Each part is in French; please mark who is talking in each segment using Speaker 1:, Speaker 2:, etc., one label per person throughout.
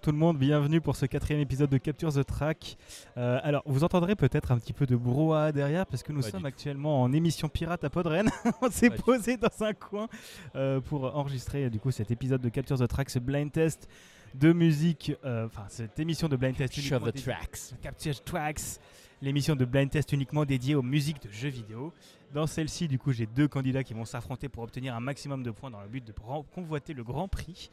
Speaker 1: tout le monde, bienvenue pour ce quatrième épisode de Capture the Track. Euh, alors, vous entendrez peut-être un petit peu de brouhaha derrière, parce que nous
Speaker 2: Pas du
Speaker 1: sommes
Speaker 2: tout.
Speaker 1: actuellement en émission pirate à Podren. On s'est
Speaker 2: Pas du
Speaker 1: posé dans un coin euh, pour enregistrer euh, du coup cet épisode de Capture the Track, ce blind test de musique, euh, enfin cette émission de blind test uniquement dédiée-
Speaker 2: tracks.
Speaker 1: Capture Tracks, l'émission de blind test uniquement dédiée aux musiques de jeux vidéo. Dans celle-ci, du coup, j'ai deux candidats qui vont s'affronter pour obtenir un maximum de points dans le but de ren- convoiter le grand prix.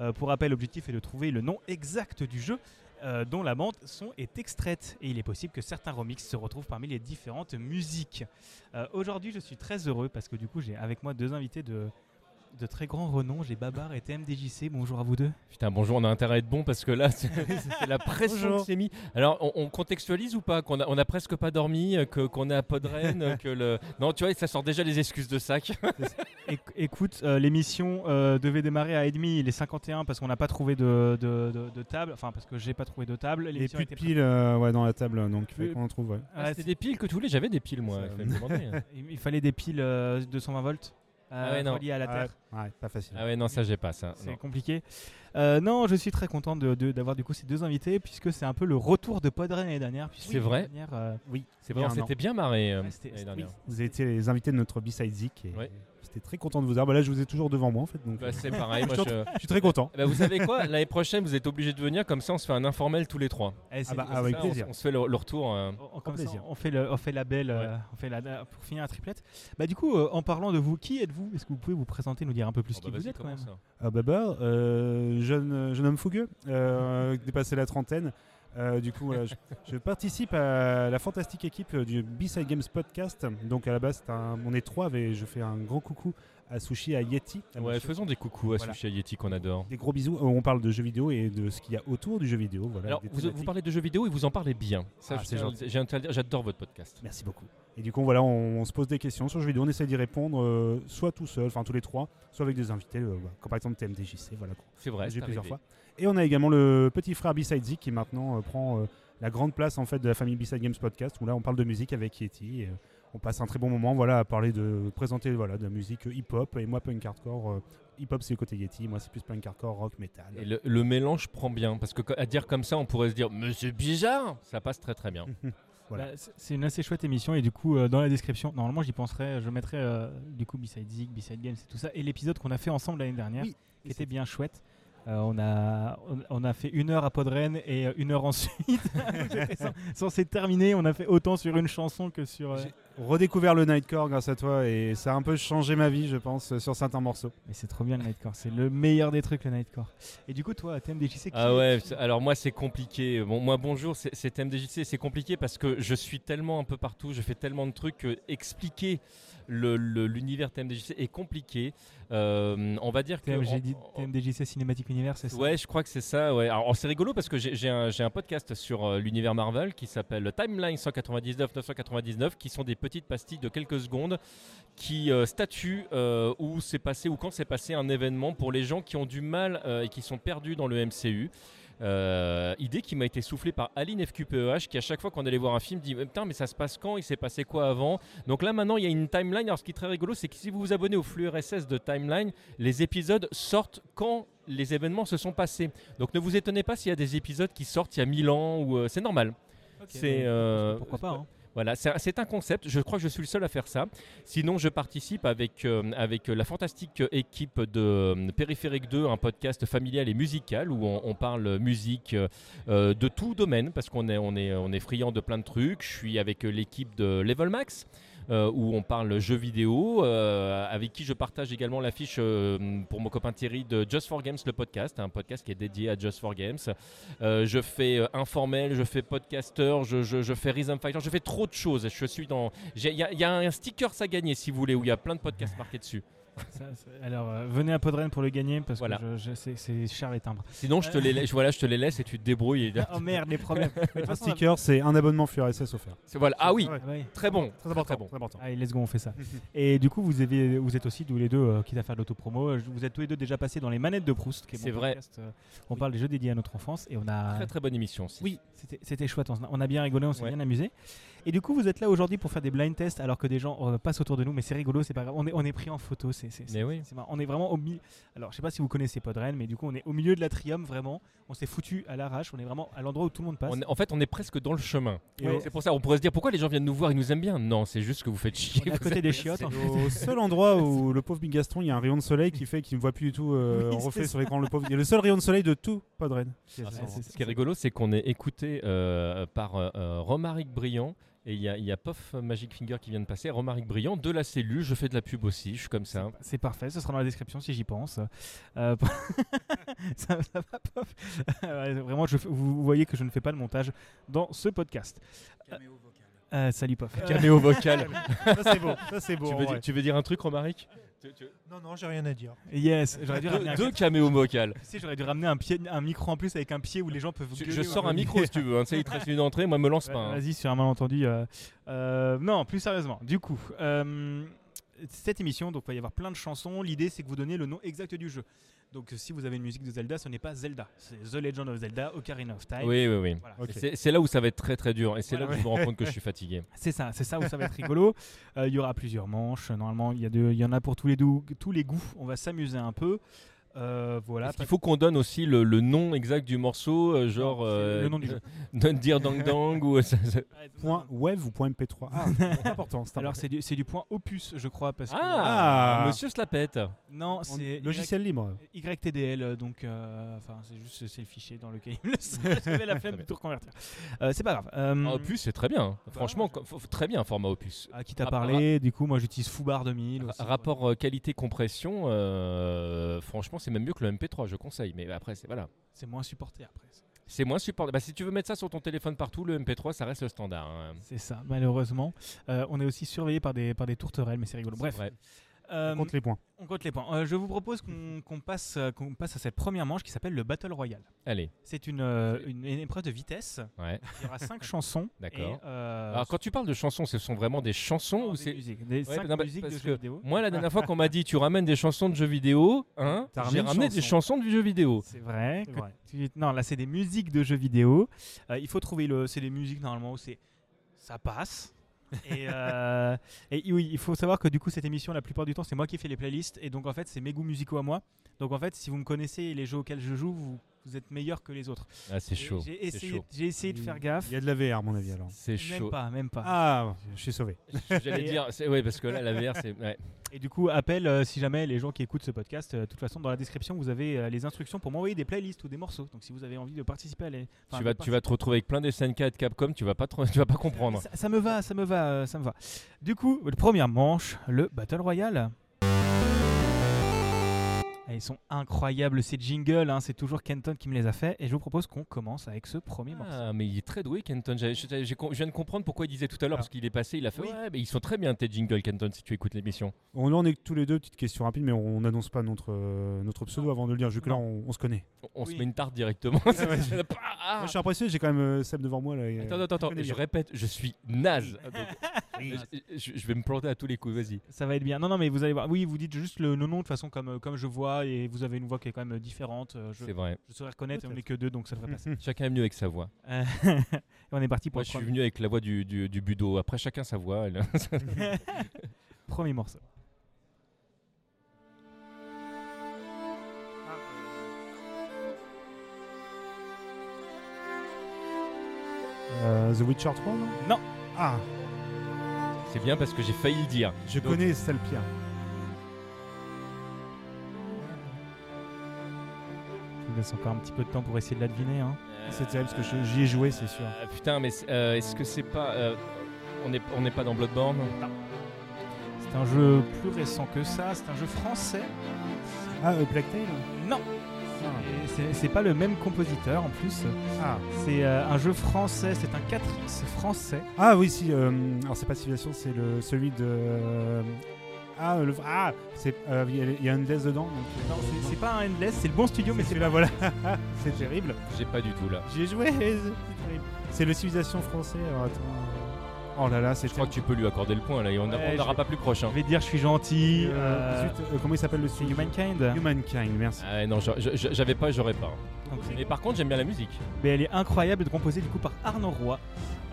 Speaker 1: Euh, pour rappel, l'objectif est de trouver le nom exact du jeu euh, dont la bande son est extraite. Et il est possible que certains remixes se retrouvent parmi les différentes musiques. Euh, Aujourd'hui, je suis très heureux parce que du coup, j'ai avec moi deux invités de, de très grand renom. J'ai Babar et TMDJC. Bonjour à vous deux.
Speaker 2: Putain, bonjour, on a intérêt à être bon parce que là, c'est c'est la pression
Speaker 1: Bonjour.
Speaker 2: qui s'est mis. Alors, on, on contextualise ou pas Qu'on a, on a presque pas dormi, euh, que- qu'on est à Podren, euh, que le. Non, tu vois, ça sort déjà les excuses de sac.
Speaker 1: Éc- Écoute, euh, l'émission euh, devait démarrer à et demi, il est 51 parce qu'on n'a pas trouvé de, de- de- de table, enfin parce que j'ai pas trouvé de table.
Speaker 3: Et
Speaker 1: L'émission
Speaker 3: plus de
Speaker 1: était
Speaker 3: piles euh, ouais, dans la table, donc
Speaker 2: Oui.
Speaker 3: faut qu'on en trouve. Ouais.
Speaker 1: prête. Ouais,
Speaker 2: Ah, C'était des piles que tu voulais, j'avais des piles moi.
Speaker 3: Ça-
Speaker 2: il fallait me demander. hein.
Speaker 1: c'est- il il fallait des piles euh, 220 volts euh,
Speaker 2: Ah ouais, non.
Speaker 1: reliées à la Terre.
Speaker 3: Ouais, ouais, pas facile.
Speaker 2: ah ouais, non, ça j'ai pas ça.
Speaker 1: C'est
Speaker 2: Non.
Speaker 1: compliqué. Euh, non, je suis très content de- de- d'avoir du coup ces deux invités puisque c'est un peu le retour de Podren l'année dernière. puisque
Speaker 2: C'est
Speaker 1: l'année
Speaker 2: vrai.
Speaker 1: dernière, euh,
Speaker 3: oui,
Speaker 2: C'est vrai, on s'était bien marré euh,
Speaker 1: Ouais, Ah, c'était-
Speaker 2: l'année dernière.
Speaker 1: oui.
Speaker 3: Vous étiez les invités de notre B-Side Zik et
Speaker 2: Ouais.
Speaker 3: j'étais très content de vous avoir. Bah là, je vous ai toujours devant moi en fait, donc
Speaker 2: Bah,
Speaker 3: euh,
Speaker 2: c'est pareil, moi
Speaker 3: Je
Speaker 2: je.
Speaker 3: je suis très content.
Speaker 2: Bah, vous savez quoi L'année prochaine, vous êtes obligés de venir, comme ça on se fait un informel tous les trois.
Speaker 1: eh, c'est-
Speaker 3: Ah bah,
Speaker 2: Ça,
Speaker 3: avec
Speaker 2: on-
Speaker 3: plaisir.
Speaker 2: On, se fait le, le retour. euh,
Speaker 1: On- on- comme ça,
Speaker 3: plaisir.
Speaker 1: on fait le- on fait la belle, euh, on fait la, la- pour finir la triplette. Bah du coup, euh, en parlant de vous, qui êtes-vous Est-ce que vous pouvez vous présenter, nous dire un peu plus
Speaker 2: oh,
Speaker 1: qui
Speaker 2: bah,
Speaker 1: vous
Speaker 2: vas-y,
Speaker 1: êtes quand même
Speaker 2: commence, hein.
Speaker 3: Ah, Babar, euh, jeune, jeune homme fougueux, euh, dépassé la trentaine. Euh, du coup, voilà, je, je participe à la fantastique équipe du B-Side Games Podcast. Donc à la base, c'est un- on est trois, mais je fais un grand coucou à Sushi, à Yeti. à
Speaker 2: Ouais,
Speaker 3: monsieur.
Speaker 2: faisons des coucous à
Speaker 3: Voilà.
Speaker 2: Sushi Yeti qu'on adore.
Speaker 3: Des gros bisous. Euh, On parle de jeux vidéo et de ce qu'il y a autour du jeu vidéo. Voilà,
Speaker 2: Alors,
Speaker 3: des
Speaker 2: vous,
Speaker 3: thématiques.
Speaker 2: vous parlez de jeux vidéo et vous en parlez bien. Ça,
Speaker 3: Ah,
Speaker 2: je
Speaker 3: c'est
Speaker 2: tiens à-
Speaker 3: gentil.
Speaker 2: j'ai un truc à dire, J'adore votre podcast.
Speaker 3: Merci beaucoup. Et du coup, voilà, on, on se pose des questions sur jeux vidéo, on essaie d'y répondre, euh, soit tout seul, enfin tous les trois, soit avec des invités, euh, bah, comme par exemple TMDJC, voilà, qu'on
Speaker 2: C'est vrai.
Speaker 3: a
Speaker 2: c'est
Speaker 3: eu plusieurs
Speaker 2: arrivé.
Speaker 3: fois. Et on a également le petit frère B-Side Zik qui maintenant euh, prend euh, la grande place en fait de la famille B-Side Games Podcast, où là on parle de musique avec Yeti. et, euh, on passe un très bon moment, voilà, à parler de présenter voilà de la musique euh, hip-hop et moi punk hardcore. euh, hip-hop c'est le côté Yeti, moi c'est plus punk hardcore, rock, metal.
Speaker 2: Et le, le mélange prend bien parce que co- à dire comme ça, on pourrait se dire Monsieur Bijard, ça passe très très bien.
Speaker 3: Voilà.
Speaker 1: Bah, c'est- c'est une assez chouette émission et du coup euh, dans la description normalement j'y penserai je mettrai euh, du coup Beside Zig, Beside Games et tout ça et l'épisode qu'on a fait ensemble l'année dernière
Speaker 3: Oui,
Speaker 1: qui était bien chouette Euh, on, a, on, on a fait une heure à Podren et euh, une heure ensuite J'étais cen- censé terminer on a fait autant sur une chanson que sur euh,
Speaker 3: J'ai- Redécouvert le Nightcore grâce à toi et ça a un peu changé ma vie, je pense, euh, sur certains morceaux.
Speaker 1: mais c'est trop bien le Nightcore c'est le meilleur des trucs le Nightcore et du coup toi TMDJC qui
Speaker 2: Ah ouais, c'est- alors moi c'est compliqué. Bon, moi bonjour, c'est- c'est TMDJC, c'est compliqué parce que je suis tellement un peu partout, je fais tellement de trucs que expliquer le- le- l'univers TMDJC est compliqué. Euh, on va dire que.
Speaker 1: TMG
Speaker 2: on-
Speaker 1: dit-
Speaker 2: on-
Speaker 1: TMDJC Cinematic Universe c'est ça
Speaker 2: Ouais, je crois que c'est ça. Ouais. Alors c'est rigolo parce que j'ai j'ai un, j'ai un podcast sur euh, l'univers Marvel qui s'appelle Timeline 199 999, qui sont des petites pastilles de quelques secondes qui euh, statuent euh, où s'est passé ou quand s'est passé un événement pour les gens qui ont du mal euh, et qui sont perdus dans le MCU. Euh, idée qui m'a été soufflée par Aline FQPEH E qui à chaque fois qu'on allait voir un film dit putain mais ça se passe quand il s'est passé quoi avant donc là maintenant il y a une timeline alors ce qui est très rigolo c'est que si vous vous abonnez au flux RSS de timeline les épisodes sortent quand les événements se sont passés. Donc ne vous étonnez pas s'il y a des épisodes qui sortent il y a 1000 ans ou euh, c'est normal. c'est euh,
Speaker 1: pourquoi pas hein.
Speaker 2: Voilà, c'est un- c'est un concept. Je crois que je suis le seul à faire ça. Sinon, je participe avec euh, avec la fantastique équipe de euh, Périphérique 2, un podcast familial et musical où on, on parle musique euh, euh, de tout domaine parce qu'on est on est on est friand de plein de trucs. Je suis avec l'équipe de Level Max. euh, où on parle jeux vidéo, euh, avec qui je partage également l'affiche euh, pour mon copain Thierry de Just for Games, le podcast, un podcast qui est dédié à Just for Games. Euh, je fais euh, informel, je fais podcaster, je, je, je fais Rhythm Fighter, je fais trop de choses. Je suis dans. j'ai- Il y, a- il y a un sticker à gagner si vous voulez où il y a plein de podcasts marqués dessus.
Speaker 1: Ça, c'est- alors euh, venez à Podren pour le gagner parce
Speaker 2: Voilà.
Speaker 1: que je- je- c'est- c'est cher les timbres
Speaker 2: Sinon, je te les, laisse- voilà, je te les laisse et tu te débrouilles. et-
Speaker 1: oh merde, les problèmes. Mais de toute
Speaker 3: Un
Speaker 1: façon, on a-
Speaker 3: sticker, c'est un abonnement Flux RSS offert.
Speaker 2: c'est- voilà. Ah oui,
Speaker 3: Ouais.
Speaker 1: Ah ouais.
Speaker 2: très bon.
Speaker 3: Très important.
Speaker 2: Très bon.
Speaker 3: très important.
Speaker 1: Allez, Ah let's go, on fait ça. Et du coup, vous, avez, vous êtes aussi tous les deux, euh, quitte à faire de l'autopromo, euh, vous êtes tous les deux déjà passés dans les manettes de Proust, qui est mon
Speaker 2: C'est vrai.
Speaker 1: podcast, euh, on parle des jeux dédiés à notre enfance et on a.
Speaker 2: Très très bonne émission aussi.
Speaker 1: Oui, c'était- c'était chouette. On, a- on a bien rigolé, on s'est
Speaker 2: Ouais.
Speaker 1: bien amusé. Et du coup, vous êtes là aujourd'hui pour faire des blind tests alors que des gens euh, passent autour de nous, mais c'est rigolo, c'est pas grave. On est, on est pris en photo, c'est c'est- c'est-
Speaker 2: Mais oui.
Speaker 1: c'est marrant. On est vraiment au milieu. Alors, je sais pas si vous connaissez Podren, mais du coup, on est au milieu de l'atrium, vraiment. On s'est foutu à l'arrache, on est vraiment à l'endroit où tout le monde passe.
Speaker 2: On est- en fait, on est presque dans le chemin.
Speaker 3: Et
Speaker 1: Ouais.
Speaker 2: C'est pour ça, on pourrait se dire pourquoi les gens viennent nous voir, ils nous aiment bien. Non, c'est juste que vous faites chier.
Speaker 1: On est à
Speaker 2: vous
Speaker 1: côté
Speaker 2: êtes-
Speaker 1: des chiottes. en fait.
Speaker 3: au seul endroit où le pauvre Big Gaston, il y a un rayon de soleil qui fait qu'il ne voit plus du tout euh,
Speaker 1: Oui,
Speaker 3: en reflet
Speaker 1: c'est
Speaker 3: sur l'écran le pauvre. Il y a le seul rayon de soleil de tout Podren.
Speaker 2: Ah, c'est-
Speaker 1: Ouais,
Speaker 2: c'est- Ce qui est rigolo, c'est qu'on est écouté euh, par euh, euh, Romaric Briand. Et il y a, il y a Puff Magic Finger qui vient de passer, Romaric Briand de la cellule. Je fais de la pub aussi, je suis comme ça. hein.
Speaker 1: C'est parfait, ce sera dans la description si j'y pense. Euh, ça, ça va, pof. Ouais, Vraiment, je- vous voyez que je ne fais pas le montage dans ce podcast. Euh, salut, Pof.
Speaker 2: Caméo vocal.
Speaker 3: Ça c'est beau, ça c'est beau.
Speaker 2: tu,
Speaker 3: en
Speaker 2: veux
Speaker 3: vrai.
Speaker 2: dire, tu veux dire un truc, Romaric
Speaker 4: Non, non, j'ai rien à dire.
Speaker 1: Yes, j'aurais dû ramener un,
Speaker 2: Deux, deux caméos vocales.
Speaker 1: Tu sais, j'aurais dû ramener un, pied, un micro en plus avec un pied où les gens peuvent.
Speaker 2: Tu-
Speaker 1: gueuler
Speaker 2: Je
Speaker 1: ou
Speaker 2: sors un
Speaker 1: peu.
Speaker 2: micro si tu veux. hein. Tu sais, il te reste une entrée, moi me lance
Speaker 1: Ouais,
Speaker 2: pas. hein.
Speaker 1: Vas-y, sur un malentendu. euh, euh, non, plus sérieusement. Du coup, euh, cette émission, donc il va y avoir plein de chansons. L'idée, c'est que vous donnez le nom exact du jeu. Donc, euh, si vous avez une musique de Zelda, ce n'est pas Zelda. C'est The Legend of Zelda, Ocarina of Time.
Speaker 2: Oui, oui, oui.
Speaker 1: Voilà.
Speaker 3: Ok.
Speaker 2: C'est- C'est là où ça va être très très dur. Et c'est là
Speaker 1: Voilà.
Speaker 2: où je me rends compte que je suis fatigué.
Speaker 1: C'est ça, c'est ça où ça va être rigolo. Euh, Il y aura plusieurs manches. Normalement, il y, a de- il y en a pour tous les, dou- tous les goûts. On va s'amuser un peu. Euh, voilà.
Speaker 2: Il faut qu'on donne aussi le, le nom exact du morceau, euh, genre.
Speaker 1: c'est le nom du jeu.
Speaker 2: Non Dear Dang Dang ou. euh, ça- ça-
Speaker 3: Point web ou point MP3 Ah, c'est important. c'est
Speaker 1: Alors,
Speaker 3: important.
Speaker 1: c'est du, c'est du point opus, je crois. Parce que- euh,
Speaker 2: Ah,
Speaker 3: Ah.
Speaker 2: Monsieur se la pète.
Speaker 1: Non,
Speaker 3: On-
Speaker 1: c'est.
Speaker 3: logiciel libre.
Speaker 1: YTDL, euh, donc euh, enfin c'est juste c'est le fichier dans lequel il me le savait, j'avais la flemme de tout reconvertir. Euh, c'est pas grave. Euh,
Speaker 2: Ah, Opus, c'est très bien. Franchement,
Speaker 1: Bah ouais.
Speaker 2: co- f- f- très bien format Opus.
Speaker 1: à qui t'a
Speaker 2: Ra-
Speaker 1: parlé Du coup, moi j'utilise Foobar 2000. aussi.
Speaker 2: Rapport euh, qualité-compression, euh, franchement, c'est même mieux que le MP3, je conseille. Mais après, c'est voilà.
Speaker 1: C'est moins supporté après.
Speaker 2: C'est moins supporté. Bah, si tu veux mettre ça sur ton téléphone partout, le MP3, ça reste le standard. hein.
Speaker 1: C'est ça, malheureusement. Euh, on est aussi surveillé par des par des tourterelles, mais c'est rigolo. Bref,
Speaker 2: C'est vrai.
Speaker 1: Euh,
Speaker 3: Contre les points.
Speaker 1: on compte les points. Euh, je vous propose qu'on qu'on passe euh, qu'on passe à cette première manche qui s'appelle le Battle Royale.
Speaker 2: Allez,
Speaker 1: C'est une, euh, une, une épreuve de vitesse.
Speaker 2: ouais.
Speaker 1: Il y aura cinq chansons.
Speaker 2: D'accord.
Speaker 1: et, euh,
Speaker 2: Alors, quand tu parles de chansons, ce sont vraiment des chansons
Speaker 1: non, des
Speaker 2: ou c'est
Speaker 1: musiques, des
Speaker 2: Ouais,
Speaker 1: cinq
Speaker 2: non, bah,
Speaker 1: musiques de
Speaker 2: parce
Speaker 1: jeux
Speaker 2: que
Speaker 1: vidéo.
Speaker 2: Moi, la dernière fois qu'on m'a dit tu ramènes des chansons de jeux vidéo, hein,
Speaker 3: T'as
Speaker 2: j'ai
Speaker 3: ramené une
Speaker 2: ramené des chansons du jeu vidéo.
Speaker 1: C'est vrai.
Speaker 3: C'est
Speaker 1: que
Speaker 3: vrai.
Speaker 1: tu- Non, là, c'est des musiques de jeux vidéo. Euh, il faut trouver le. C'est des musiques normalement où c'est ça passe. et, euh, et oui, il faut savoir que du coup, cette émission, la plupart du temps, c'est moi qui fais les playlists. Et donc, en fait, c'est mes goûts musicaux à moi. Donc, en fait, si vous me connaissez et les jeux auxquels je joue, vous, vous êtes meilleurs que les autres.
Speaker 2: Ah, c'est chaud.
Speaker 1: J'ai
Speaker 2: c'est
Speaker 1: essayé,
Speaker 2: chaud.
Speaker 1: j'ai essayé de faire gaffe.
Speaker 3: Il y a de la VR, à mon avis, alors.
Speaker 2: C'est
Speaker 1: Même
Speaker 2: chaud.
Speaker 1: pas, même pas.
Speaker 3: Ah, je suis sauvé.
Speaker 2: J'allais dire, c'est- ouais, parce que là, la VR, c'est. ouais.
Speaker 1: Et du coup, appel euh, si jamais les gens qui écoutent ce podcast. euh, De toute façon, dans la description, vous avez euh, les instructions pour m'envoyer des playlists ou des morceaux. Donc, si vous avez envie de participer à les. enfin,
Speaker 2: tu,
Speaker 1: de Euh,
Speaker 2: vas, tu vas te retrouver avec plein de SNK et de Capcom, tu vas pas, trop- tu vas pas comprendre.
Speaker 1: Ça, ça me va, ça me va, euh, ça me va. Du coup, le première manche, le Battle Royale. Ah, ils sont incroyables ces jingles, hein, c'est toujours Kenton qui me les a fait et je vous propose qu'on commence avec ce premier morceau.
Speaker 2: Ah, mais il est très doué, Kenton. J'ai- j'ai- j'ai com- je viens de comprendre pourquoi il disait tout à l'heure,
Speaker 3: Ah.
Speaker 2: parce qu'il est passé, il a fait.
Speaker 1: Oui.
Speaker 2: Ouais, mais ils sont très bien tes jingles, Kenton, si tu écoutes l'émission.
Speaker 3: On en est que tous les deux, petite question rapide, mais on n'annonce pas notre, euh, notre pseudo avant de le dire, vu que là, on, on se connaît.
Speaker 2: On, on
Speaker 1: Oui.
Speaker 2: se met une tarte directement.
Speaker 3: Ah, Moi, je suis impressionné, j'ai quand même euh, Seb devant moi. Là, et, euh,
Speaker 2: Ah. Attends, attends, attends,
Speaker 3: connais
Speaker 2: je
Speaker 3: bien.
Speaker 2: répète, je suis naze.
Speaker 3: Ah,
Speaker 2: je, je- je vais me planter à tous les coups, vas-y.
Speaker 1: Ça va être bien. Non, non, mais vous allez voir. Oui, vous dites juste le, le nom de façon comme, euh, comme je vois et vous avez une voix qui est quand même différente. euh, Je,
Speaker 2: C'est vrai.
Speaker 1: je saurais reconnaître, et on n'est que deux donc ça devrait
Speaker 3: Hmm.
Speaker 1: passer.
Speaker 2: Chacun est mieux avec sa voix.
Speaker 1: Euh, et on est parti pour
Speaker 2: Moi,
Speaker 1: le
Speaker 2: je suis
Speaker 1: premier,
Speaker 2: venu avec la voix du, du, du Budo. Après, chacun sa voix. elle-
Speaker 1: premier morceau.
Speaker 3: Euh, The Witcher 3, non
Speaker 1: Non.
Speaker 3: Ah,
Speaker 2: C'est bien parce que j'ai failli le dire.
Speaker 3: je
Speaker 2: Donc-
Speaker 3: connais celle pire.
Speaker 1: Je vous laisse encore un petit peu de temps pour essayer de la deviner. hein.
Speaker 3: C'est terrible parce que je- j'y ai joué, c'est sûr.
Speaker 2: Ah, putain, mais c'est- euh, est-ce que c'est pas. euh, on n'est on n'est pas dans Bloodborne
Speaker 1: C'est un jeu plus récent que ça, c'est un jeu français.
Speaker 3: Ah, euh, Plague Tale
Speaker 1: Non Et c'est- C'est pas le même compositeur en plus.
Speaker 3: Ah.
Speaker 1: C'est euh, un jeu français, c'est un 4X français.
Speaker 3: Ah oui, si. euh, alors, c'est pas Civilization, c'est le, celui de. euh, ah, le, ah c'est- euh, il y a- il y a un Endless dedans. donc, euh,
Speaker 1: Non, c'est- c'est pas un Endless, c'est le bon studio, mais c'est
Speaker 3: celui-là, voilà. c'est terrible.
Speaker 2: J'ai pas du tout là.
Speaker 3: J'y ai joué, c'est terrible. C'est le Civilisation français. Alors, attends. Oh là là, c'est
Speaker 2: Je crois que tu peux lui accorder le point là, et on
Speaker 1: Ouais,
Speaker 2: n'aura
Speaker 1: je-
Speaker 2: pas plus proche. hein.
Speaker 1: Je vais te dire, je suis gentil. euh,
Speaker 3: Euh, zut, euh, comment il s'appelle le
Speaker 1: c'est
Speaker 3: studio
Speaker 2: Hum.
Speaker 1: Humankind.
Speaker 3: Humankind, merci.
Speaker 2: Ah, non, je- je- j'avais pas, j'aurais pas.
Speaker 1: Donc, c'est-
Speaker 2: Mais par contre, j'aime bien la musique.
Speaker 1: Mais elle est incroyable de composer du coup par Arnaud Roy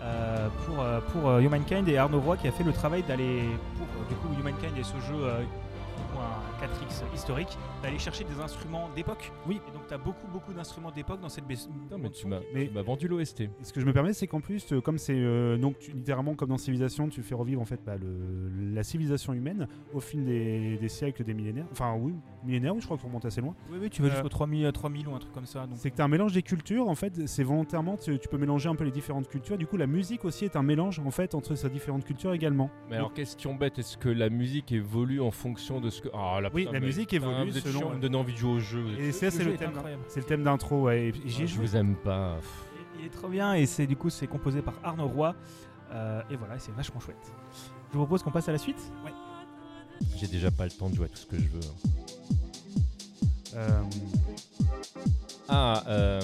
Speaker 1: euh, pour, euh, pour euh, Humankind et Arnaud Roy qui a fait le travail d'aller pour euh, du coup Humankind et ce jeu euh, pour un 4X historique d'aller chercher des instruments d'époque.
Speaker 3: Oui.
Speaker 1: Et donc t'as beaucoup beaucoup d'instruments d'époque dans cette baisse.
Speaker 2: Non, mais tu m'as
Speaker 3: Mais-
Speaker 2: tu m'as vendu l'OST.
Speaker 3: Et ce que je me permets, c'est qu'en plus, euh, comme c'est euh, donc tu- littéralement comme dans Civilisation, tu fais revivre en fait bah, le- la civilisation humaine au fil des, des siècles, des millénaires. Enfin oui, millénaires, oui, je crois qu'on remonte assez loin.
Speaker 1: Oui oui tu vas
Speaker 3: Euh,
Speaker 1: jusqu'au 3000 euh, 3000 ou un truc comme ça donc
Speaker 3: C'est que tu as un mélange des cultures, en fait, c'est volontairement, tu, tu peux mélanger un peu les différentes cultures. Du coup, la musique aussi est un mélange, en fait, entre ces différentes cultures également.
Speaker 2: Mais alors, question bête, est-ce que la musique évolue en fonction de ce que. Ah, la
Speaker 3: Oui, la
Speaker 2: mais-
Speaker 3: musique
Speaker 2: putain,
Speaker 3: évolue
Speaker 2: vous êtes
Speaker 3: selon- euh,
Speaker 2: chiant, vous me donnez envie de jouer au jeu. vous êtes-
Speaker 3: Et ça, c'est
Speaker 1: jeu
Speaker 3: le
Speaker 1: est
Speaker 3: thème.
Speaker 1: incroyable.
Speaker 3: C'est le thème d'intro, ouais. et- et
Speaker 2: Ah,
Speaker 3: J'y ai
Speaker 2: je
Speaker 3: joué.
Speaker 2: vous aime pas.
Speaker 1: Il- Il est trop bien et c'est du coup c'est composé par Arnaud Roy Euh, et voilà c'est vachement chouette. Je vous propose qu'on passe à la suite.
Speaker 2: J'ai déjà pas le temps de jouer à tout ce que je veux.
Speaker 3: Euh,
Speaker 2: Ah, euh.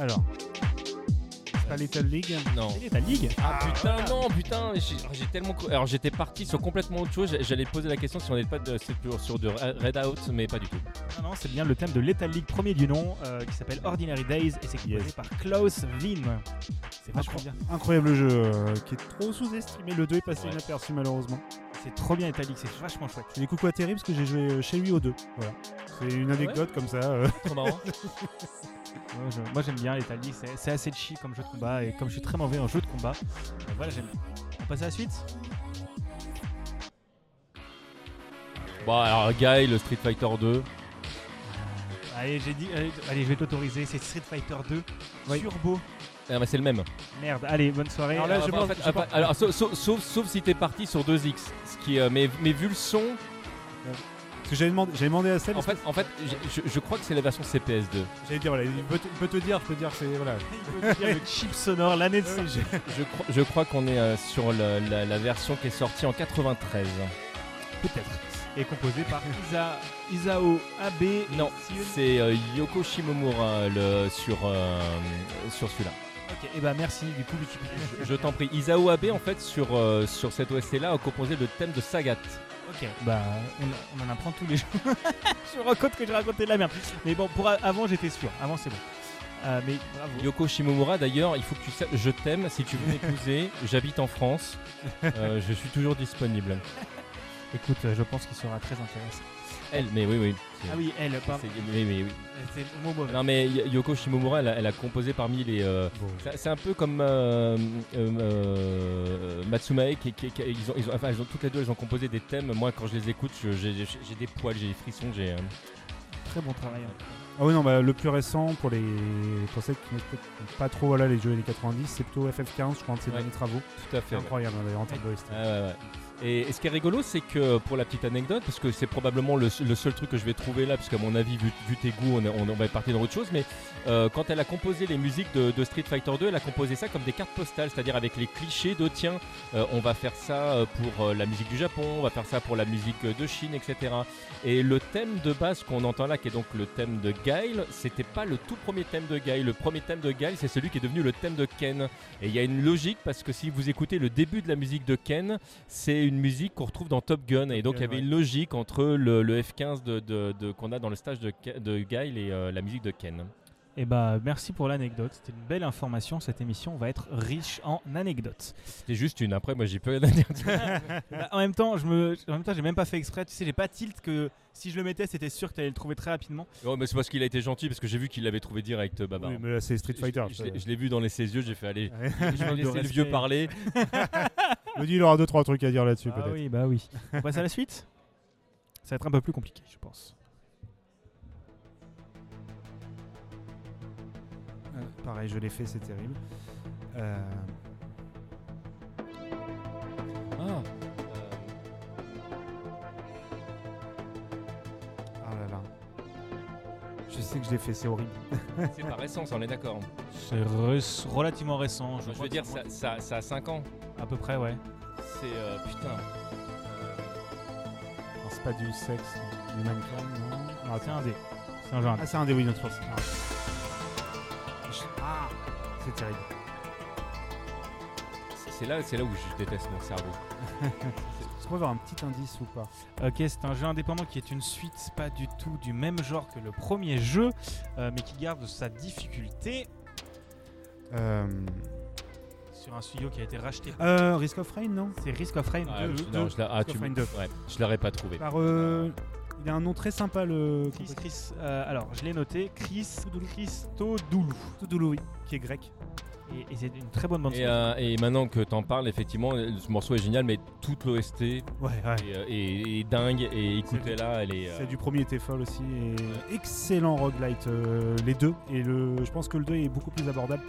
Speaker 3: alors. C'est pas Little League
Speaker 2: Non.
Speaker 1: Elle est ta ligue.
Speaker 2: Ah putain, non, putain, j'ai oh, j'ai tellement. cou- Alors j'étais parti sur complètement autre chose, j'allais poser la question si on n'était pas de, c'est toujours sur de Red Out, mais pas du tout.
Speaker 1: Ah Non, non, c'est bien le thème de l'Etal League premier du nom euh, qui s'appelle Ordinary Days et c'est composé
Speaker 3: Yes.
Speaker 1: par Klaus Wien. C'est vachement bien.
Speaker 3: Incroyable jeu, euh, qui est trop sous-estimé. Le 2 est passé
Speaker 2: Ouais.
Speaker 3: inaperçu, malheureusement.
Speaker 1: C'est trop bien Etal League, c'est vachement chouette.
Speaker 3: C'est des coucou à terrible parce que j'ai joué euh, chez lui au 2. Voilà. C'est une
Speaker 2: Ah
Speaker 3: anecdote comme ça. euh.
Speaker 2: Trop marrant.
Speaker 1: Moi, je- moi, j'aime bien l'Etal League, c'est, c'est assez chill comme jeu de combat et comme je suis très mauvais en jeu de combat, euh, voilà j'aime bien. On passe à la suite
Speaker 2: bon alors Guy, le Street Fighter 2.
Speaker 1: Allez, j'ai dit, allez, allez, je vais t'autoriser, c'est Street Fighter 2
Speaker 2: Oui.
Speaker 1: Turbo.
Speaker 2: Ah bah c'est le même.
Speaker 1: Merde, allez, bonne soirée.
Speaker 2: Alors
Speaker 1: Euh,
Speaker 2: là, je en fait, après- alors, sauf, sauf- sauf- sauf si t'es parti sur 2X. Ce qui, euh, mais, mais vu le son,
Speaker 3: Parce que j'avais demandé, j'avais demandé à Seb.
Speaker 2: en fait, en fait je, je- je crois que c'est la version CPS2.
Speaker 3: J'allais dire, voilà, il peut, te- il peut te dire, je peux dire, c'est. Voilà.
Speaker 1: il faut dire le chip sonore, l'année de ça.
Speaker 2: Je, crois- je crois qu'on est euh, sur la, la- la version qui est sortie en 93.
Speaker 1: Peut-être. Et composé par Isa, Isao Abe.
Speaker 2: Non,
Speaker 1: Sion-
Speaker 2: c'est euh, Yoko Shimomura le, sur, euh, sur celui-là.
Speaker 1: Ok, et bah merci du coup, Wikipédia.
Speaker 2: Je- Je t'en prie. Isao Abe, en fait, sur, euh, sur cette OST-là, a composé le thème de Sagat.
Speaker 1: Ok, bah on, on en apprend tous les jours. je me rends compte que j'ai raconté de la merde. Mais bon, pour a- avant j'étais sûr. Avant c'est bon. Euh, mais bravo.
Speaker 2: Yoko Shimomura, d'ailleurs, il faut que tu saches, je t'aime, si tu veux m'épouser, j'habite en France, euh, je suis toujours disponible.
Speaker 1: Écoute, euh, je pense qu'il sera très intéressant.
Speaker 2: Elle, mais oui, oui. c'est-
Speaker 1: Ah oui, elle,
Speaker 2: c'est-
Speaker 1: pardon. Euh,
Speaker 2: oui, oui, oui.
Speaker 1: C'est le mot mauvais.
Speaker 2: Non, mais Y- Yoko Shimomura, elle, a- elle a composé parmi les. euh, c'est- c'est un peu comme euh, euh, euh, Matsumae, qui, qui- qui- ils ont, ils ont- enfin, elles ont- toutes les deux, elles ont composé des thèmes. Moi, quand je les écoute, je- j'ai j'ai- j'ai des poils, j'ai des frissons, j'ai. euh,
Speaker 1: Très bon travail. hein.
Speaker 3: Ah oui, non, bah, le plus récent pour les pour ceux qui n'écoutent pas trop voilà, les jeux années 90, c'est plutôt FF15, je crois, un de ses
Speaker 2: Ouais.
Speaker 3: derniers travaux.
Speaker 2: tout à fait.
Speaker 3: C'est
Speaker 2: ouais.
Speaker 3: incroyable, hein, d'ailleurs, en termes d'OST.
Speaker 2: Ouais, ouais, ouais. Et, et ce qui est rigolo, c'est que pour la petite anecdote, parce que c'est probablement le, le seul truc que je vais trouver là, parce qu'à mon avis, vu, vu tes goûts, on, est- on- on va partir dans autre chose, mais euh, quand elle a composé les musiques de, de Street Fighter 2, elle a composé ça comme des cartes postales, c'est-à-dire avec les clichés de tiens, euh, on va faire ça euh, pour euh, la musique du Japon, on va faire ça pour la musique euh, de Chine, etc. Et le thème de base qu'on entend là, qui est donc le thème de Guile, c'était pas le tout premier thème de Guile. Le premier thème de Guile, c'est celui qui est devenu le thème de Ken. Et il y a une logique parce que si vous écoutez le début de la musique de Ken, c'est une musique qu'on retrouve dans Top Gun. Et donc il y
Speaker 3: Gun,
Speaker 2: avait
Speaker 3: ouais.
Speaker 2: une logique entre le, le F-15 de, de- de- qu'on a dans le stage de, Ke- de Guile et euh, la musique de Ken.
Speaker 1: Et bah merci pour l'anecdote. C'était une belle information. Cette émission va être riche en anecdotes.
Speaker 2: C'était juste une, après moi j'y peux rien à dire. Ah.
Speaker 1: Bah, en même temps, je me, en même temps, j'ai même pas fait exprès. Tu sais, j'ai pas tilt que si je le mettais, c'était sûr que t'allais le trouver très rapidement.
Speaker 2: Oh, mais c'est parce qu'il a été gentil, parce que j'ai vu qu'il l'avait trouvé direct, euh, Babar.
Speaker 3: Oui, mais là, c'est Street
Speaker 2: Je-
Speaker 3: Fighter.
Speaker 2: Je,
Speaker 3: ça. Ah
Speaker 2: l'ai- je l'ai vu dans les ses yeux, j'ai fait aller.
Speaker 3: Ouais.
Speaker 2: Je vais
Speaker 1: Manque de
Speaker 2: laisser le
Speaker 1: respect.
Speaker 2: vieux parler.
Speaker 3: Audi, il aura 2-3 trucs à dire là-dessus,
Speaker 1: Ah
Speaker 3: peut-être.
Speaker 1: oui, bah oui. On passe à la suite. Ça va être un peu plus compliqué, je pense.
Speaker 3: Euh, Pareil, je l'ai fait, c'est terrible. Euh,
Speaker 2: Ah.
Speaker 3: ah là là. Je sais que je l'ai fait, c'est horrible.
Speaker 2: Euh, c'est par essence, on est d'accord.
Speaker 1: C'est re- relativement récent.
Speaker 2: Bah, Je
Speaker 1: crois
Speaker 2: veux
Speaker 1: que
Speaker 2: dire,
Speaker 1: c'est moins-
Speaker 2: ça, ça, ça a 5 ans.
Speaker 1: à peu près, ouais.
Speaker 2: C'est. euh, putain.
Speaker 3: Alors, c'est pas du sexe, du mannequin, non. Ah,
Speaker 1: C'est
Speaker 3: attends.
Speaker 1: un dé. C'est un genre.
Speaker 3: Ah, c'est un des Williams Force. Ah. C'est terrible.
Speaker 2: C'est là, c'est là où je déteste mon cerveau.
Speaker 3: Est-ce qu'on peut avoir un petit indice ou pas
Speaker 1: Ok, c'est un jeu indépendant qui est une suite, pas du tout du même genre que le premier jeu, euh, mais qui garde sa difficulté
Speaker 3: euh...
Speaker 1: sur un studio qui a été racheté.
Speaker 3: euh, Risk of Rain, non
Speaker 1: C'est Risk of Rain
Speaker 2: Ah,
Speaker 1: 2.
Speaker 2: je-
Speaker 3: deux,
Speaker 2: non,
Speaker 3: deux.
Speaker 2: je l'a- ah,
Speaker 3: Parce que
Speaker 2: tu me-
Speaker 3: Find
Speaker 2: ouais, je l'aurais pas trouvé.
Speaker 3: Par. euh, Il a un nom très sympa, le.
Speaker 1: Chris, Chris, euh, alors je l'ai noté, Chris Christodoulou.
Speaker 3: Toudoulou, oui, qui est grec.
Speaker 1: Et, et c'est une très bonne bande
Speaker 2: Et,
Speaker 1: son.
Speaker 2: euh, et maintenant que t'en parles, effectivement, ce morceau est génial, mais toute l'OST est,
Speaker 3: Ouais, ouais.
Speaker 2: euh, est- est dingue. Et écoutez-la, elle est. euh,
Speaker 3: C'est du premier était folle aussi. Et excellent roguelite, euh, les deux. Et le, je pense que le 2 est beaucoup plus abordable.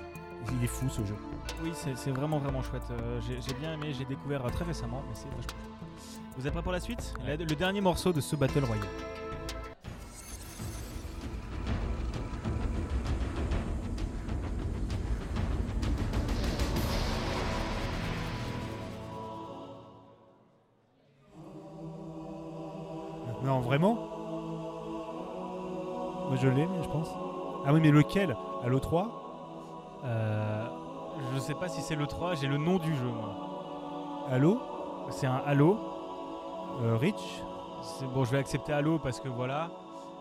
Speaker 3: Il est fou ce jeu.
Speaker 1: Oui, c'est c'est vraiment vraiment chouette. Euh, j'ai j'ai bien aimé, j'ai découvert euh, très récemment, mais c'est vachement chouette. Vous êtes prêts pour la suite La-
Speaker 2: Ouais.
Speaker 1: Le dernier morceau de ce Battle Royale.
Speaker 3: Non, vraiment Moi je l'ai, mais je pense. Ah oui, mais lequel Halo 3
Speaker 1: Euh, je sais pas si c'est le 3, j'ai le nom du jeu moi.
Speaker 3: Halo
Speaker 1: C'est un Halo.
Speaker 3: Euh, Reach
Speaker 1: C'est- Bon, je vais accepter Halo parce que voilà.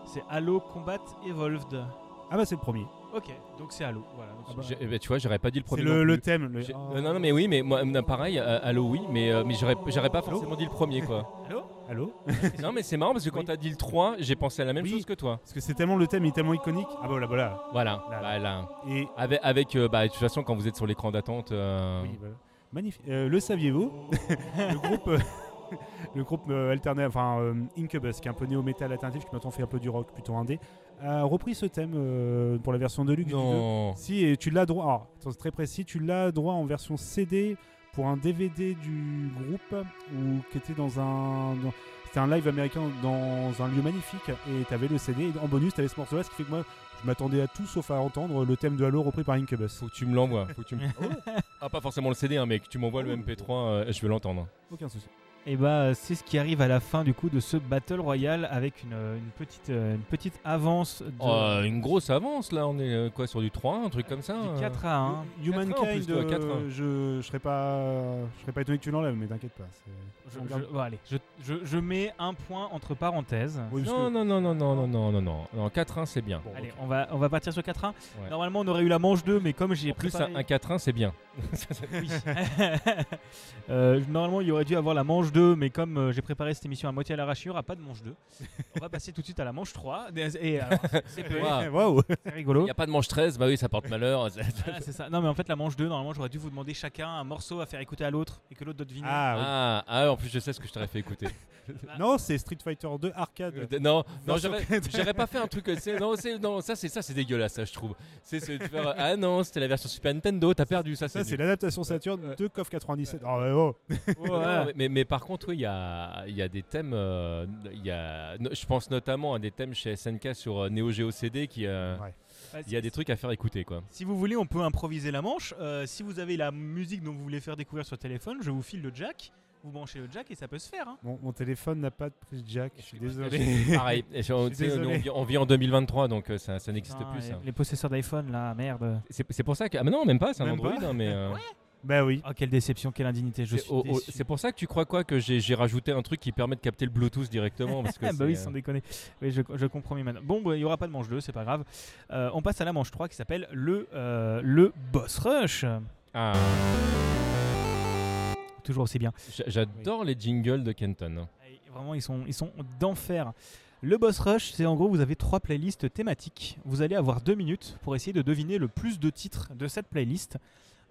Speaker 1: C'est Halo Combat Evolved.
Speaker 3: Ah bah c'est le premier.
Speaker 1: Ok, donc c'est Halo. Voilà.
Speaker 2: j'ai- eh ben, tu vois, j'aurais pas dit le
Speaker 3: C'est
Speaker 2: premier. non
Speaker 3: le,
Speaker 2: plus.
Speaker 3: le thème. le-
Speaker 2: J'ai-
Speaker 3: Oh.
Speaker 2: euh, non, non, mais oui, mais moi, euh, pareil, euh, Halo, oui, mais, euh, mais j'aurais, j'aurais pas forcément dit le premier, quoi.
Speaker 1: Halo
Speaker 3: Halo
Speaker 2: non, mais c'est marrant parce que quand
Speaker 3: Oui.
Speaker 2: t'as dit le 3, j'ai pensé à la même
Speaker 3: Oui.
Speaker 2: chose que toi.
Speaker 3: Parce que c'est tellement le thème, il est tellement iconique. Ah bah voilà, voilà.
Speaker 2: Voilà,
Speaker 3: Là, là.
Speaker 2: voilà.
Speaker 3: Et
Speaker 2: Avec, avec euh, bah, de toute façon, quand vous êtes sur l'écran d'attente. euh,
Speaker 3: Oui, voilà. Magnifique. Euh, le saviez-vous Le groupe, euh, le groupe euh, alterna- enfin euh, Incubus, qui est un peu néo-metal alternatif, qui maintenant fait un peu du rock plutôt indé, a repris ce thème euh, pour la version de luxe.
Speaker 2: Non.
Speaker 3: Si, et tu l'as droit. alors, attends, c'est très précis. Tu l'as droit en version CD pour un DVD du groupe ou qui était dans un. dans- c'était un live américain dans un lieu magnifique et t'avais le CD et en bonus t'avais ce morceau-là, ce qui fait que moi je m'attendais à tout sauf à entendre le thème de Halo repris par Incubus.
Speaker 2: Faut que tu me l'envoies. Faut que tu me- ah, pas forcément le CD, hein, mais que tu m'envoies le MP3, euh, je vais l'entendre.
Speaker 3: Aucun souci.
Speaker 1: Et bah, c'est ce qui arrive à la fin du coup de ce Battle Royale avec une, euh, une petite, euh, une petite avance de
Speaker 2: Euh, une grosse avance, là, on est euh, quoi sur du 3, un truc comme ça
Speaker 1: du
Speaker 2: euh
Speaker 1: 4 à 1.
Speaker 3: Humankind,
Speaker 2: Quatre ans en plus, toi,
Speaker 3: euh,
Speaker 2: quatre ans.
Speaker 3: je, je serais pas, je serais pas étonné que tu l'enlèves, mais t'inquiète pas. c'est-
Speaker 1: Je,
Speaker 3: on garde-
Speaker 1: je- bon, allez, je, je- je mets un point entre parenthèses.
Speaker 3: Oui, parce
Speaker 2: Non,
Speaker 3: que- Ah,
Speaker 2: non, non, non, non, non, non, non, non, non, 4-1, c'est bien.
Speaker 3: bon,
Speaker 1: Allez,
Speaker 3: ok.
Speaker 1: on va, on va partir sur 4-1.
Speaker 2: Ouais.
Speaker 1: Normalement, on aurait eu la manche 2, mais comme j'ai
Speaker 2: En plus,
Speaker 1: préparé...
Speaker 2: un, un 4-1, c'est bien.
Speaker 1: Oui. Euh, normalement, il y aurait dû avoir la manche 2, mais comme euh, j'ai préparé cette émission à moitié à l'arrache, il n'y aura pas de manche 2. on va passer tout de suite à la manche 3. Et alors, c'est peu-
Speaker 2: Waouh.
Speaker 3: Eh, waouh.
Speaker 1: c'est
Speaker 2: Il
Speaker 1: rigolo.
Speaker 2: n'y a pas de manche 13, bah oui, ça porte malheur.
Speaker 1: Voilà, c'est ça. Non, mais en fait, la manche 2, normalement, j'aurais dû vous demander chacun un morceau à faire écouter à l'autre et que l'autre doit deviner.
Speaker 2: Ah,
Speaker 3: Ah,
Speaker 2: ah, en plus, je sais ce que je t'aurais fait écouter.
Speaker 3: oui.
Speaker 2: Ah.
Speaker 3: non, c'est Street Fighter 2 arcade.
Speaker 2: Euh, non, non,
Speaker 3: Version
Speaker 2: j'aurais j'aurais pas fait un truc. c'est- Non, c'est- non, ça, c'est ça, c'est dégueulasse, ça, je trouve. C'est c'est de faire, euh, Ah non, c'était la version Super Nintendo, t'as perdu, ça,
Speaker 3: Ça,
Speaker 2: c'est.
Speaker 3: c'est
Speaker 2: nul.
Speaker 3: l'adaptation Saturn
Speaker 2: Ouais.
Speaker 3: de KOF 97. Ah, ouais, oh.
Speaker 1: Ouais.
Speaker 2: Non, mais- mais, mais par contre, oui, il y a, il y a des thèmes. euh, il y a, no- je pense notamment à des thèmes chez SNK sur euh, Neo Geo CD qui. euh,
Speaker 3: Ouais.
Speaker 2: Il y a des trucs à faire écouter, quoi.
Speaker 1: Si vous voulez, on peut improviser la manche. Euh, si vous avez la musique dont vous voulez faire découvrir sur téléphone, je vous file le jack. Vous branchez le jack et ça peut se faire. hein.
Speaker 3: Mon, mon téléphone n'a pas de prise jack, je suis désolé.
Speaker 2: Pareil. Et sur-
Speaker 3: Je suis
Speaker 2: tu sais, nous, on,
Speaker 3: désolé. Ah,
Speaker 2: vit, on vit en 2023, donc euh, ça, ça n'existe
Speaker 1: Putain,
Speaker 2: plus.
Speaker 1: les-
Speaker 2: ça.
Speaker 1: Les possesseurs d'iPhone, là, merde.
Speaker 2: C'est c'est pour ça que. Ah, mais non, même pas, c'est un
Speaker 3: Même
Speaker 2: Android,
Speaker 3: pas
Speaker 2: hein, mais. euh,
Speaker 3: bah oui.
Speaker 1: Oh, quelle déception, quelle indignité. Je
Speaker 2: C'est
Speaker 1: suis
Speaker 2: oh, oh,
Speaker 1: déçu.
Speaker 2: c'est pour ça que tu crois quoi que j'ai j'ai rajouté un truc qui permet de capter le Bluetooth directement parce que
Speaker 1: Ah bah oui,
Speaker 2: c'est,
Speaker 1: sans
Speaker 2: euh,
Speaker 1: déconner. Oui, je, je comprends mieux maintenant. Bon, bah, il n'y aura pas de manche 2, c'est pas grave. Euh, on passe à la manche 3 qui s'appelle le, euh, le Boss Rush.
Speaker 2: ah,
Speaker 1: Toujours aussi bien.
Speaker 2: j'a- j'adore les jingles de Kenton. hein.
Speaker 1: Et Vraiment, ils sont, ils sont d'enfer. Le Boss Rush, c'est en gros, vous avez trois playlists thématiques. Vous allez avoir deux minutes pour essayer de deviner le plus de titres de cette playlist.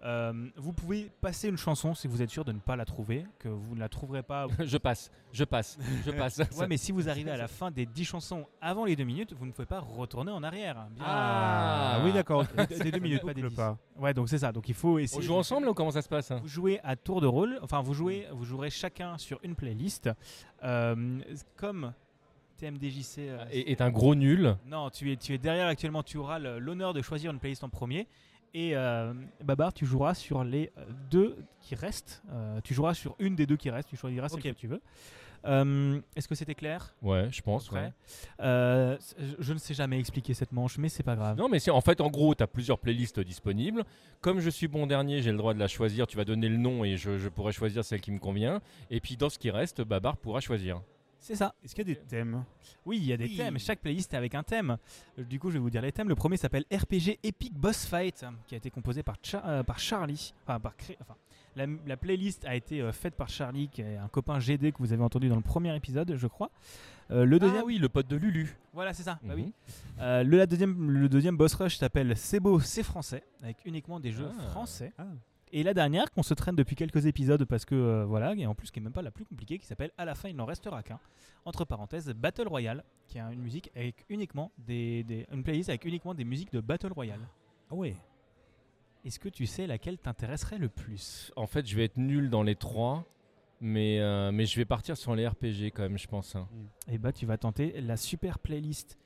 Speaker 1: Euh, vous pouvez passer une chanson si vous êtes sûr de ne pas la trouver, que vous ne la trouverez pas.
Speaker 2: je passe, je passe, je passe.
Speaker 1: Ouais, mais si vous arrivez à la fin des 10 chansons avant les deux minutes, vous ne pouvez pas retourner en arrière. Bien.
Speaker 2: Ah.
Speaker 3: Ah, oui, d'accord.
Speaker 1: C'est deux minutes, pas des
Speaker 3: Boucle
Speaker 1: dix.
Speaker 3: pas.
Speaker 1: Ouais, donc c'est ça. Donc il faut
Speaker 2: on
Speaker 1: essayer.
Speaker 2: joue ensemble Mm. là, ou comment ça se passe hein
Speaker 1: Vous jouez à tour de rôle. Enfin, vous jouez, vous jouerez chacun sur une playlist. Euh, comme TMDJC. euh,
Speaker 2: Ah, Et- Est un gros nul.
Speaker 1: Non, tu es, tu es derrière actuellement. Tu auras le- l'honneur de choisir une playlist en premier. Et euh, Babar, tu joueras sur les euh, deux qui restent. Euh, tu joueras sur une des deux qui restent. Tu choisiras celle
Speaker 4: Ok.
Speaker 1: que tu veux. Euh, Est-ce que c'était clair
Speaker 2: Ouais, je pense.
Speaker 1: Après
Speaker 2: ouais.
Speaker 1: Euh, c- je- je ne sais jamais expliquer cette manche, mais c'est pas grave.
Speaker 2: Non, mais c'est en fait, en gros, tu as plusieurs playlists disponibles. Comme je suis bon dernier, j'ai le droit de la choisir. Tu vas donner le nom et je, je pourrai choisir celle qui me convient. Et puis, dans ce qui reste, Babar pourra choisir.
Speaker 1: C'est ça.
Speaker 3: Est-ce qu'il y a des thèmes
Speaker 1: Oui, il y a des
Speaker 3: Oui.
Speaker 1: thèmes. Chaque playlist est avec un thème. Euh, Du coup, je vais vous dire les thèmes. Le premier s'appelle RPG Epic Boss Fight, euh, qui a été composé par, Cha- euh, par Charlie. Enfin, par Cré- enfin, la, la playlist a été euh, faite par Charlie, qui est un copain GD que vous avez entendu dans le premier épisode, je crois. Euh, le deuxième,
Speaker 2: Ah oui, le pote de Lulu.
Speaker 1: voilà, c'est ça. Bah
Speaker 2: Mhm.
Speaker 1: oui. Euh, le, la deuxième, le deuxième boss rush s'appelle C'est beau, c'est français, avec uniquement des jeux
Speaker 2: Ah.
Speaker 1: français.
Speaker 3: Ah.
Speaker 1: Et la dernière qu'on se traîne depuis quelques épisodes parce que euh, voilà, et en plus qui est même pas la plus compliquée, qui s'appelle À la fin il n'en restera qu'un. Entre parenthèses, Battle Royale, qui a une musique avec uniquement des, des- une playlist avec uniquement des musiques de Battle Royale.
Speaker 3: Ah ouais.
Speaker 1: Est-ce que tu sais laquelle t'intéresserait le plus
Speaker 2: En fait, je vais être nul dans les trois. Mais, euh, mais je vais partir sur les RPG quand même, je pense. hein.
Speaker 3: Hmm.
Speaker 1: Eh bah tu vas tenter la super playlist.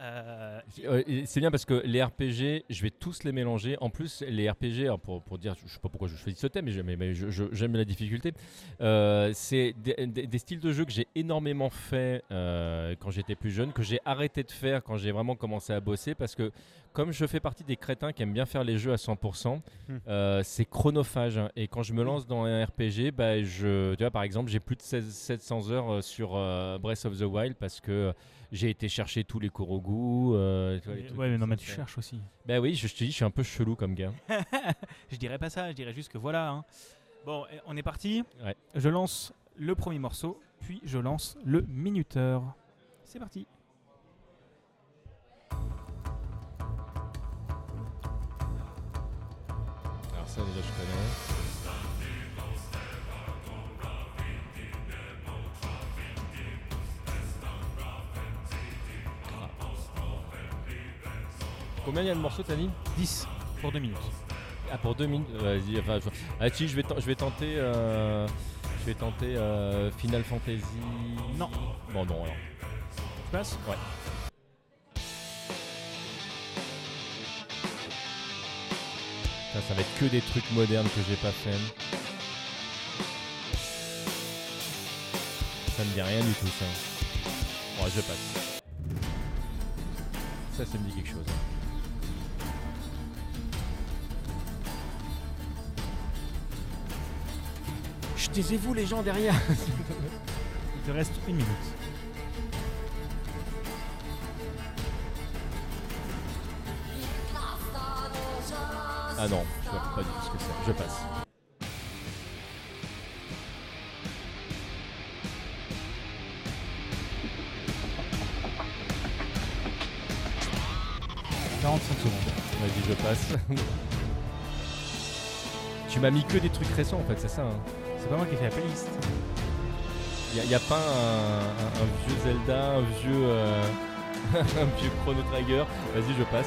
Speaker 1: Euh,
Speaker 2: Euh, et C'est bien parce que les RPG, je vais tous les mélanger. En plus, les RPG, alors hein, pour, pour dire, je sais pas pourquoi je choisis ce thème, mais j'aime mais je- je- j'aime la difficulté. Euh, c'est des, des- des styles de jeu que j'ai énormément fait euh, quand j'étais plus jeune, que j'ai arrêté de faire quand j'ai vraiment commencé à bosser, parce que comme je fais partie des crétins qui aiment bien faire les jeux à 100%,
Speaker 3: Hmm.
Speaker 2: euh, c'est chronophage. hein. Et quand je me lance dans un RPG, bah, je, tu vois, par exemple, j'ai plus de 16 700 heures euh, sur euh, Breath of the Wild parce que euh, j'ai été chercher tous les Korogu. euh, tu vois, les
Speaker 1: mais-
Speaker 2: trucs
Speaker 1: ouais, mais non,
Speaker 2: comme ça,
Speaker 1: mais tu
Speaker 2: ça.
Speaker 1: cherches aussi.
Speaker 2: Bah oui, je, je te dis, je suis un peu chelou comme gars.
Speaker 1: Je dirais pas ça, je dirais juste que voilà. hein. Bon, eh, on est parti.
Speaker 2: Ouais.
Speaker 1: Je lance le premier morceau, puis je lance le minuteur. C'est parti.
Speaker 2: Alors ça, déjà, je connais. Ah. Combien il y a de morceaux, Tani
Speaker 1: 10 pour 2 minutes.
Speaker 2: Ah pour deux minutes, vas-y, enfin, je... Ah si, je vais, ten- je vais tenter, euh, je vais tenter euh, Final Fantasy.
Speaker 1: Non.
Speaker 2: Bon non alors.
Speaker 1: Tu passes
Speaker 2: Ouais. Ça, ça va être que des trucs modernes que j'ai pas fait. Ça me dit rien du tout ça. Bon, je passe. Ça, ça me dit quelque chose. Je taisez-vous les gens derrière
Speaker 1: Il te reste une minute.
Speaker 2: Ah non, je vois pas du tout ce que c'est. Je passe. Vas-y, je passe. tu m'as mis que des trucs récents en fait, c'est ça. hein.
Speaker 1: C'est pas moi qui ai fait la playlist.
Speaker 2: Il n'y a, pas un, un- un vieux Zelda, un vieux, euh, un vieux Chrono Trigger. Vas-y, je passe.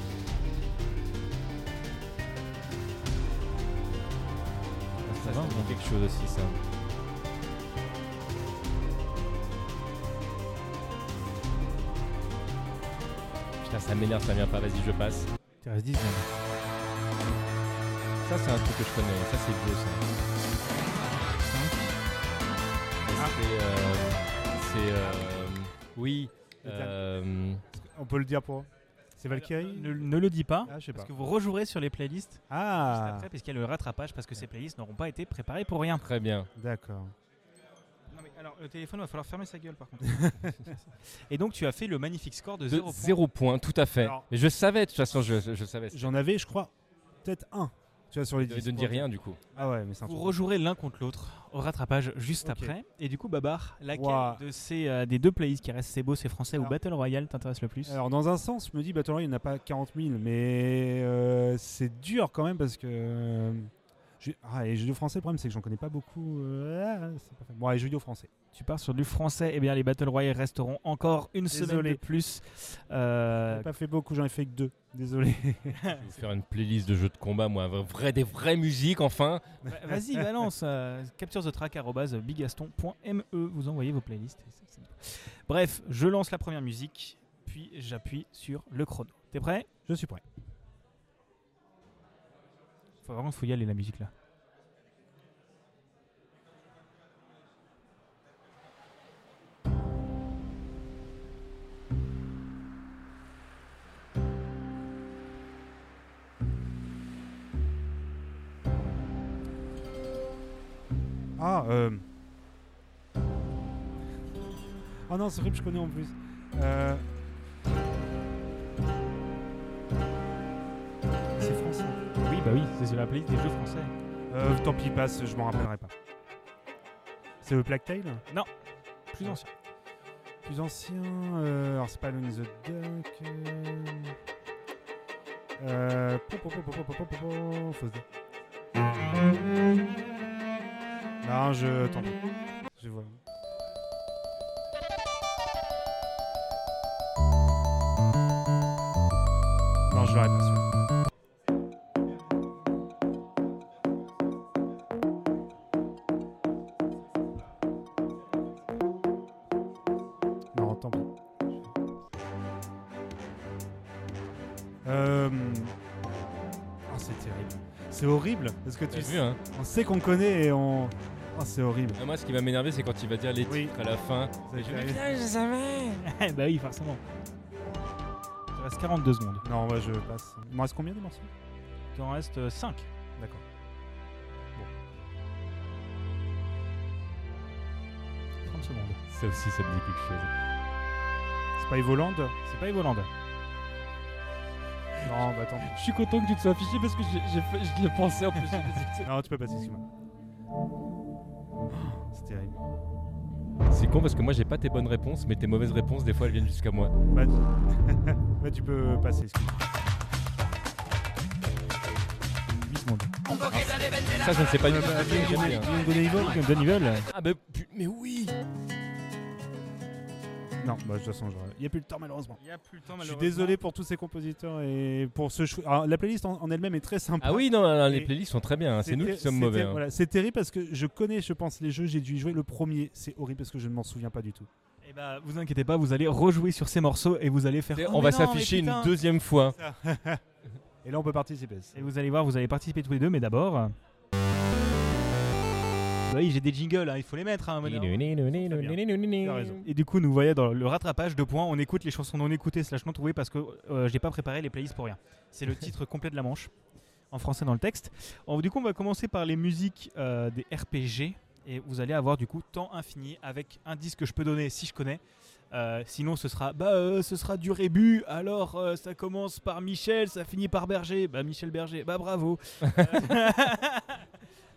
Speaker 2: Ah, Ça, hein. ça me dit quelque chose aussi, ça. Putain, ça m'énerve, ça vient pas. Vas-y, je passe.
Speaker 1: Il te reste 10 secondes.
Speaker 2: Ça, c'est un truc que je connais. Ça, c'est vieux, ça. C'est. euh, c'est. euh, oui.
Speaker 3: Le
Speaker 2: euh,
Speaker 3: On peut le dire pour. C'est Valkyrie
Speaker 1: Ne, ne le dis pas.
Speaker 3: Ah, je sais
Speaker 1: Parce
Speaker 3: pas.
Speaker 1: que vous rejouerez sur les playlists juste
Speaker 3: Ah,
Speaker 1: après, puisqu'il y a le rattrapage, parce que ces playlists n'auront pas été préparées pour rien.
Speaker 2: très bien.
Speaker 3: d'accord.
Speaker 1: Non, mais alors, le téléphone va falloir fermer sa gueule par contre. Et donc, tu as fait le magnifique score de
Speaker 2: De
Speaker 1: 0.
Speaker 2: zéro point, tout à fait.
Speaker 3: Alors-
Speaker 2: Mais je savais, de toute façon, je, je- je savais.
Speaker 3: J'en avais, je crois, peut-être un. Tu vois, sur les
Speaker 2: De,
Speaker 3: 10.
Speaker 2: de ne dire rien, du coup.
Speaker 3: Ah ouais, mais c'est un
Speaker 1: Vous
Speaker 3: truc.
Speaker 1: rejouerez l'un contre l'autre au rattrapage juste
Speaker 3: Ok.
Speaker 1: après. Et du coup, Babar, laquelle
Speaker 3: Ouah.
Speaker 1: de ces, euh, des deux playlists qui restent C'est beau, c'est français ou
Speaker 3: Alors-
Speaker 1: Battle Royale t'intéresse le plus
Speaker 3: Alors, dans un sens, je me dis, Battle Royale, il n'y en a pas 40 000, mais euh, c'est dur quand même parce que. euh, j'ai- Ah, les jeux vidéo français, le problème, c'est que j'en connais pas beaucoup. euh, ah, c'est pas fait. Bon, les jeux vidéo français.
Speaker 1: Tu pars sur du français. Eh bien, les Battle Royale resteront encore une semaine
Speaker 3: Désolé.
Speaker 1: de plus.
Speaker 3: J'en
Speaker 1: Euh,
Speaker 3: ai pas fait beaucoup, j'en ai fait que deux. Désolé.
Speaker 2: Je vais vous faire une playlist de jeux de combat, moi. un Vrai, des vraies musiques, enfin.
Speaker 1: bah, Vas-y, balance. euh, capture the track arobase bigaston.me. E. Vous envoyez vos playlists. et c'est- c'est- Bref, je lance la première musique, puis j'appuie sur le chrono. T'es prêt
Speaker 3: Je suis prêt.
Speaker 1: Faut vraiment faut y aller la musique là.
Speaker 3: Ah, euh... Oh non, ce film, je connais en plus. Euh... C'est français.
Speaker 1: Oui, bah oui, c'est sur la playlist des jeux français.
Speaker 3: Euh, tant pis, passe, je m'en rappellerai pas. C'est le Plague Tale
Speaker 1: Plus ancien.
Speaker 3: Plus ancien. euh, alors, c'est pas Alone in the Dark. euh, Euh. pou, pou, pou, pou, pou, pou, pou, pou, Faut se dire. Non, je. Attends. Je vois. Non, je l'aurais pas su. Non, tant pis. Euh. Oh, c'est terrible. C'est horrible. Parce que
Speaker 2: T'as
Speaker 3: tu
Speaker 2: vu, hein
Speaker 3: on sait qu'on connaît et on. Oh, c'est horrible.
Speaker 2: Ah, Moi, ce qui va m'énerver, c'est quand il va dire les
Speaker 3: Oui.
Speaker 2: titres à la fin.
Speaker 3: Ça
Speaker 2: Et je
Speaker 3: fait
Speaker 2: vais-
Speaker 3: rire.
Speaker 1: bah oui, forcément. Il reste 42 secondes.
Speaker 3: Non, moi je passe. Il me reste combien de morceaux
Speaker 1: Il en reste euh, 5.
Speaker 3: D'accord.
Speaker 1: secondes.
Speaker 2: Ça aussi, ça me dit quelque chose.
Speaker 3: C'est pas Evoland
Speaker 1: C'est pas Evoland.
Speaker 3: Non, bah tant pis.
Speaker 2: Je suis content que tu te sois affiché parce que je l'ai pensé en plus.
Speaker 3: Non, tu peux passer, excuse-moi. Oh, C'est terrible.
Speaker 2: c'est con parce que moi, j'ai pas tes bonnes réponses, mais tes mauvaises réponses, des fois, elles viennent jusqu'à moi.
Speaker 3: Bah tu, bah, tu peux passer, excuse-moi.
Speaker 1: 8 secondes.
Speaker 2: Ça, je ne sais pas du tout.
Speaker 3: bah,
Speaker 2: ce que
Speaker 3: bien
Speaker 2: j'ai
Speaker 3: joué.
Speaker 2: dit, hein. Ah, bah, pu- mais oui
Speaker 3: Non, bah de toute façon, j'aurais- il n'y a plus le temps malheureusement.
Speaker 1: Il n'y a plus le temps
Speaker 3: Je suis désolé pour tous ces compositeurs et pour ce chou. Alors, la playlist en, en elle-même est très sympa.
Speaker 2: Ah oui, non, non, les
Speaker 3: Et-
Speaker 2: playlists sont très bien. hein. C'est nous
Speaker 3: ter-
Speaker 2: qui sommes
Speaker 3: c'est
Speaker 2: mauvais.
Speaker 3: ter-
Speaker 2: hein.
Speaker 3: voilà, c'est terrible parce que je connais, je pense, les jeux, j'ai dû y jouer. Le premier, c'est horrible parce que je ne m'en souviens pas du tout.
Speaker 1: Et bah, vous inquiétez pas, vous allez rejouer sur ces morceaux et vous allez faire.
Speaker 2: C'est-
Speaker 1: Oh,
Speaker 2: On
Speaker 1: mais non,
Speaker 2: va
Speaker 1: mais
Speaker 2: s'afficher une
Speaker 1: putain.
Speaker 2: deuxième fois.
Speaker 3: Et là, on peut participer.
Speaker 1: Et vous allez voir, vous allez participer tous les deux, mais d'abord. euh, Bah oui, j'ai des jingles, hein, il faut les mettre. hein, maintenant.
Speaker 3: raison.
Speaker 1: Et du coup, nous voyons dans le rattrapage de points, on écoute les chansons non écoutées slash non trouvées parce que euh, j'ai pas préparé les playlists pour rien. C'est le titre complet de la manche, en français dans le texte. Alors, du coup, on va commencer par les musiques euh, des RPG et vous allez avoir du coup temps infini avec un disque que je peux donner si je connais. Euh, sinon, ce sera bah, euh, ce sera du rébut. Alors, euh, ça commence par Michel, ça finit par Berger. Bah, Michel Berger, bah bravo. Euh,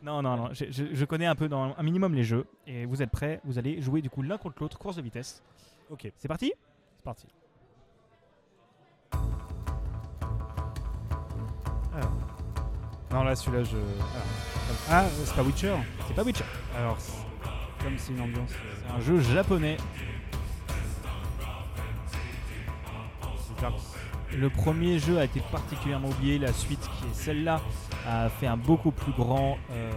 Speaker 1: non, non, non. Je, je- je connais un peu, dans un minimum les jeux. Et vous êtes prêts Vous allez jouer du coup l'un contre l'autre, course de vitesse.
Speaker 3: Ok,
Speaker 1: C'est parti
Speaker 3: c'est parti. Alors. Ah. Non, là, celui-là, je. Ah, ah, c'est pas Witcher
Speaker 1: C'est pas Witcher.
Speaker 3: Alors, c'est- comme c'est une ambiance. euh,
Speaker 1: C'est un jeu japonais.
Speaker 3: c'est dark.
Speaker 1: Le premier jeu a été particulièrement oublié. La suite, qui est celle-là, a fait un beaucoup plus grand euh,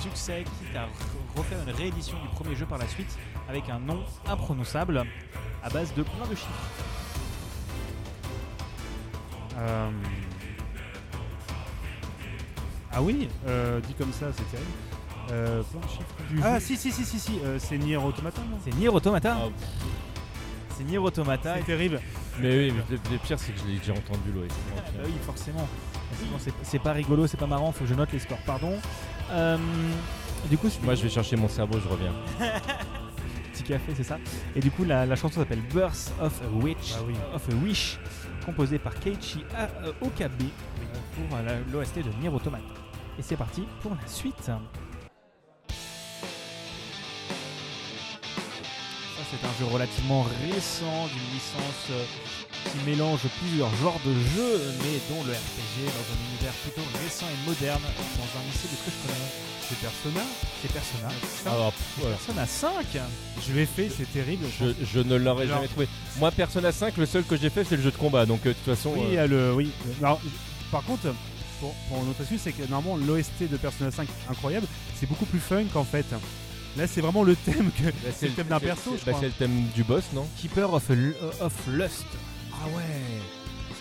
Speaker 1: succès, quitte à re- refaire une réédition du premier jeu par la suite avec un nom imprononçable à base de plein de chiffres.
Speaker 3: Euh, Ah oui, euh, dit comme ça, c'est terrible. Euh, plein de chiffres du Ah, si, si, si, si, si, euh, c'est Nier Automata, non
Speaker 1: C'est Nier Automata.
Speaker 2: Ah,
Speaker 1: C'est Nier Automata.
Speaker 3: C'est terrible.
Speaker 2: Mais oui, mais le, le pire, c'est que je l'ai déjà entendu, l'OST.
Speaker 1: Ah bah oui, forcément. Sinon, c'est- C'est pas rigolo, c'est pas marrant, faut que je note les scores, pardon. Euh, du coup,
Speaker 2: Moi, je vais chercher mon cerveau, je reviens.
Speaker 1: petit café, c'est ça. Et du coup, la, la chanson s'appelle Birth of a Witch,
Speaker 3: Ah oui.
Speaker 1: of a Wish, composée par Keiichi A- euh, Okabe euh, pour euh, la- l'OST de Nier Automata. Et c'est parti pour la suite. Ça, c'est un jeu relativement récent, d'une licence euh, qui mélange plusieurs genres de jeux, mais dont le RPG dans un univers plutôt récent et moderne, dans un lycée de ce que je connais. C'est Persona C'est Persona.
Speaker 3: Ah
Speaker 2: Alors, Ah, bah, pff, voilà.
Speaker 1: Persona 5
Speaker 3: Je l'ai fait, c'est terrible. je pense.
Speaker 2: je, je ne l'aurais
Speaker 3: Alors-
Speaker 2: jamais trouvé. Moi, Persona 5, le seul que j'ai fait, c'est le jeu de combat. Donc, euh, de toute façon,
Speaker 3: Oui,
Speaker 2: euh,
Speaker 3: euh, le, oui. Alors, je- par contre, pour, pour notre astuce, c'est que normalement l'OST de Persona 5 incroyable, c'est beaucoup plus fun qu'en fait. Là, c'est vraiment le thème que.
Speaker 2: bah,
Speaker 3: c'est le thème d'un
Speaker 2: c'est-
Speaker 3: perso,
Speaker 2: c'est-
Speaker 3: je
Speaker 2: bah,
Speaker 3: crois.
Speaker 1: euh,
Speaker 2: c'est le thème du boss, non
Speaker 1: Keeper of, L- of Lust.
Speaker 2: Ah ouais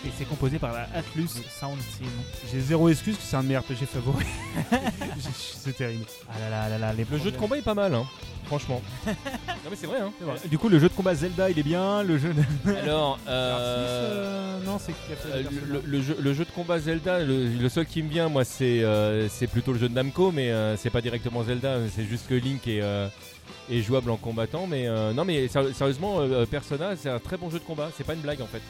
Speaker 1: et c'est composé par la Atlus Sound Team.
Speaker 3: J'ai zéro excuse que c'est un de mes RPG favoris. J'ai- c'est terrible.
Speaker 1: Ah là là là là, les
Speaker 2: Le jeu de combat est pas mal, hein, franchement. non mais c'est vrai, hein.
Speaker 1: Du coup, le jeu de combat Zelda, il est bien. Le jeu de...
Speaker 2: Alors, euh,
Speaker 3: Euh, Non, c'est qui a fait
Speaker 2: euh,
Speaker 3: le personnage
Speaker 2: le, le jeu, le jeu de combat Zelda, le, le seul qui me vient, moi, c'est euh, c'est plutôt le jeu de Namco, mais euh, c'est pas directement Zelda, c'est juste que Link est, euh, est jouable en combattant. Mais euh, non, mais ser- sérieusement, euh, Persona, c'est un très bon jeu de combat, c'est pas une blague en fait.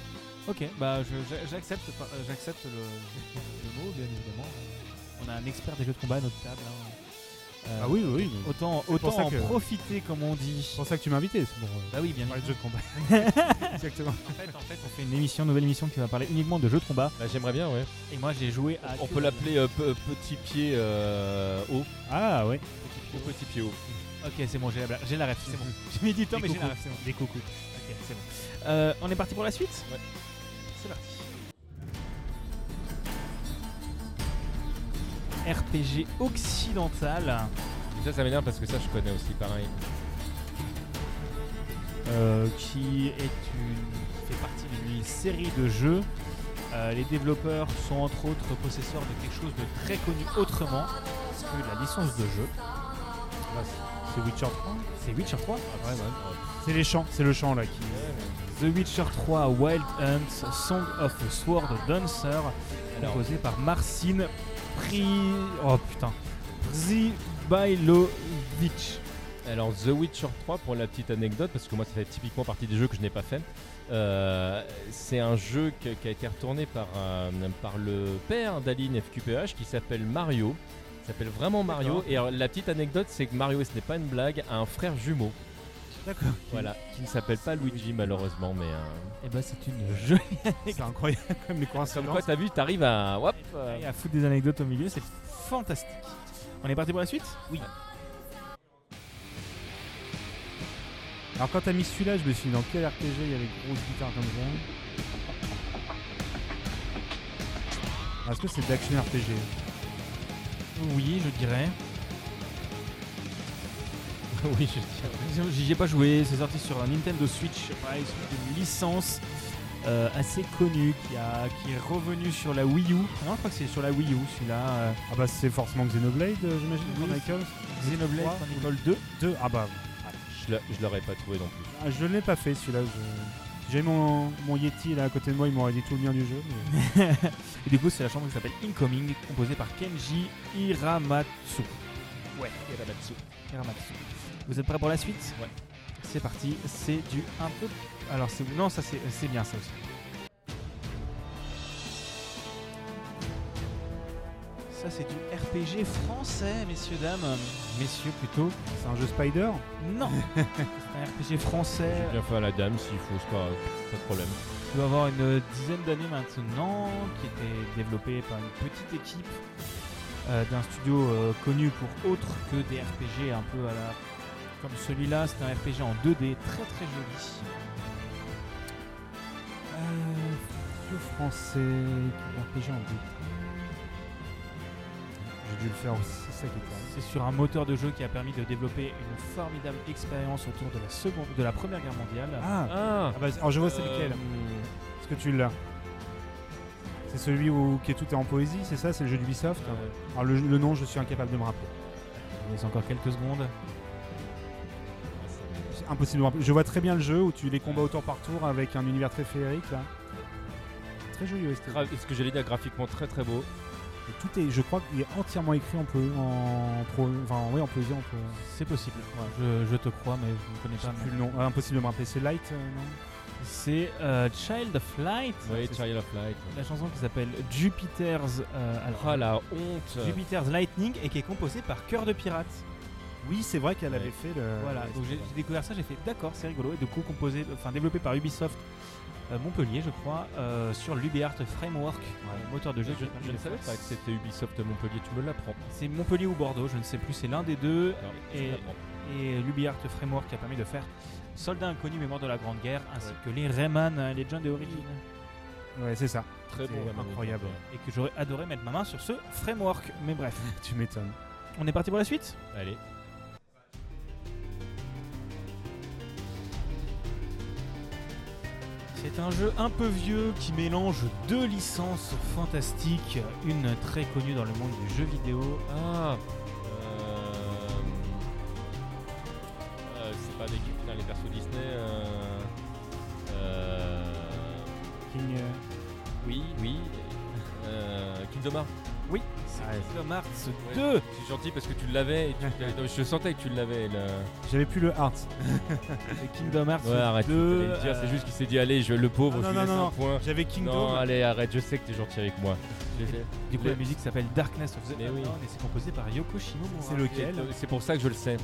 Speaker 1: Ok, bah je- j'a- j'accepte, par- euh, j'accepte le, le mot, bien évidemment. On a un expert des jeux de combat à notre table. hein. Euh,
Speaker 3: Ah oui, oui. oui.
Speaker 1: Autant,
Speaker 3: pour
Speaker 1: autant
Speaker 3: ça
Speaker 1: en
Speaker 3: que-
Speaker 1: profiter, comme on dit.
Speaker 3: C'est pour ça que tu m'as invité, c'est pour euh,
Speaker 1: Bah oui, bien
Speaker 3: parler de jeux de combat. Exactement.
Speaker 1: En fait, en fait, on fait une émission, nouvelle émission qui va parler uniquement de jeux de combat.
Speaker 2: Bah, J'aimerais bien, ouais.
Speaker 1: Et moi, j'ai joué à.
Speaker 2: On peut l'appeler euh, pe- petit pied euh, haut.
Speaker 1: Ah ouais.
Speaker 2: Ou petit pied haut.
Speaker 1: Ok, c'est bon, j'ai la, blague- j'ai la ref, c'est bon. J'ai mis du temps, mais
Speaker 3: Des
Speaker 1: j'ai la
Speaker 3: coucous.
Speaker 1: ref, c'est bon. Des coucous. Ok, c'est bon. Euh, on est parti pour la suite
Speaker 2: Ouais.
Speaker 1: C'est parti. RPG occidental.
Speaker 2: Ça, ça m'énerve parce que ça, je connais aussi, pareil.
Speaker 1: euh, qui est une, fait partie d'une série de jeux. Euh, les développeurs sont entre autres possesseurs de quelque chose de très connu autrement que la licence de jeu.
Speaker 3: C'est Witcher 3
Speaker 1: C'est Witcher 3
Speaker 3: C'est les chants, c'est le chant là qui.
Speaker 1: The Witcher 3 Wild Hunt Song of a Sword Dancer,
Speaker 2: Alors.
Speaker 1: composé par Marcin Pri... Oh putain. Przybailovic.
Speaker 2: Alors The Witcher 3 pour la petite anecdote parce que moi ça fait typiquement partie des jeux que je n'ai pas fait. Euh, c'est un jeu que- qui a été retourné par, euh, par le père d'Aline FQPH qui s'appelle Mario. Il s'appelle vraiment Mario. Et alors, la petite anecdote c'est que Mario, et ce n'est pas une blague, a un frère jumeau.
Speaker 3: D'accord.
Speaker 2: Voilà, qui ne s'appelle pas Luigi malheureusement, mais euh,
Speaker 1: Et bah c'est une jolie
Speaker 3: C'est incroyable comme les
Speaker 2: comme
Speaker 3: coïncidences.
Speaker 2: quoi t'as vu, t'arrives à, hop, euh,
Speaker 1: à foutre des anecdotes au milieu, c'est fantastique. On est parti pour la suite
Speaker 3: Alors quand t'as mis celui-là, je me suis dit dans quel RPG il y avait une grosse guitare comme ça Alors, Est-ce que c'est d'action RPG
Speaker 1: Oui, je dirais.
Speaker 2: oui je tiens.
Speaker 1: J'y ai pas joué, c'est sorti sur un Nintendo Switch, pareil, c'est une licence euh, assez connue qui, a, qui est revenue sur la Wii U. Ah Non, je crois que c'est sur la Wii U celui-là. euh,
Speaker 3: Ah bah c'est forcément Xenoblade, euh, j'imagine,
Speaker 1: Oui.
Speaker 3: Chronicles
Speaker 1: Xenoblade
Speaker 3: Trois
Speaker 1: Chronicle 2.
Speaker 3: 2. Ah bah
Speaker 2: Je l'a- je l'aurais pas trouvé non plus.
Speaker 3: ah, je ne l'ai pas fait celui-là. je- J'ai mon, mon Yeti là à côté de moi, il m'aurait dit tout le bien du jeu. mais-
Speaker 1: Et du coup, c'est la chanson qui s'appelle Incoming, composée par Kenji Hiramatsu. Ouais, Hiramatsu. Hiramatsu. Vous êtes prêts pour la suite
Speaker 2: Ouais.
Speaker 1: C'est parti, c'est du un peu. Alors, c'est. Non, ça c'est c'est bien ça aussi. Ça, c'est du RPG français, messieurs, dames. Messieurs plutôt.
Speaker 3: C'est un jeu Spider
Speaker 1: Non C'est un RPG français.
Speaker 2: J'ai bien fait à la dame s'il faut, c'est pas, pas de problème.
Speaker 1: qui doit avoir une dizaine d'années maintenant, qui était développé par une petite équipe euh, d'un studio euh, connu pour autre que des RPG un peu à la comme celui-là, c'est un RPG en 2D très très joli.
Speaker 3: Euh, studio français, RPG en 2. J'ai dû le faire aussi, c'est ça qui est
Speaker 1: C'est sur un moteur de jeu qui a permis de développer une formidable expérience autour de la seconde, de la Première Guerre mondiale.
Speaker 3: Ah,
Speaker 2: Ah,
Speaker 3: ah bah, alors je vois c'est lequel. Est-ce que tu l'as C'est celui où qui est tout est en poésie, c'est ça C'est le jeu d'Ubisoft Alors le, le nom, je suis incapable de me rappeler.
Speaker 1: Euh, Il reste encore quelques secondes.
Speaker 3: C'est impossible de me rappeler. Je vois très bien le jeu où tu les combats au tour par tour avec un univers très féerique là. Très joli OST.
Speaker 2: Gra- ce que j'allais dire graphiquement très très beau.
Speaker 3: Et Tout est, je crois qu'il est entièrement écrit en, peu, en, pro- enfin, ouais, en poésie, en pro-
Speaker 1: C'est possible. Ouais, je, je te crois, mais je ne connais
Speaker 3: Je
Speaker 1: pas.
Speaker 3: sais plus le nom. Ah, impossible de me rappeler. C'est Light, euh, non
Speaker 1: C'est euh, Child of Light.
Speaker 2: Oui,
Speaker 1: C'est
Speaker 2: Child of Light.
Speaker 1: la chanson qui s'appelle Jupiter's. euh, alors,
Speaker 2: Ah la honte
Speaker 1: Jupiter's Lightning et qui est composé par Cœur de Pirate.
Speaker 3: Oui, c'est vrai qu'elle
Speaker 2: Ah, Ouais.
Speaker 3: avait fait le.
Speaker 1: voilà,
Speaker 3: le-
Speaker 1: donc j'ai j'ai découvert ça, j'ai fait d'accord, c'est rigolo. Et du coup, composé, enfin développé par Ubisoft euh, Montpellier, je crois, euh, sur l'UbiArt Framework, euh, moteur de
Speaker 2: Je,
Speaker 1: jeu.
Speaker 2: je- je ne savais pas que c'était Ubisoft Montpellier, tu me l'apprends.
Speaker 1: C'est Montpellier ou Bordeaux, je ne sais plus, c'est l'un des deux.
Speaker 2: Alors, tu
Speaker 1: Et-
Speaker 2: me l'apprends.
Speaker 1: Et l'UbiArt Framework qui a permis de faire Soldats inconnus, mémoire de la Grande Guerre, ainsi que les Rayman, euh, Legend et Origin.
Speaker 3: Ouais, c'est ça.
Speaker 2: Très
Speaker 3: C'est
Speaker 2: bon, vraiment.
Speaker 3: incroyable.
Speaker 1: Et que j'aurais adoré mettre ma main sur ce framework. Mais bref,
Speaker 3: Tu m'étonnes.
Speaker 1: on est parti pour la suite
Speaker 2: Allez,
Speaker 1: C'est un jeu un peu vieux qui mélange deux licences fantastiques, une très connue dans le monde du jeu vidéo.
Speaker 2: Ah euh, euh, C'est pas avec putain, les persos Disney. euh, euh,
Speaker 3: King, euh,
Speaker 2: oui, oui. Euh, Kingdom Hearts.
Speaker 1: Oui, c'est Kingdom Hearts
Speaker 2: Ouais.
Speaker 1: 2.
Speaker 2: C'est gentil parce que tu l'avais. et tu- Je sentais que tu l'avais. le-
Speaker 3: J'avais plus le Hearts.
Speaker 1: Et Kingdom Hearts
Speaker 2: Ouais, arrête.
Speaker 1: 2.
Speaker 2: j'allais le dire,
Speaker 1: euh,
Speaker 2: C'est juste qu'il s'est dit, allez, je, le pauvre, je
Speaker 3: Ah, non,
Speaker 2: lui
Speaker 3: non,
Speaker 2: laisse
Speaker 3: non,
Speaker 2: un point.
Speaker 3: J'avais
Speaker 2: Non,
Speaker 3: Kingdom.
Speaker 2: allez, arrête, je sais que t'es gentil avec moi. Je- je-
Speaker 1: Du coup,
Speaker 2: le-
Speaker 1: la musique s'appelle Darkness of the
Speaker 2: Mais
Speaker 1: Unknown
Speaker 2: oui.
Speaker 1: et c'est composé par Yoko Shimomura.
Speaker 3: C'est lequel
Speaker 2: C'est pour ça que je le sais.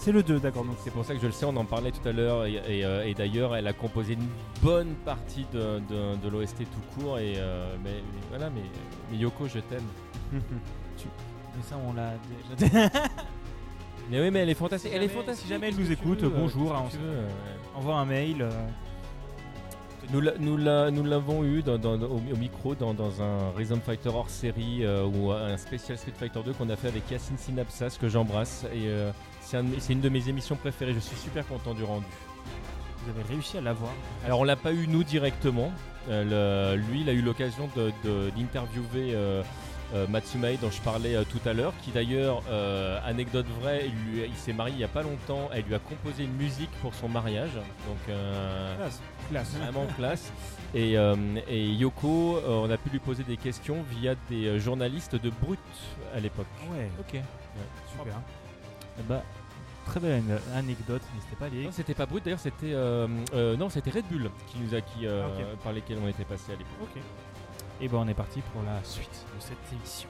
Speaker 3: C'est le 2, d'accord. donc
Speaker 2: C'est pour ça que je le sais, on en parlait tout à l'heure. Et, et, euh, et d'ailleurs, elle a composé une bonne partie de, de- de l'OST tout court. Et, euh, mais, mais voilà, mais, mais Yoko, je t'aime.
Speaker 1: Mais ça, on l'a déjà.
Speaker 2: Mais oui, mais elle est fantastique.
Speaker 1: Si
Speaker 2: elle est
Speaker 1: jamais-
Speaker 2: fantastique.
Speaker 1: si jamais elle
Speaker 2: qu'est-ce
Speaker 1: nous
Speaker 2: que tu
Speaker 1: écoute,
Speaker 2: veux, euh,
Speaker 1: bonjour,
Speaker 2: qu'est-ce que
Speaker 1: hein,
Speaker 2: tu
Speaker 1: on
Speaker 2: veux,
Speaker 1: sait.
Speaker 2: euh,
Speaker 1: Envoie un mail. euh,
Speaker 2: Nous l'a- nous l'a- nous l'avons eu dans- dans- au, au micro dans, dans un Rhythm Fighter hors série euh, ou un spécial Street Fighter 2 qu'on a fait avec Yacine Synapsas que j'embrasse. Et euh, c'est un de mes- c'est une de mes émissions préférées. Je suis super content du rendu.
Speaker 1: vous avez réussi à l'avoir.
Speaker 2: Alors on l'a pas eu nous directement. Euh, le- lui, il a eu l'occasion de- de- d'interviewer euh, euh, Matsumae dont je parlais euh, tout à l'heure, qui d'ailleurs, euh, anecdote vraie, il, lui- il s'est marié il y a pas longtemps. Elle lui a composé une musique pour son mariage. Donc euh,
Speaker 3: Classe. Classe.
Speaker 2: vraiment classe. Et, euh, et Yoko, euh, on a pu lui poser des questions via des euh, journalistes de Brut à l'époque.
Speaker 3: Ouais,
Speaker 1: Ok.
Speaker 3: super.
Speaker 1: bah, Eh très belle ane- anecdote. N'hésitez pas à aller.
Speaker 2: Non, c'était pas Brut d'ailleurs, c'était euh, euh, non, c'était Red Bull qui nous a qui euh,
Speaker 3: Ah,
Speaker 2: par lesquels on était passé à l'époque.
Speaker 1: Et ben, on est parti pour la suite de cette émission.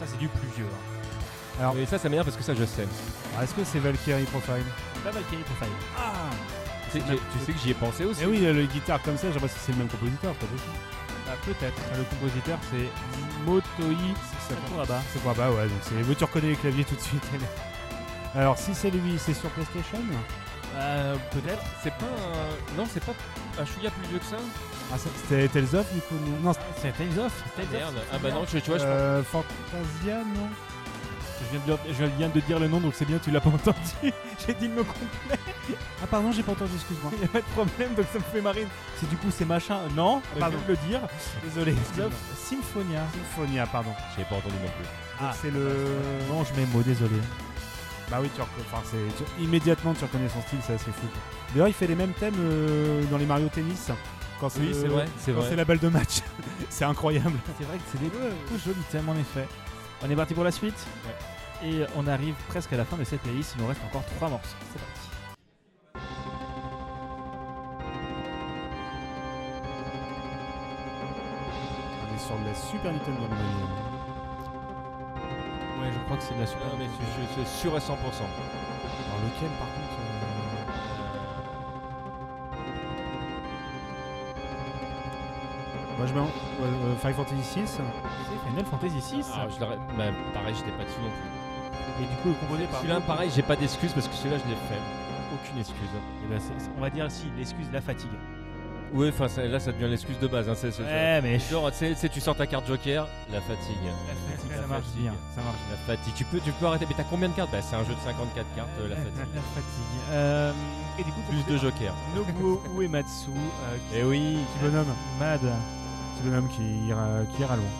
Speaker 1: Ça, c'est du plus vieux. hein.
Speaker 3: Alors-
Speaker 2: Et ça, ça m'énerve parce que ça, je sais.
Speaker 3: Alors, Ah, Est-ce que c'est Valkyrie Profile
Speaker 1: Pas Valkyrie Profile.
Speaker 3: Ah
Speaker 2: Tu sais, que j'ai- tu sais que j'y ai pensé aussi.
Speaker 3: Mais Eh oui, le guitare comme ça, je sais pas si c'est le même compositeur. pas possible.
Speaker 1: Bah, peut-être. Le compositeur, c'est Motoi Sakuraba.
Speaker 3: C'est quoi bah ouais, donc c'est. Veux tu reconnais les claviers tout de suite elle. Alors si c'est lui, c'est sur PlayStation
Speaker 1: Euh, peut-être.
Speaker 2: C'est pas un... non, c'est pas un chouïa plus vieux que ça.
Speaker 3: Ah ça- c'était Tales of du coup non, Non,
Speaker 1: C'est Tales of.
Speaker 2: Ah,
Speaker 1: Tales of,
Speaker 2: merde.
Speaker 1: c'est
Speaker 2: Ah bah
Speaker 1: bien.
Speaker 2: non, tu, tu vois, je pense-
Speaker 3: euh, Fantasia non
Speaker 1: Je viens, de dire, je viens de dire le nom, donc c'est bien, tu l'as pas entendu. J'ai dit le mot complet,
Speaker 3: Ah pardon, j'ai pas entendu, excuse-moi.
Speaker 1: il n'y a pas de problème, donc ça me fait marrer. C'est du coup, c'est machin. Non, je viens
Speaker 3: Pardon.
Speaker 1: de le dire.
Speaker 3: Désolé.
Speaker 1: Love Symphonia.
Speaker 3: Symphonia, pardon.
Speaker 2: j'ai pas entendu non plus.
Speaker 1: Ah.
Speaker 3: bah, c'est le.
Speaker 1: Non, je mets mot, désolé.
Speaker 3: Bah oui, tu reconnais. Enfin, c'est tu- immédiatement tu reconnais son style, c'est assez fou. quoi. D'ailleurs, il fait les mêmes thèmes euh, dans les Mario Tennis. Quand c'est
Speaker 2: Oui,
Speaker 3: le-
Speaker 2: c'est vrai, c'est
Speaker 3: Quand
Speaker 2: vrai.
Speaker 3: c'est la balle de match, c'est incroyable.
Speaker 1: C'est vrai que c'est des euh, tout jolis thèmes, en effet. On est parti pour la suite. Et on arrive presque à la fin de cette playlist, il nous reste encore trois morceaux. C'est parti.
Speaker 3: On est sur de la Super Nintendo. mon ami.
Speaker 1: Ouais, je crois que c'est de la super.
Speaker 2: Non, mais je, je- je suis sûr à 100%.
Speaker 3: Alors lequel, par contre euh, Moi, je mets en- euh, euh, Final Fantasy VI.
Speaker 1: C'est Final Fantasy VI.
Speaker 2: Ah, je l'aurais- bah, pareil, j'étais pas dessus non plus.
Speaker 1: Et du coup, composé par.
Speaker 2: Celui-là, pareil, j'ai pas d'excuse parce que celui-là, je l'ai fait. Aucune excuse.
Speaker 1: Eh ben, c'est- c'est- on va dire si, l'excuse, la fatigue.
Speaker 2: Oui, enfin, ça- là, ça devient l'excuse de base. hein, c'est- c'est-
Speaker 1: Ouais, mais.
Speaker 2: c'est- Genre, tu sais- tu sais, tu sors ta carte Joker, la fatigue.
Speaker 1: La fatigue,
Speaker 2: La
Speaker 1: ça marche
Speaker 2: fatigue.
Speaker 1: bien. Ça marche.
Speaker 2: La fatigue. Tu peux, tu peux arrêter. Mais t'as combien de cartes Bah, c'est un jeu de 54 cartes, euh, la fatigue.
Speaker 1: La fatigue. Euh, et du coup,
Speaker 2: Plus de Joker.
Speaker 1: Nobuo Uematsu, euh, qui
Speaker 2: Eh oui.
Speaker 3: Petit bonhomme.
Speaker 1: mad.
Speaker 3: Petit bonhomme qui ira, qui ira loin.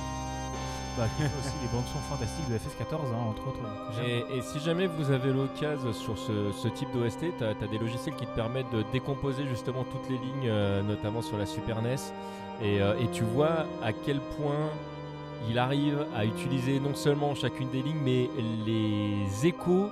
Speaker 1: Bah, qui fait aussi les bandes sont fantastiques de FS14, hein, entre autres. J'aime.
Speaker 2: Et, et si jamais vous avez l'occasion sur ce, ce type d'OST, tu as, des logiciels qui te permettent de décomposer justement toutes les lignes, euh, notamment sur la Super NES, et, euh, et tu vois à quel point il arrive à utiliser non seulement chacune des lignes, mais les échos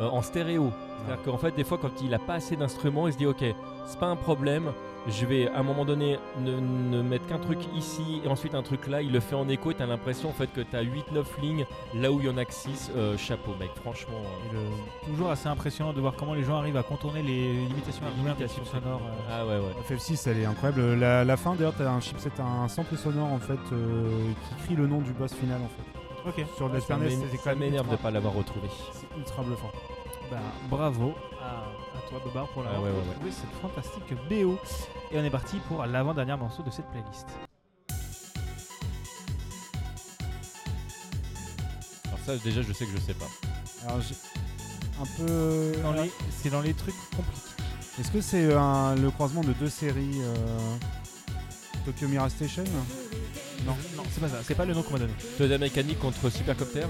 Speaker 2: euh, en stéréo. C'est-à-dire qu'en fait, des fois, quand il n'a pas assez d'instruments, il se dit Ok, c'est pas un problème, je vais à un moment donné ne, ne mettre qu'un truc ici et ensuite un truc là. Il le fait en écho et t'as l'impression en fait que t'as 8-9 lignes là où il y en a que 6. chapeau, mec, franchement. euh,
Speaker 1: Et le- Toujours assez impressionnant de voir comment les gens arrivent à contourner les limitations
Speaker 2: les
Speaker 1: hardware,
Speaker 2: limitations
Speaker 1: limitations sonores. euh.
Speaker 2: Ah ouais, ouais.
Speaker 3: FF6, elle est incroyable. La, la fin, d'ailleurs, t'as un chipset, un sample sonore en fait, euh, qui crie le nom du boss final en fait.
Speaker 1: Ok.
Speaker 3: Sur de la
Speaker 2: Ça
Speaker 3: Super NES,
Speaker 2: m'énerve-
Speaker 3: c'était quand
Speaker 2: ça
Speaker 3: même
Speaker 2: m'énerve de
Speaker 3: ultra-
Speaker 2: pas l'avoir retrouvé.
Speaker 3: C'est ultra bluffant.
Speaker 1: Bah, bravo à, à toi, Bobar, pour l'avoir
Speaker 2: Ah ouais, ouais,
Speaker 1: retrouvé cette fantastique BO. Et on est parti pour l'avant-dernier morceau de cette playlist.
Speaker 2: Alors ça, déjà, je sais que je sais pas.
Speaker 3: Alors, j'ai un peu.
Speaker 1: Ah. Dans les- C'est dans les trucs compliqués.
Speaker 3: Est-ce que c'est un- le croisement de deux séries euh, Tokyo Mirage Station
Speaker 1: Non, non, c'est pas ça, c'est pas le nom qu'on m'a donné.
Speaker 2: Toyota Mécanique contre Supercopter.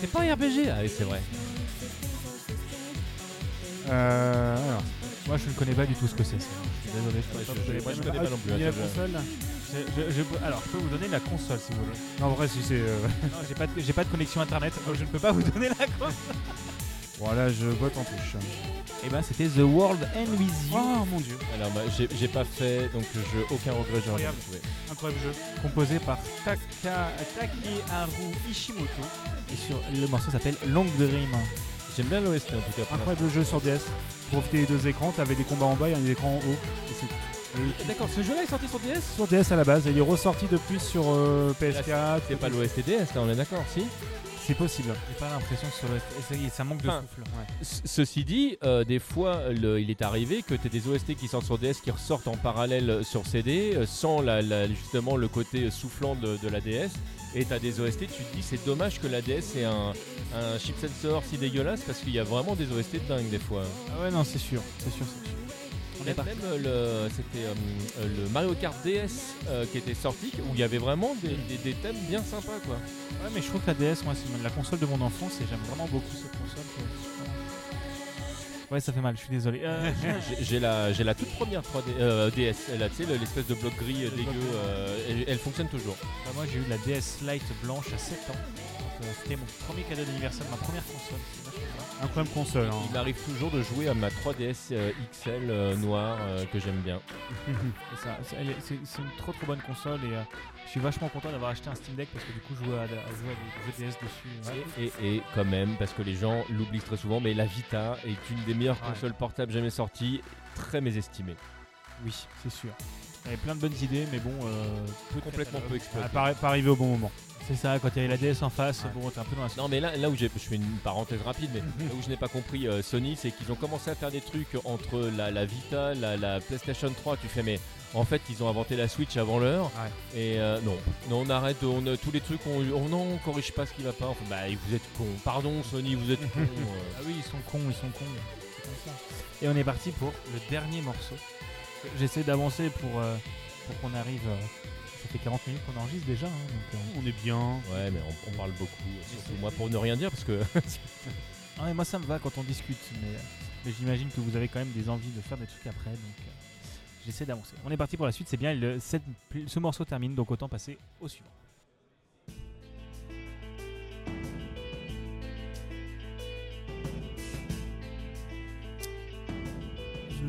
Speaker 2: c'est pas un RPG Ah oui, c'est vrai.
Speaker 3: Euh, alors,
Speaker 1: Moi je ne connais pas du tout ce que c'est. ça. Je suis désolé,
Speaker 2: Ah,
Speaker 1: je
Speaker 2: mais
Speaker 1: peux pas vous
Speaker 2: je- moi,
Speaker 1: donner.
Speaker 2: je connais pas non plus, hein,
Speaker 3: Il y a la
Speaker 2: déjà.
Speaker 3: console
Speaker 1: Je- je- je- Alors je peux vous donner la console si vous voulez.
Speaker 3: Non, en vrai, si c'est. euh,
Speaker 1: Non, j'ai pas, de- j'ai pas de connexion internet, donc je ne peux pas vous donner la console.
Speaker 3: Voilà, je vote en touche.
Speaker 1: Et ben c'était The World and With You,
Speaker 3: Oh mon dieu,
Speaker 2: Eh Alors, bah, j'ai j'ai pas fait, donc je, aucun regret, j'ai rien
Speaker 4: Incroyable.
Speaker 2: trouvé.
Speaker 4: Incroyable jeu.
Speaker 1: composé par Taka, Takeharu Ishimoto. Et sur le morceau s'appelle Long Dream.
Speaker 2: J'aime bien l'OST en tout cas. pour
Speaker 3: incroyable jeu sur DS. Profiter des deux écrans, t'avais des combats en bas et un écran en haut. Et c'est tout.
Speaker 2: l'instant. D'accord, ce jeu-là est sorti sur DS
Speaker 3: Sur DS à la base, il est ressorti depuis sur euh, PS4.
Speaker 2: C'est pas l'OST DS, là, on est d'accord, si
Speaker 3: C'est possible.
Speaker 1: J'ai pas l'impression que sur le. Ça, y est, ça manque de
Speaker 2: Enfin,
Speaker 1: souffle. ouais.
Speaker 2: Ce- Ceci dit, euh, des fois, le- il est arrivé que tu des OST qui sortent sur DS qui ressortent en parallèle sur CD euh, sans la- la- justement le côté soufflant de, de la DS. Et t'as des OST, tu te dis c'est dommage que la DS ait un, un chip sensor si dégueulasse parce qu'il y a vraiment des OST de dingue des fois.
Speaker 1: Ah ouais, non, c'est sûr, c'est sûr, c'est sûr. On est
Speaker 2: Même,
Speaker 1: parti.
Speaker 2: même, euh, le, c'était euh, euh, le Mario Kart DS euh, qui était sorti où il y avait vraiment des,
Speaker 1: Mm.
Speaker 2: des- des thèmes bien sympas quoi.
Speaker 1: Ouais, mais je trouve que la DS, moi, c'est la console de mon enfance et j'aime vraiment beaucoup cette console. que- Ouais, ça fait mal, je suis désolé. Euh,
Speaker 2: Ah, J'ai- J'ai la, j'ai la toute première 3D, euh, DS, là, tu sais, le- l'espèce de bloc gris euh, dégueu, euh, elle- elle fonctionne toujours.
Speaker 1: bah, moi, j'ai eu la DS Lite blanche à 7 ans. Donc, euh, C'était mon premier cadeau d'anniversaire, ma première console. c'est vachement bien.
Speaker 3: Incroyable console.
Speaker 1: Ah.
Speaker 3: hein.
Speaker 2: Il m'arrive toujours de jouer à ma 3DS euh, XL euh, noire euh, que j'aime bien.
Speaker 1: Et ça, c'est elle est- c'est- c'est une trop trop bonne console et euh, je suis vachement content d'avoir acheté un Steam Deck parce que du coup, je jouais à, à jouer à des jeux DS dessus. Ouais.
Speaker 2: Et, et- et quand même, parce que les gens l'oublient très souvent, mais la Vita est une des meilleures
Speaker 1: Ouais.
Speaker 2: consoles portables jamais sorties, très mésestimée.
Speaker 1: Oui, c'est sûr. Il y avait plein de bonnes idées, mais bon, euh, peu de
Speaker 2: Complètement
Speaker 1: catalogue.
Speaker 2: peu exploitée.
Speaker 3: Ah, pas, pas arrivé au bon moment.
Speaker 1: C'est ça, quand il y avait la DS en face,
Speaker 3: Ouais.
Speaker 1: bon, t'es un peu dans la
Speaker 2: Non mais là, là où j'ai, je fais une parenthèse rapide, mais là où je n'ai pas compris euh, Sony, c'est qu'ils ont commencé à faire des trucs entre la, la Vita, la, la PlayStation 3. Tu fais mais en fait ils ont inventé la Switch avant l'heure. Et euh, non, non on arrête, on, euh, tous les trucs, on, on non on corrige pas ce qui va pas. Enfin, bah vous êtes con. Pardon Sony, vous êtes euh. con.
Speaker 1: Ah oui, ils sont cons, ils sont cons. C'est comme ça. Et on est parti pour le dernier morceau. J'essaie d'avancer pour, euh, pour qu'on arrive. euh, ça fait 40 minutes qu'on enregistre déjà. hein, donc, euh.
Speaker 3: On est bien.
Speaker 2: Ouais mais on, on parle beaucoup, surtout moi pour ne rien dire parce que
Speaker 1: Ah, mais moi, ça me va quand on discute. Mais, mais j'imagine que vous avez quand même des envies de faire des trucs après. Donc euh, j'essaie d'avancer. On est parti pour la suite. C'est bien. le- cette- ce morceau termine. Donc autant passer au suivant.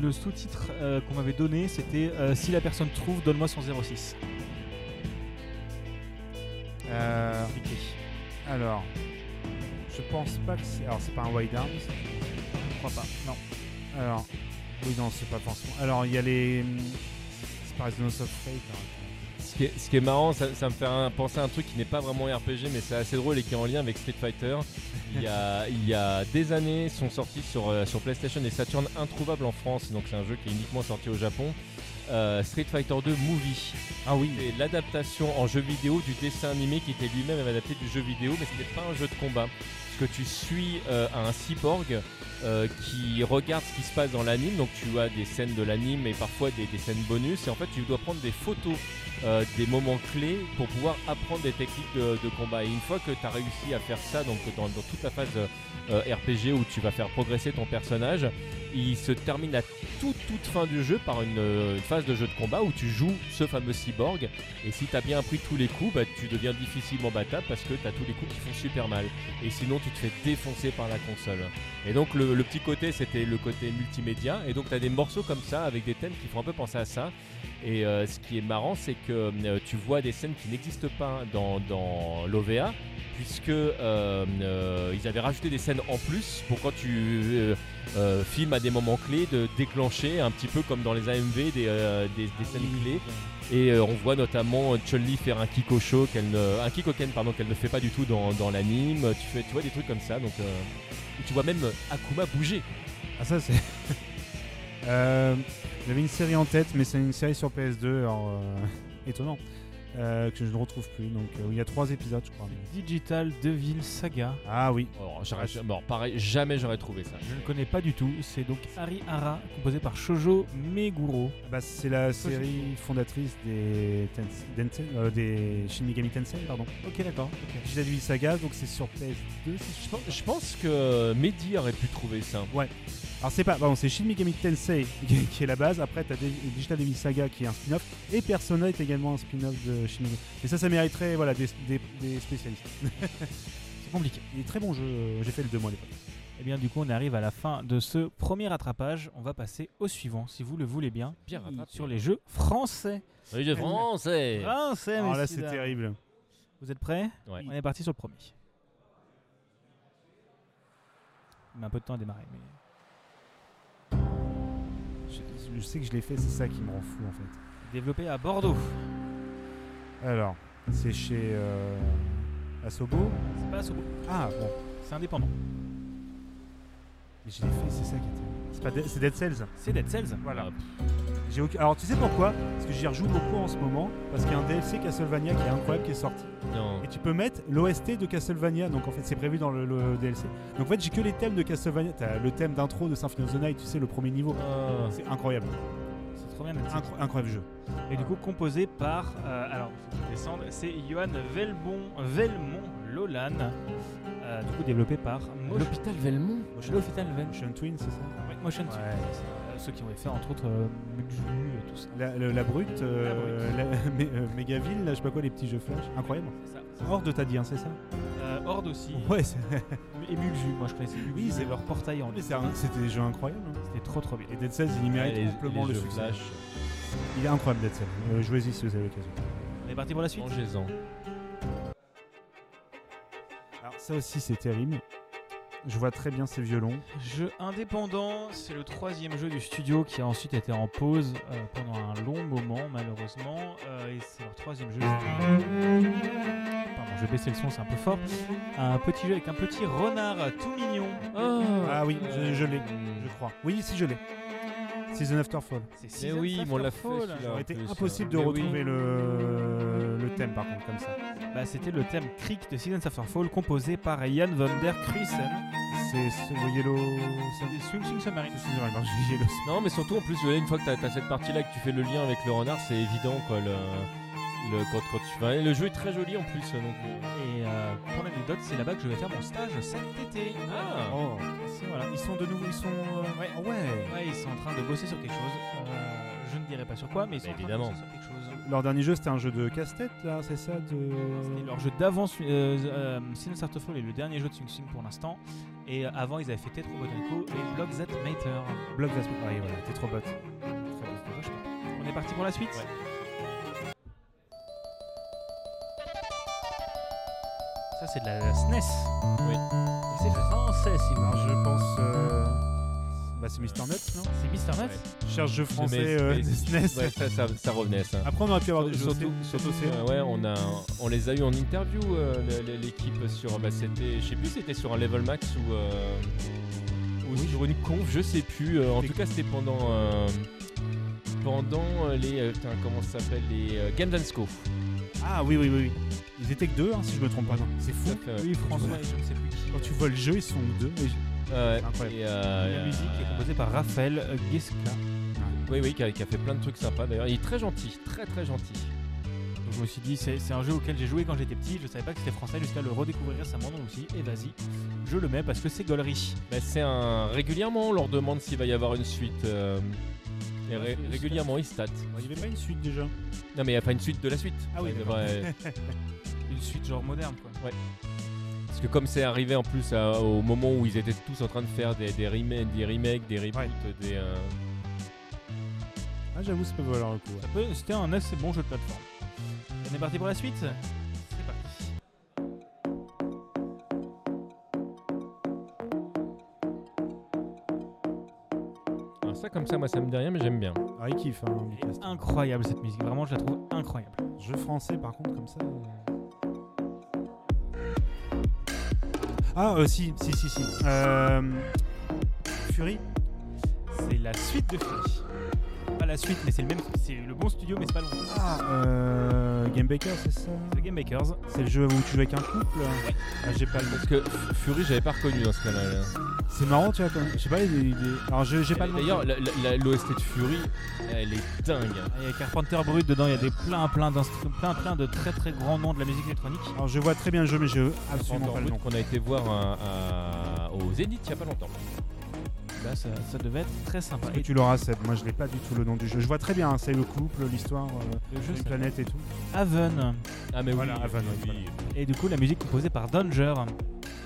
Speaker 1: Le sous-titre euh, qu'on m'avait donné, c'était euh, Si la personne trouve, donne-moi son 06.
Speaker 3: Euh,
Speaker 1: Cliquez.
Speaker 3: alors, je pense pas que c'est. Alors, c'est pas un Wide Arms.
Speaker 1: Je crois pas. Non.
Speaker 3: Alors, oui, non, c'est pas forcément. Alors, il y a les. hum, C'est pas Zone of Fate. hein.
Speaker 2: Ce qui, est, ce qui est marrant, ça, ça me fait un- penser à un truc qui n'est pas vraiment un RPG, mais c'est assez drôle et qui est en lien avec Street Fighter. Il y a, il y a des années, sont sortis sur, euh, sur PlayStation et Saturn introuvable en France, donc c'est un jeu qui est uniquement sorti au Japon. euh, Street Fighter 2 Movie.
Speaker 1: Ah oui.
Speaker 2: C'est l'adaptation en jeu vidéo du dessin animé qui était lui-même adapté du jeu vidéo, mais ce n'est pas un jeu de combat. Parce que tu suis euh, un cyborg euh, qui regarde ce qui se passe dans l'anime, donc tu as des scènes de l'anime et parfois des, des scènes bonus, et en fait tu dois prendre des photos euh, des moments clés pour pouvoir apprendre des techniques de, de combat. Et une fois que tu as réussi à faire ça, donc dans, dans toute la phase euh, RPG où tu vas faire progresser ton personnage, il se termine à toute, toute fin du jeu par une, euh, une phase de jeu de combat où tu joues ce fameux cyborg et si t'as bien pris tous les coups, bah, tu deviens difficilement battable parce que t'as tous les coups qui font super mal. Et sinon, tu te fais défoncer par la console. Et donc, le, le petit côté, c'était le côté multimédia. Et donc, t'as des morceaux comme ça avec des thèmes qui font un peu penser à ça. Et euh, ce qui est marrant, c'est que euh, tu vois des scènes qui n'existent pas dans, dans l'OVA. Puisque euh, euh, ils avaient rajouté des scènes en plus pour quand tu euh, euh, filmes à des moments clés de déclencher un petit peu comme dans les AMV des, euh, des- des scènes clés
Speaker 3: Mmh.
Speaker 2: et euh, on voit notamment Chun-Li faire un kick au show qu'elle ne, un kick au ken, pardon, qu'elle ne fait pas du tout dans, dans l'anime. Tu, fais, tu vois des trucs comme ça. Donc, euh, et tu vois même euh, Akuma bouger.
Speaker 3: Ah, ça, c'est. Euh, J'avais une série en tête, mais c'est une série sur PS2. Alors, euh, étonnant. euh, que je ne retrouve plus. Donc euh, il y a trois épisodes, je crois. mais-
Speaker 1: Digital Devil Saga.
Speaker 3: Ah oui.
Speaker 2: Alors, Oh, j'aurais- bon, pareil, jamais j'aurais trouvé ça.
Speaker 1: Je ne connais pas du tout. C'est donc Harry Hara, composé par Shoujo Meguro.
Speaker 3: Bah, c'est la série fondatrice des, Tens- Densen- euh, des Shin Megami Tensei, pardon.
Speaker 1: Ok, d'accord.
Speaker 3: Digital Devil Saga, donc c'est sur PS2. si
Speaker 2: Je pense- Je pense que Mehdi aurait pu trouver ça.
Speaker 3: Alors c'est pas, pardon, c'est Shin Megami Tensei qui est- qui est la base. Après, t'as Dé- Digital Devil Saga qui est un spin-off et Persona est également un spin-off de Shin Megami. Et ça, ça mériterait voilà des, des- des spécialistes.
Speaker 1: C'est compliqué.
Speaker 3: Il est très bon jeu. euh, J'ai fait le deux mois à l'époque.
Speaker 1: Et Eh bien, du coup, on arrive à la fin de ce premier attrapage. On va passer au suivant, si vous le voulez bien.
Speaker 2: Bien rattrapé.
Speaker 1: Sur les jeux français.
Speaker 2: Salut de français
Speaker 1: Français,
Speaker 3: Alors Oh Ah, là,
Speaker 1: messieurs,
Speaker 3: c'est
Speaker 1: dames.
Speaker 3: terrible.
Speaker 1: Vous êtes prêts
Speaker 2: Ouais.
Speaker 1: On est parti sur le premier. Il met un peu de temps à démarrer. Mais...
Speaker 3: Je, je sais que je l'ai fait, c'est ça qui me rend fou en fait.
Speaker 1: Développé à Bordeaux.
Speaker 3: Alors, c'est chez euh, Asobo.
Speaker 1: C'est pas Asobo,
Speaker 3: Ah bon,
Speaker 1: c'est indépendant.
Speaker 3: mais je l'ai fait, c'est ça qui était. C'est pas, Dead- c'est Dead Cells.
Speaker 1: C'est Dead Cells.
Speaker 3: Voilà.
Speaker 2: Ah,
Speaker 3: J'ai aucun- Alors tu sais pourquoi Parce que j'y rejoue beaucoup en ce moment. Parce qu'il y a un DLC Castlevania qui est incroyable qui est sorti.
Speaker 2: Non.
Speaker 3: Et tu peux mettre l'OST de Castlevania, donc en fait c'est prévu dans le, le DLC. Donc en fait j'ai que les thèmes de Castlevania. T'as le thème d'intro de Symphony of the Night, tu sais, le premier niveau.
Speaker 2: Ah.
Speaker 3: C'est incroyable.
Speaker 1: C'est trop bien Dead Cells.
Speaker 3: Incro- incroyable jeu.
Speaker 1: Et du coup, composé par. euh, alors, faut que je descende, C'est Johan Velbon, Velmont Lolan. euh, du coup, développé par Motion,
Speaker 2: L'hôpital Velmont
Speaker 1: L'hôpital Velmont.
Speaker 3: Motion Twin, c'est ça
Speaker 1: Ouais, Motion Team.
Speaker 3: Ouais.
Speaker 1: Euh, ceux qui ont fait, entre autres, euh, Mutju, euh, tout ça.
Speaker 3: La, la- la brute, euh, la mé- euh, Megaville, là, je sais pas quoi, les petits jeux flash. Incroyable.
Speaker 1: C'est ça.
Speaker 3: Horde t'as dit, hein, c'est ça
Speaker 1: Euh, Horde aussi.
Speaker 3: Ouais, c'est-
Speaker 1: Et Mutju, moi je connaissais Mutju.
Speaker 3: Oui, c'est-
Speaker 1: leur portail en
Speaker 3: mais c'est un- c'était des jeux incroyables. hein.
Speaker 1: C'était trop trop bien.
Speaker 3: Et Dead Cells, il y mérite
Speaker 2: les,
Speaker 3: amplement
Speaker 2: les
Speaker 3: le
Speaker 2: jeux
Speaker 3: succès.
Speaker 2: Flash,
Speaker 3: Il est incroyable Dead Cells. Euh, Jouez-y si vous avez l'occasion.
Speaker 1: On est parti bah, pour la suite
Speaker 2: mangez-en.
Speaker 3: Alors ça aussi c'est terrible. Je vois très bien ces violons.
Speaker 1: Jeu indépendant, c'est le troisième jeu du studio qui a ensuite été en pause euh, pendant un long moment malheureusement. Euh, et c'est leur troisième jeu. Pardon, je vais baisser le son, c'est un peu fort. Un petit jeu avec un petit renard tout mignon.
Speaker 3: Ah oui, je, je l'ai, je crois. Oui, si je l'ai. Season After Fall.
Speaker 1: C'est
Speaker 2: Mais
Speaker 1: Seasons
Speaker 2: Eh oui, mais on l'a fait
Speaker 1: Afterfall.
Speaker 2: celui-là.
Speaker 3: Ça aurait été
Speaker 2: plus,
Speaker 3: impossible de
Speaker 2: euh, mais
Speaker 3: retrouver le... le thème par contre comme ça.
Speaker 1: Bah, c'était le thème Creek de Seasons After Fall composé par Jan van der Kruisen.
Speaker 3: C'est ce le Yellow...
Speaker 1: C'est des Swing Swing Submarine.
Speaker 3: C'est Season After Fall, Yellow Sun.
Speaker 2: Non, mais surtout en plus, Lionel, une fois que t'as as cette partie-là, que tu fais le lien avec le renard, c'est évident quoi. Le, le- quand, quand tu- enfin, le jeu est très joli en plus, donc. euh,
Speaker 1: Et euh, pour l'anecdote, c'est là-bas que je vais faire mon stage cet été.
Speaker 2: Ah.
Speaker 3: Oh.
Speaker 1: C'est- voilà.
Speaker 3: Ils sont de nouveau, ils sont... euh,
Speaker 1: Ouais.
Speaker 3: ah ouais.
Speaker 1: Ouais, ils sont en train de bosser sur quelque chose. Euh, je ne dirai pas sur quoi, mais ils sont en
Speaker 2: Bah,
Speaker 1: train
Speaker 2: évidemment.
Speaker 1: de bosser sur quelque chose.
Speaker 3: Leur dernier jeu c'était un jeu de casse-tête là, c'est ça de...
Speaker 1: C'était leur jeu d'avance. Euh, euh, Sinus Artofall est le dernier jeu de Sing Sing pour l'instant. Et euh, avant, ils avaient fait Tetro Botanico et Block That Matter.
Speaker 3: Block Vast- Ah oui, voilà, t'es trop bête.
Speaker 1: On est parti pour la suite Ça, c'est de la SNES.
Speaker 2: Oui.
Speaker 1: Et c'est français, si vous
Speaker 3: Alors je pense... euh, Bah c'est Mr. Nuts, non
Speaker 1: C'est Mr. Nuts
Speaker 2: Ouais.
Speaker 3: Cherche jeu français
Speaker 2: Mais-
Speaker 3: euh,
Speaker 2: mais-
Speaker 3: SNES.
Speaker 2: Ah. Ouais, ça, ça, ça revenait ça.
Speaker 3: Après on aurait pu avoir des jeux
Speaker 2: Surtout, surtout,
Speaker 3: c'est-
Speaker 2: euh, ouais, on a, on les a eu en interview euh, le- le- l'équipe sur, bah, c'était, je sais plus, c'était sur un level max ou, euh, ou sur une conf, je sais plus. euh, en tout cas, c'était pendant, euh, pendant euh, les, euh, putain, comment ça s'appelle les euh, Games and Sco.
Speaker 3: Ah oui, oui, oui. oui. Ils étaient que deux, hein, si je me trompe pas. non. C'est fou.
Speaker 2: Tout à fait, ouais.
Speaker 1: Oui, François et je ne sais plus qui. euh,
Speaker 3: Quand tu vois le jeu, ils sont deux. mais j-
Speaker 2: Ouais,
Speaker 3: C'est incroyable.
Speaker 2: et, euh,
Speaker 1: La musique est composée par Raphaël Guesca.
Speaker 2: Oui, oui, qui a, qui a fait plein de trucs sympas d'ailleurs. Il est très gentil, très très gentil.
Speaker 1: Donc je me suis dit, c'est c'est un jeu auquel j'ai joué quand j'étais petit, je savais pas que c'était français jusqu'à le redécouvrir récemment, donc aussi, et vas-y, je le mets parce que c'est gaulerie.
Speaker 2: Bah, c'est un régulièrement, on leur demande s'il va y avoir une suite. euh, et ré- régulièrement, ils statent.
Speaker 3: Ah, Il n'y avait pas une suite déjà.
Speaker 2: Non, mais il n'y a pas une suite de la suite.
Speaker 3: Ah oui,
Speaker 2: Ouais,
Speaker 3: d'accord.
Speaker 2: ouais.
Speaker 1: Une suite genre moderne quoi.
Speaker 2: Parce que comme c'est arrivé en plus à- au moment où ils étaient tous en train de faire des, des, remakes, des remakes, des reboots, des... euh,
Speaker 3: Ah, j'avoue, ça peut valoir le coup. ouais.
Speaker 1: Ça peut- C'était un assez bon jeu de plateforme. On est parti pour la suite C'est parti.
Speaker 2: Alors ça comme ça, moi ça me dit rien, mais j'aime bien.
Speaker 3: Ah, il kiffe, hein,
Speaker 1: Elle
Speaker 3: Lucas.
Speaker 1: est incroyable cette musique, vraiment je la trouve incroyable.
Speaker 3: Jeu français, par contre, comme ça. euh. Ah, euh, si, si, si, si. Euh, Fury
Speaker 1: C'est la suite de Fury. Pas la la suite, mais c'est le même, c'est le bon studio, mais c'est pas le bon.
Speaker 3: Ah, euh, Game Baker, c'est ça
Speaker 1: The Game Makers.
Speaker 3: C'est le jeu où tu joues avec un couple Ah, J'ai pas le nom.
Speaker 2: Parce que F- Fury, j'avais pas reconnu dans ce cas-là. là.
Speaker 3: C'est marrant, tu vois, quand même. Je sais pas, il est- il est- Alors, je- j'ai pas le nom.
Speaker 2: D'ailleurs, la- la- la- l'OST de Fury, elle est dingue.
Speaker 1: Ah, Il y a Carpenter Brut dedans, il y a des plein, plein, d'instru- plein, plein de très, très grands noms de la musique électronique.
Speaker 3: Alors, je vois très bien le jeu, mais je absolument
Speaker 2: Encore
Speaker 3: pas le nom.
Speaker 2: qu'on a été voir à- à- au Zénith il y a pas longtemps.
Speaker 1: Là, ça, ça devait être très sympa.
Speaker 3: Et
Speaker 1: Et
Speaker 3: tu l'auras, Seb. Moi, je l'ai pas du tout le nom du jeu. Je vois très bien, hein, c'est le couple, l'histoire, euh,
Speaker 1: le jeu,
Speaker 3: une
Speaker 1: c'est
Speaker 3: planète et tout.
Speaker 1: Haven.
Speaker 2: Ah mais
Speaker 3: Voilà,
Speaker 2: oui,
Speaker 3: Haven,
Speaker 2: oui,
Speaker 3: voilà.
Speaker 2: oui.
Speaker 1: Et du coup, la musique composée par Danger.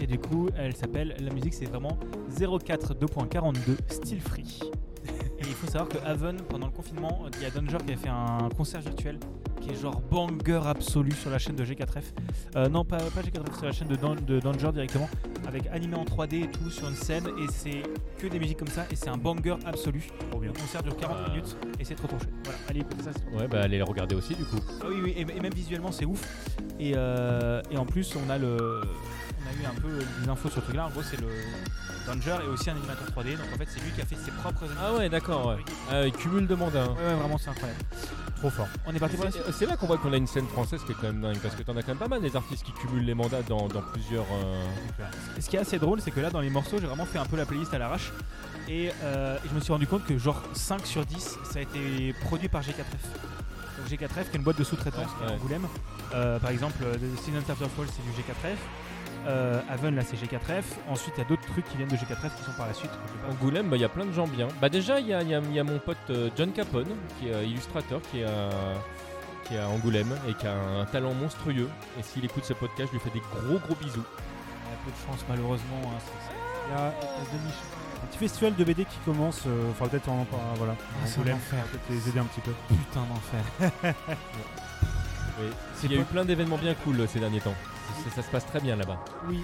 Speaker 1: Et du coup, elle s'appelle, la musique c'est vraiment 04 2.42 Still Free. Et il faut savoir que Haven, pendant le confinement, euh, il y a Danger qui a fait un concert virtuel qui est genre banger absolu sur la chaîne de G4F. Euh, non, pas, pas G4F, sur la chaîne de, Dan- de Danger directement, avec animé en 3D et tout sur une scène. Et c'est que des musiques comme ça, et c'est un banger absolu.
Speaker 3: Trop bien. Euh.
Speaker 1: Le concert dure 40
Speaker 2: Ah.
Speaker 1: minutes, et c'est trop trop chouette. Voilà, allez écoutez ça, c'est trop
Speaker 2: Ouais, bah allez le regarder aussi du coup.
Speaker 1: ah oui, oui, et, et même visuellement, c'est ouf. Et, euh, et en plus, on a, le, on a eu un peu des infos sur ce truc-là. En gros, c'est le Danger et aussi un animateur 3D. Donc en fait, c'est lui qui a fait ses propres
Speaker 2: Ah ouais, d'accord. Ouais. Ah, il cumule de mandats.
Speaker 1: Ouais, ouais, vraiment, c'est incroyable.
Speaker 3: Trop fort.
Speaker 1: On est parti pour la suite.
Speaker 2: C'est- C'est là qu'on voit qu'on a une scène française qui est quand même dingue parce que t'en as quand même pas mal des artistes qui cumulent les mandats dans, dans plusieurs. euh,
Speaker 1: Ce qui est assez drôle, c'est que là, dans les morceaux, j'ai vraiment fait un peu la playlist à l'arrache. Et, euh, et je me suis rendu compte que, genre, 5 sur 10, ça a été produit par G4F. Donc G4F, qui est une boîte de sous-traitance
Speaker 2: Ouais,
Speaker 1: qui est à
Speaker 2: ouais.
Speaker 1: Angoulême. Euh, par exemple, euh, The Season After Fall, c'est du G4F. Euh, Haven, là, c'est G4F. Ensuite, il y a d'autres trucs qui viennent de G4F qui sont par la suite. que j'ai pas-
Speaker 2: Angoulême, bah, il y a plein de gens bien. Bah déjà, il y a, il y a- il y a mon pote euh, John Capone, qui est euh, illustrateur, qui est, à, qui est à Angoulême et qui a un talent monstrueux. Et s'il écoute ce podcast, je lui fais des gros gros bisous.
Speaker 1: Il y a peu de chance malheureusement. hein, c'est- c'est-
Speaker 3: Il y a un petit festival de BD qui commence. euh, Enfin, peut-être on en parlera. Voilà.
Speaker 1: c'est
Speaker 3: On peut
Speaker 1: l'enfer.
Speaker 3: peut-être les aider un petit peu.
Speaker 1: Putain d'enfer.
Speaker 2: Oui. Il y a eu plein d'événements bien cool euh, ces derniers temps. Ça, ça se passe très bien là-bas.
Speaker 1: Oui.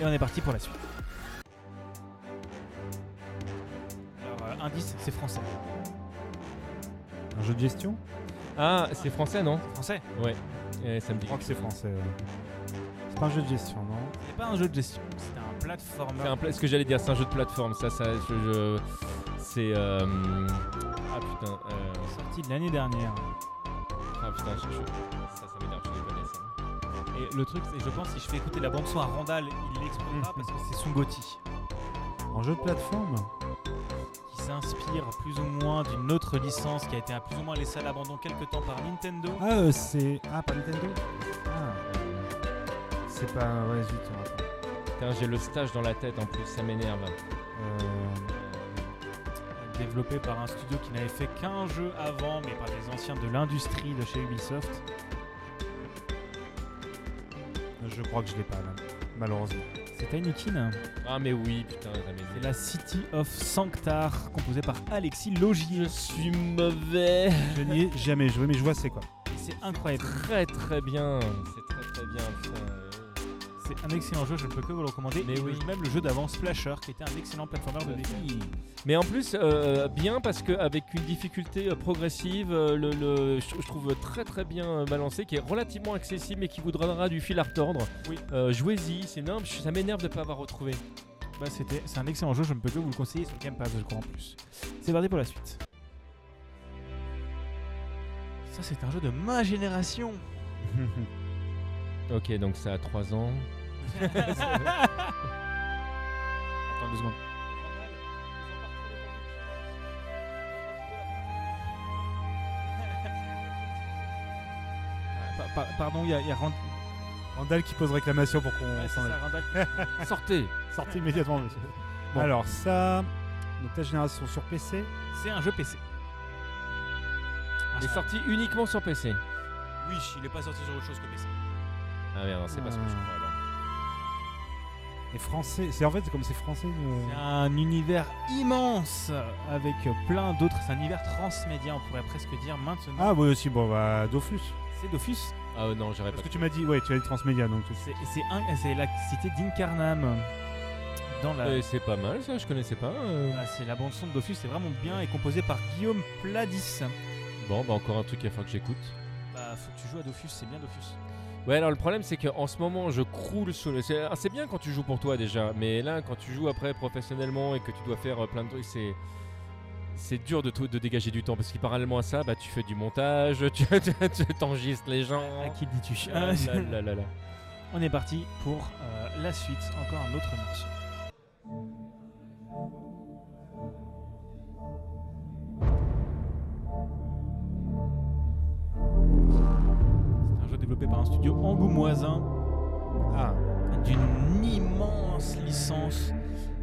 Speaker 1: Et on est parti pour la suite. Alors, euh, indice, c'est français.
Speaker 3: Un jeu de gestion
Speaker 2: Ah, c'est français non
Speaker 1: C'est français
Speaker 2: Eh, Ça me dit.
Speaker 3: Je crois que c'est français. euh. ouais. C'est pas un jeu de gestion, non
Speaker 1: C'est pas un jeu de gestion, c'est un platformer.
Speaker 2: C'est un pla- ce que j'allais dire, c'est un jeu de plateforme. Ça, ça, je, je- c'est. euh, Ah putain. euh,
Speaker 1: sorti de l'année dernière.
Speaker 2: Ah putain, je, je- ça, ça m'énerve, je les connais, ça.
Speaker 1: Et le truc, c'est je pense si je fais écouter la bande son à Randall, il l'explosera
Speaker 2: Mm-hmm.
Speaker 3: Mhm.
Speaker 1: parce que c'est son Gotti
Speaker 3: Un jeu de plateforme
Speaker 1: qui s'inspire plus ou moins d'une autre licence qui a été à plus ou moins laissée à l'abandon quelque temps par Nintendo.
Speaker 3: Ah, euh, c'est. Ah, pas Nintendo Ah. C'est pas. Ouais, zut. attends.
Speaker 2: Putain, j'ai le stage dans la tête en plus, ça m'énerve.
Speaker 3: Euh,
Speaker 1: développé par un studio qui n'avait fait qu'un jeu avant, mais par des anciens de l'industrie de chez Ubisoft.
Speaker 3: je crois que je l'ai pas, là. Malheureusement.
Speaker 1: C'est Tiny Kin.
Speaker 2: Ah mais oui, putain, ça m'énerve.
Speaker 1: C'est la City of Sanctar, composée par Alexis Logier.
Speaker 2: Je suis mauvais.
Speaker 3: Je n'y ai jamais joué, mais je vois c'est quoi.
Speaker 1: Et C'est incroyable.
Speaker 2: Très très bien. C'est très très bien, putain. euh.
Speaker 1: C'est un excellent jeu, je ne peux que vous le recommander.
Speaker 2: Mais
Speaker 1: Et
Speaker 2: oui.
Speaker 1: le- Même le jeu d'avant, Splasher, qui était un excellent platformer de défi.
Speaker 2: Mais en plus, euh, bien parce qu'avec une difficulté euh, progressive, euh, le, le- je, je trouve très très bien euh, balancé, qui est relativement accessible mais qui vous donnera du fil à retordre.
Speaker 1: Oui.
Speaker 2: Euh, Jouez-y, c'est énorme, je- ça m'énerve de ne pas avoir retrouvé.
Speaker 1: Bah, c'était, c'est un excellent jeu, je ne peux que vous le conseiller sur Game Pass, je crois en plus. C'est parti pour la suite. Ça, c'est un jeu de ma génération.
Speaker 2: Ok, donc ça a 3 ans.
Speaker 1: Attends deux secondes. Pa- pa- pardon, il y a, il y a Rand-
Speaker 3: Randall qui pose réclamation pour qu'on
Speaker 1: Ouais, c'est
Speaker 3: s'en aille.
Speaker 1: ça, Randall.
Speaker 2: Sortez
Speaker 3: Sortez immédiatement, monsieur.
Speaker 1: Bon.
Speaker 3: Alors, ça. Donc, ta génération sur PC
Speaker 1: C'est un jeu PC. Ah,
Speaker 2: Il est sorti uniquement sur PC.
Speaker 1: Oui, il n'est pas sorti sur autre chose que PC.
Speaker 2: Ah merde, c'est pas ce que je crois alors.
Speaker 3: et français. C'est en fait, c'est comme c'est français. euh,
Speaker 1: C'est un univers immense avec plein d'autres. C'est un univers transmédia, on pourrait presque dire maintenant.
Speaker 3: Ah, oui, aussi, bon, bah, Dofus.
Speaker 1: C'est Dofus.
Speaker 2: Ah euh, non, j'aurais pas.
Speaker 3: Parce que tu m'as dit, ouais, tu as dit transmédia, donc tu
Speaker 1: C'est, c'est un- c'est la cité d'Incarnam. Dans la.
Speaker 2: Euh, c'est pas mal ça, je connaissais pas. euh.
Speaker 1: Voilà, c'est la bande son de Dofus, c'est vraiment bien et composée par Guillaume Pladis.
Speaker 2: Bon, bah encore un truc à faut que j'écoute.
Speaker 1: Bah faut que tu joues à Dofus, c'est bien Dofus.
Speaker 2: Ouais, alors le problème c'est qu'en ce moment je croule sous le. C'est ah, c'est bien quand tu joues pour toi déjà, mais là quand tu joues après professionnellement et que tu dois faire euh, plein de trucs, c'est. c'est dur de, tout- de dégager du temps parce que parallèlement à ça, bah, tu fais du montage, tu, tu- tu t'enregistres les gens.
Speaker 1: À qui dis-tu
Speaker 2: Ah là là là là.
Speaker 1: On est parti pour euh, la suite, encore un autre morceau. C'est un jeu développé par un studio angoumoisin
Speaker 3: Ah,
Speaker 1: d'une immense licence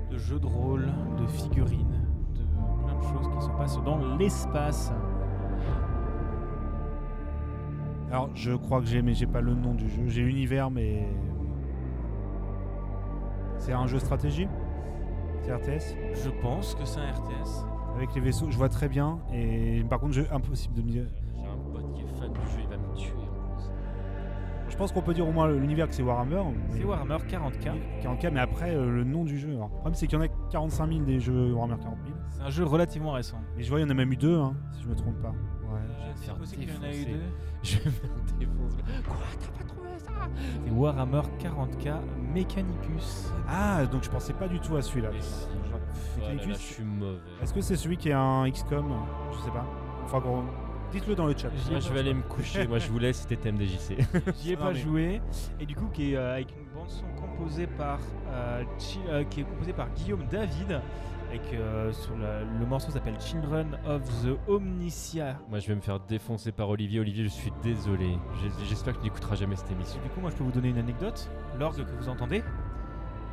Speaker 1: de jeux de rôle, de figurines, de plein de choses qui se passent dans l'espace.
Speaker 3: alors je crois que j'ai, mais j'ai pas le nom du jeu. J'ai Univers, mais. C'est un jeu stratégie C'est RTS
Speaker 1: Je pense que c'est un RTS.
Speaker 3: Avec les vaisseaux, je vois très bien. Et par contre, jeu impossible de me dire.
Speaker 2: J'ai un pote qui est fan du jeu, il va me tuer en plus.
Speaker 3: Je pense qu'on peut dire au moins l'univers que c'est Warhammer. mais-
Speaker 1: C'est Warhammer 40K.
Speaker 3: 40K, mais après, euh, le nom du jeu. Alors, le problème, c'est qu'il y en a 45 000 des jeux Warhammer 40 000.
Speaker 1: C'est un jeu relativement récent.
Speaker 3: Mais je vois, il y en a même eu deux, hein, si je me trompe pas. Ouais.
Speaker 2: Je vais me
Speaker 1: Euh, C'est
Speaker 2: faire
Speaker 1: possible qu'il y en ait eu
Speaker 2: défoncer.
Speaker 1: deux.
Speaker 2: Je vais me faire défoncer. Quoi, t'as pas trouvé ça
Speaker 1: C'est Warhammer 40K Mechanicus.
Speaker 3: Ah, donc je pensais pas du tout à celui-là.
Speaker 2: Mais si,
Speaker 3: Je vois.
Speaker 2: Oh là là,
Speaker 3: Mechanicus,
Speaker 2: je suis mauvais.
Speaker 3: Est-ce que c'est celui qui est un XCOM Je sais pas. Enfin, qu'on- dites-le dans le chat.
Speaker 1: J'y ai
Speaker 2: Moi, je
Speaker 1: pas-
Speaker 2: vais aller me coucher. Moi, je vous laisse. C'était MDJC.
Speaker 1: J'y ai
Speaker 3: Non,
Speaker 1: pas
Speaker 3: mais-
Speaker 1: joué. Et du coup, qui est euh, avec une bande son composée par euh, Chi- euh, qui est composée par Guillaume David. Avec euh, sur la- le morceau s'appelle Children of the Omnicia.
Speaker 2: Moi, je vais me faire défoncer par Olivier. Olivier, je suis désolé. J'ai- J'espère que tu n'écouteras jamais cette émission.
Speaker 1: Et du coup, moi, je peux vous donner une anecdote. L'orgue que vous entendez,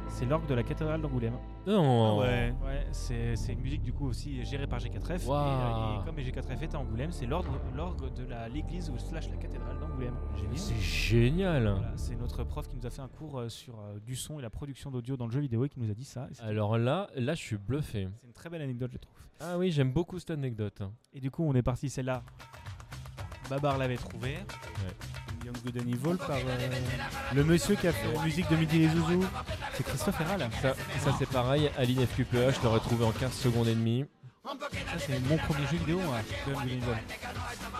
Speaker 1: c'est l'orgue de la cathédrale d'Angoulême.
Speaker 2: Non.
Speaker 3: ouais.
Speaker 1: Ouais, c'est c'est une musique du coup aussi gérée par G4F.
Speaker 2: Waouh.
Speaker 1: Et, euh, et comme G4F est à Angoulême, c'est l'ordre- l'orgue de la- l'église ou slash la cathédrale d'Angoulême.
Speaker 2: Mais
Speaker 1: Génial.
Speaker 2: C'est génial.
Speaker 1: Voilà, c'est notre prof qui nous a fait un cours euh, sur euh, du son et la production d'audio dans le jeu vidéo et qui nous a dit ça. Et c'est-
Speaker 2: Alors là, là, je suis bluffé.
Speaker 1: C'est une très belle anecdote, je trouve.
Speaker 2: Ah oui, j'aime beaucoup cette anecdote.
Speaker 1: Et du coup, on est parti celle-là. Babar l'avait trouvée.
Speaker 3: Young Good and Evil par euh, le monsieur qui a fait la musique de Midi les Zouzous.
Speaker 1: C'est Christophe Herral.
Speaker 2: Ça, ça, c'est pareil. Aline FQPH, E je l'aurais trouvé en 15 secondes et demie.
Speaker 1: Ça, c'est mon premier jeu vidéo. moi, Gun Gun Gun.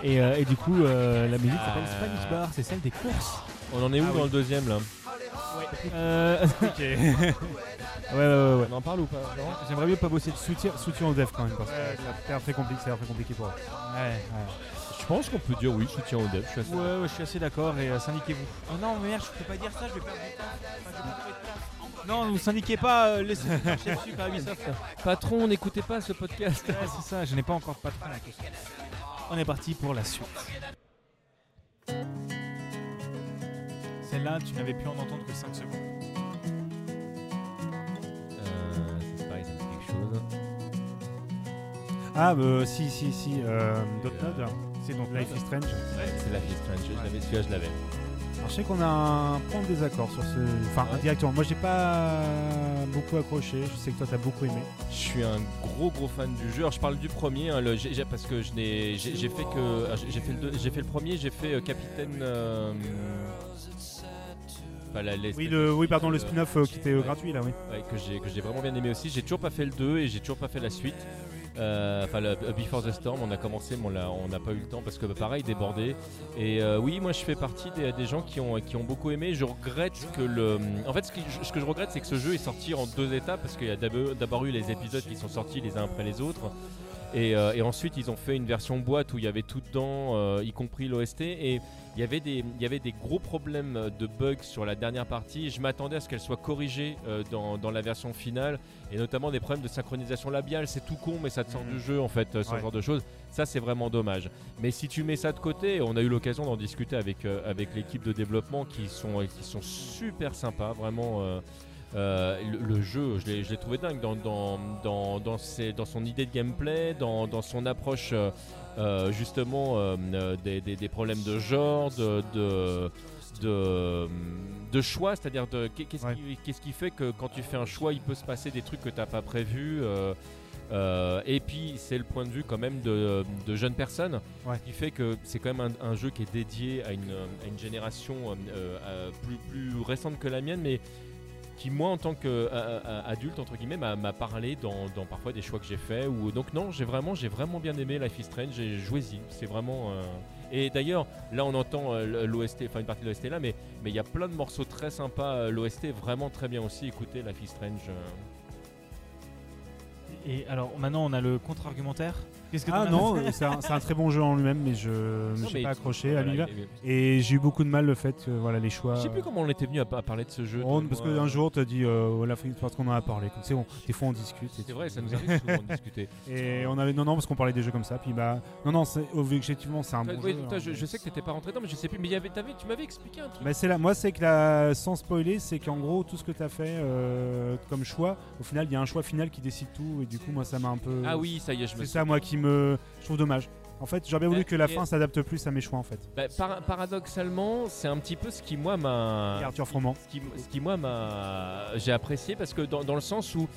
Speaker 1: Et, euh, et du coup, euh, la musique s'appelle
Speaker 2: Ah.
Speaker 1: Spanish Bar. C'est celle des courses.
Speaker 2: On en est où
Speaker 1: Ah
Speaker 2: dans
Speaker 1: oui.
Speaker 2: le deuxième là
Speaker 1: Euh, ouais, ouais, ouais. ouais.
Speaker 2: On en parle ou pas non
Speaker 1: J'aimerais mieux pas bosser dessus.
Speaker 3: Soutien, soutien aux devs quand même, parce que c'est très compliqué, c'est très compliqué pour eux.
Speaker 1: Ouais,
Speaker 2: Je pense qu'on peut dire oui. Soutien au dev. Je suis assez
Speaker 1: ouais, ouais, je suis assez d'accord. Et euh, syndiquez-vous. Oh non, mais merde, je peux pas dire ça. Je vais perdre du temps. Enfin, je vais pas trouver de taf. Non, vous syndiquez pas. euh, laissez marcher dessus par Ubisoft.
Speaker 2: Patron, n'écoutez pas ce podcast.
Speaker 1: Ouais, c'est ça, je n'ai pas encore de patron à cause. On est parti pour la suite. Celle-là, tu n'avais pu en entendre que 5 secondes.
Speaker 2: Euh, c'est pareil, ça me dit quelque chose.
Speaker 3: Ah, bah, si, si, si. Euh, Dontnod,
Speaker 1: C'est donc
Speaker 3: Life is Strange.
Speaker 2: C'est la fille strange. Je l'avais, celui-là, je l'avais.
Speaker 3: Alors, je sais qu'on a un point de désaccord sur ce. Enfin,
Speaker 2: Ouais.
Speaker 3: directement. Moi, j'ai pas beaucoup accroché. Je sais que toi, t'as beaucoup aimé.
Speaker 2: Je suis un gros gros fan du jeu. Alors, je parle du premier hein, le- j'ai- j'ai- parce que je n'ai j'ai j'ai fait que ah, j'ai j'ai fait le deux- j'ai fait le premier, j'ai fait euh, Capitaine. euh, pas la- l'espèce
Speaker 3: Oui,
Speaker 2: de
Speaker 3: le, oui
Speaker 2: suite,
Speaker 3: pardon, le
Speaker 2: euh,
Speaker 3: spin-off euh, qui était euh, gratuit là, oui.
Speaker 2: ouais, que j'ai que j'ai vraiment bien aimé aussi. J'ai toujours pas fait le 2 et j'ai toujours pas fait la suite. Euh, Enfin, le- Before the Storm, on a commencé, mais on l'a- on n'a pas eu le temps parce que bah, pareil, débordé. Et euh, oui, moi je fais partie des, des gens qui ont, qui ont beaucoup aimé. Je regrette que le. En fait, ce, qui- ce que je regrette, c'est que ce jeu est sorti en deux étapes parce qu'il y a d'abord d'abord eu les épisodes qui sont sortis les uns après les autres. Et, euh, et ensuite, ils ont fait une version boîte où il y avait tout dedans, euh, y compris l'OST. Et il y, avait des, il y avait des gros problèmes de bugs sur la dernière partie. Je m'attendais à ce qu'elle soit corrigée euh, dans, dans la version finale, et notamment des problèmes de synchronisation labiale. C'est tout con, mais ça te sort
Speaker 3: Mhm.
Speaker 2: du jeu, en fait, euh, ce
Speaker 3: Ouais.
Speaker 2: genre de choses. Ça, c'est vraiment dommage. Mais si tu mets ça de côté, on a eu l'occasion d'en discuter avec, euh, avec l'équipe de développement qui sont, euh, qui sont super sympas, vraiment. euh, euh, le, le jeu, je l'ai je l'ai trouvé dingue dans, dans, dans, dans, ses- dans son idée de gameplay, dans, dans son approche euh, euh, justement euh, euh, des, des- des problèmes de genre, de, de, de, de choix, c'est-à-dire de qu'est- qu'est-ce
Speaker 3: Ouais.
Speaker 2: qui, qu'est-ce qui fait que quand tu fais un choix, il peut se passer des trucs que tu n'as pas prévus. euh, euh, et puis c'est le point de vue quand même de, de jeunes personnes,
Speaker 3: Ouais.
Speaker 2: ce qui fait que c'est quand même un, un jeu qui est dédié à une, à une génération euh, euh, euh, plus, plus récente que la mienne, mais qui moi en tant euh, qu'adulte entre guillemets m'a m'a parlé dans, dans parfois des choix que j'ai faits ou donc non j'ai vraiment j'ai vraiment bien aimé Life is Strange j'ai joué-y c'est vraiment euh, et d'ailleurs là on entend euh, l'OST enfin une partie de l'OST là mais mais il y a plein de morceaux très euh. sympas l'OST vraiment très bien aussi écoutez Life is Strange euh.
Speaker 1: Et alors maintenant, on a le contre-argumentaire. Qu'est-ce que
Speaker 3: Ah
Speaker 1: t'en as
Speaker 3: non,
Speaker 1: pensé
Speaker 3: euh, c'est un, c'est un très bon jeu en lui-même, mais je ne
Speaker 2: Non,
Speaker 3: suis
Speaker 2: mais
Speaker 3: pas
Speaker 2: tu-
Speaker 3: accroché à
Speaker 2: Voilà,
Speaker 3: l'univers.
Speaker 2: il y avait-
Speaker 3: Et j'ai eu beaucoup de mal le fait que voilà, les choix.
Speaker 2: Je sais plus comment on était venu à, à parler de ce jeu.
Speaker 3: On-
Speaker 2: toi et
Speaker 3: parce
Speaker 2: moi.
Speaker 3: qu'un jour, tu as dit, euh, voilà, faut- parce qu'on en a parlé. Comme, c'est bon, des fois, on discute. et
Speaker 2: C'est
Speaker 3: tout.
Speaker 2: vrai, ça nous arrive souvent de discuter.
Speaker 3: Et on avait. Non, non, parce qu'on parlait des jeux comme ça. Puis bah. Non, non, c'est, objectivement, c'est un
Speaker 2: Toi-
Speaker 3: bon
Speaker 2: oui,
Speaker 3: jeu.
Speaker 2: toi,
Speaker 3: hein.
Speaker 2: je, je sais que t'étais pas rentré dedans, mais je sais plus. Mais il y avait- t'avais- tu m'avais expliqué un truc.
Speaker 3: Bah, c'est là, moi, c'est que la, sans spoiler, c'est qu'en gros, tout ce que tu as fait euh, comme choix, au final, il y a un choix final qui décide tout. Et du coup, moi, ça m'a un peu.
Speaker 2: ah oui, ça y est, je me
Speaker 3: euh,
Speaker 2: Eh,
Speaker 3: C'est ça, moi, qui me. Je trouve dommage. En fait, j'aurais voulu
Speaker 2: Ouais,
Speaker 3: que la
Speaker 2: et-
Speaker 3: fin s'adapte plus à mes choix, en fait.
Speaker 2: Bah, par- paradoxalement, c'est un petit peu ce qui, moi, m'a.
Speaker 3: Et Arthur Froment.
Speaker 2: Ce qui, ce qui, moi, m'a. J'ai apprécié parce que dans, dans le sens où,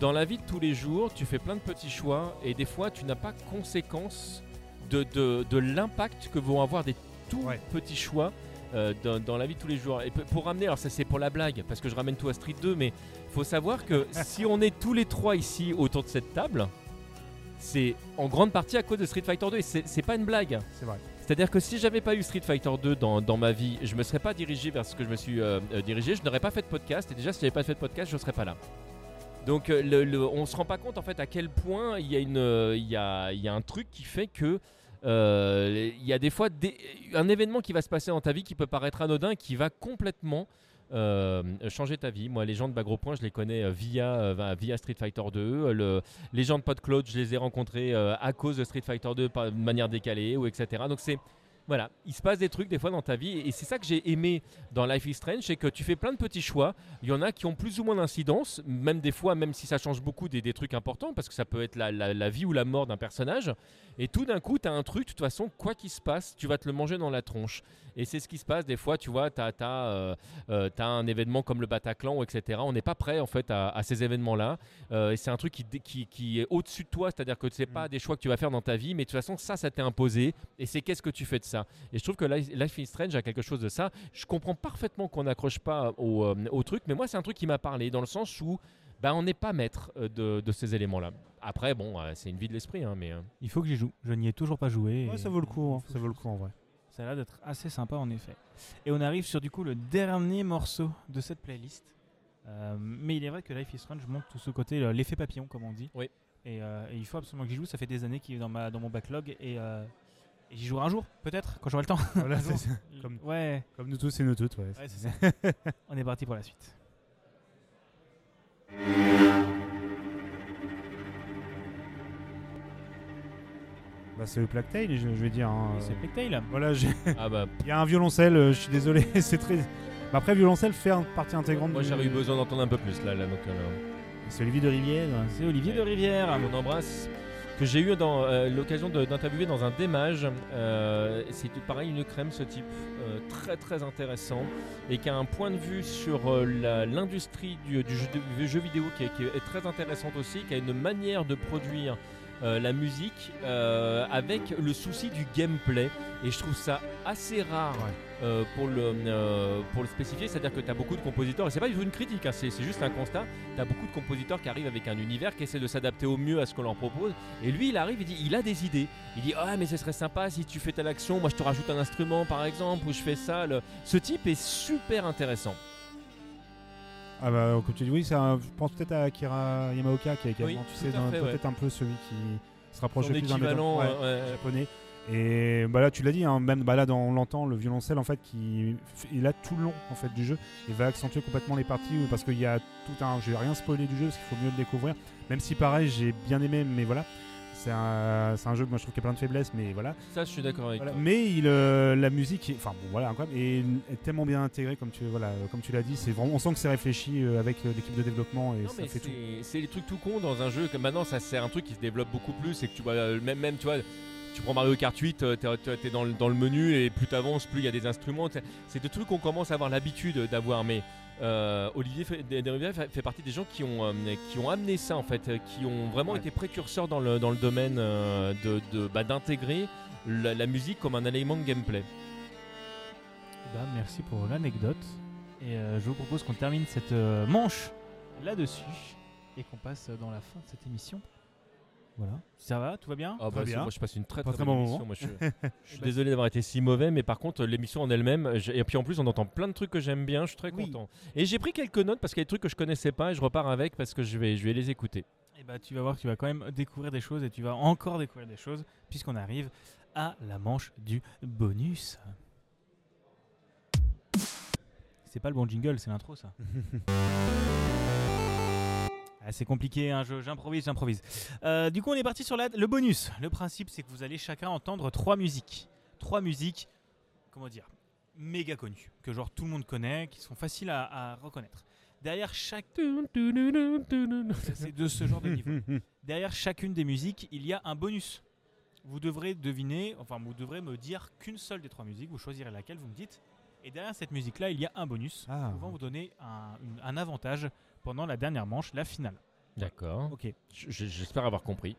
Speaker 2: dans la vie de tous les jours, tu fais plein de petits choix et des fois, tu n'as pas conséquence de, de, de l'impact que vont avoir des tout
Speaker 3: Ouais.
Speaker 2: petits choix. euh, dans, dans la vie de tous les jours. Et pe- pour ramener, alors ça c'est pour la blague, parce que je ramène tout à Street 2, mais faut savoir que si on est tous les trois ici autour de cette table, c'est en grande partie à cause de Street Fighter 2, et c'est c'est pas une blague.
Speaker 3: C'est vrai.
Speaker 2: C'est-à-dire que si j'avais pas eu Street Fighter 2 dans, dans ma vie, je me serais pas dirigé vers ce que je me suis euh, euh, dirigé, je n'aurais pas fait de podcast, et déjà si j'avais pas fait de podcast, je serais pas là. Donc euh, le, le- on se rend pas compte en fait à quel point il y, a une, euh, il y, a, il y a un truc qui fait que euh, il y a des fois des- un événement qui va se passer dans ta vie qui peut paraître anodin, qui va complètement euh, changer ta vie. Moi, les gens de Bagro Point, je les connais euh, via, euh, via Street Fighter 2. Euh, le- les gens de PodCloud, je les ai rencontrés euh, à cause de Street Fighter 2 par- de manière décalée ou etc. Donc c'est voilà, il se passe des trucs des fois dans ta vie et c'est ça que j'ai aimé dans Life is Strange, c'est que tu fais plein de petits choix. Il y en a qui ont plus ou moins d'incidence, même des fois, même si ça change beaucoup des, des trucs importants, parce que ça peut être la, la- la vie ou la mort d'un personnage. Et tout d'un coup, tu as un truc, de toute façon, quoi qu'il se passe, tu vas te le manger dans la tronche. Et c'est ce qui se passe des fois, tu vois, tu as, euh, un événement comme le Bataclan, etc. On n'est pas prêt en fait à, à ces événements-là. Euh, et c'est un truc qui, dé- qui- qui est au-dessus de toi, c'est-à-dire que ce n'est pas des choix que tu vas faire dans ta vie, mais de toute façon, ça, ça t'est imposé. Et c'est qu'est-ce que tu fais de ça Et je trouve que Life, Life is Strange a quelque chose de ça. Je comprends parfaitement qu'on n'accroche pas au, euh, au truc, mais moi, c'est un truc qui m'a parlé, dans le sens où bah, on n'est pas maître euh, de, de ces éléments-là. Après, bon, euh, c'est une vie de l'esprit, hein, mais. euh,
Speaker 1: Il faut que j'y joue. Je n'y ai toujours pas joué.
Speaker 3: Ouais,
Speaker 1: et
Speaker 3: ça vaut le coup. hein.
Speaker 1: il faut
Speaker 3: Ça vaut le coup en vrai.
Speaker 1: Ça a l'air d'être assez sympa en effet. Et on arrive sur du coup le dernier morceau de cette playlist. Euh, mais il est vrai que Life is Strange monte tout ce côté, euh, l'effet papillon comme on dit.
Speaker 2: Oui.
Speaker 1: Et, euh, et il faut absolument que j'y joue. Ça fait des années qu'il est dans, ma, dans mon backlog et, euh, et j'y jouerai un jour, peut-être, quand j'aurai le temps.
Speaker 3: Voilà,
Speaker 2: Ah
Speaker 3: c'est- c'est- Comme-
Speaker 1: Ouais,
Speaker 3: comme nous tous et nous toutes. Ouais.
Speaker 1: Ouais, c'est ça. on est parti pour la suite.
Speaker 3: Bah, c'est le Plague Tale, je, je vais dire. hein.
Speaker 1: Et C'est Plectail.
Speaker 3: Voilà, j'ai-
Speaker 2: Ah bah,
Speaker 3: il y a un violoncelle, euh, je suis désolé, c'est très. Mais après, violoncelle fait un- partie intégrante.
Speaker 2: moi
Speaker 3: du-
Speaker 2: j'avais eu besoin d'entendre un peu plus là, là donc, euh,
Speaker 3: C'est Olivier de Rivière.
Speaker 1: C'est Olivier de Rivière.
Speaker 2: on embrasse. Que j'ai eu dans euh, l'occasion de- d'interviewer dans un démage. euh, c'est pareil, une crème, ce type, euh, très très intéressant et qui a un point de vue sur euh, la- l'industrie du, du jeu, du jeu vidéo qui est, qui est très intéressante aussi, qui a une manière de produire euh, la musique euh, avec le souci du gameplay. Et je trouve ça assez rare euh, pour, le, euh, pour le spécifier, c'est-à-dire que tu as beaucoup de compositeurs, et c'est pas du tout une critique, hein, c'est c'est juste un constat, tu as beaucoup de compositeurs qui arrivent avec un univers, qui essaient de s'adapter au mieux à ce qu'on leur propose, et lui il arrive, il dit, il a des idées, il dit, ah mais ce serait sympa si tu fais telle action, moi je te rajoute un instrument par exemple, ou je fais ça, le- ce type est super intéressant.
Speaker 3: Ah bah, comme tu dis, oui, c'est un- je pense peut-être à Akira Yamaoka qui est également,
Speaker 2: Oui,
Speaker 3: tu
Speaker 2: tout
Speaker 3: sais,
Speaker 2: à
Speaker 3: dans-
Speaker 2: fait,
Speaker 3: peut-être un peu celui qui se rapproche
Speaker 2: Son
Speaker 3: le plus d'un métal-
Speaker 2: équivalent,
Speaker 3: ouais,
Speaker 2: euh, ouais.
Speaker 3: japonais. Et bah là, tu l'as dit, hein, même bah là, dans- on l'entend, le violoncelle en fait qui est là tout le long en fait du jeu et va accentuer complètement les parties où- parce qu'il y a tout un, je vais rien spoiler du jeu parce qu'il faut mieux le découvrir. Même si pareil, j'ai bien aimé, mais voilà, c'est un, c'est un jeu que moi je trouve qu'il y a plein de faiblesses, mais voilà.
Speaker 2: Ça je suis d'accord avec
Speaker 3: Voilà,
Speaker 2: toi.
Speaker 3: Mais il, euh, la musique, est- enfin bon, voilà, incroyable, et est tellement bien intégrée comme tu, voilà, euh, comme tu l'as dit. C'est vraiment, on sent que c'est réfléchi euh, avec euh, l'équipe de développement et
Speaker 2: Non,
Speaker 3: ça
Speaker 2: mais
Speaker 3: fait tout.
Speaker 2: c'est- C'est les trucs tout cons dans un jeu. Comme maintenant, ça c'est un truc qui se développe beaucoup plus et que tu vois euh, même même tu vois. Tu prends Mario Kart 8, euh, t'es t'es- t'es dans, le- dans le menu et plus t'avances, plus il y a des instruments. C'est- C'est des trucs qu'on commence à avoir l'habitude d'avoir. Mais euh, Olivier Fe- de- Derivière fait, fait partie des gens qui ont, euh, qui ont amené ça en fait, euh, qui ont vraiment
Speaker 3: Ouais.
Speaker 2: été précurseurs dans le, dans le domaine euh, de- de- bah, d'intégrer la, la musique comme un élément de gameplay.
Speaker 1: Bah, merci pour l'anecdote. Et euh, je vous propose qu'on termine cette euh, manche là-dessus et qu'on passe euh, dans la fin de cette émission. Voilà. Ça va Tout va bien
Speaker 2: Ah bah,
Speaker 3: bien.
Speaker 2: c'est- Moi, je passe une très
Speaker 3: Pas
Speaker 2: très,
Speaker 3: très
Speaker 2: bonne
Speaker 3: bon
Speaker 2: émission. Moi, je, je suis désolé d'avoir été si mauvais, mais par contre, l'émission en elle-même, je- et puis en plus, on entend plein de trucs que j'aime bien. Je suis très
Speaker 1: Oui.
Speaker 2: content. Et j'ai pris quelques notes parce qu'il y a des trucs que je connaissais pas et je repars avec parce que je vais, je vais les écouter.
Speaker 1: Eh et bah, tu vas voir que tu vas quand même découvrir des choses et tu vas encore découvrir des choses puisqu'on arrive à la manche du bonus. C'est pas le bon jingle, c'est l'intro ça. Ah, c'est compliqué, hein, je- j'improvise, j'improvise. Euh, du coup, on est parti sur la- le bonus. Le principe, c'est que vous allez chacun entendre trois musiques. Trois musiques, comment dire, méga connues, que genre tout le monde connaît, qui sont faciles à, à reconnaître. Derrière chaque. C'est de ce genre de niveau. Derrière chacune des musiques, il y a un bonus. Vous devrez deviner, enfin, vous devrez me dire qu'une seule des trois musiques, vous choisirez laquelle, vous me dites. Et derrière cette musique-là, il y a un bonus
Speaker 3: Ah.
Speaker 1: pouvant vous donner un, une- un avantage pendant la dernière manche, la finale.
Speaker 2: D'accord.
Speaker 1: Ok.
Speaker 2: J- j- J'espère avoir compris.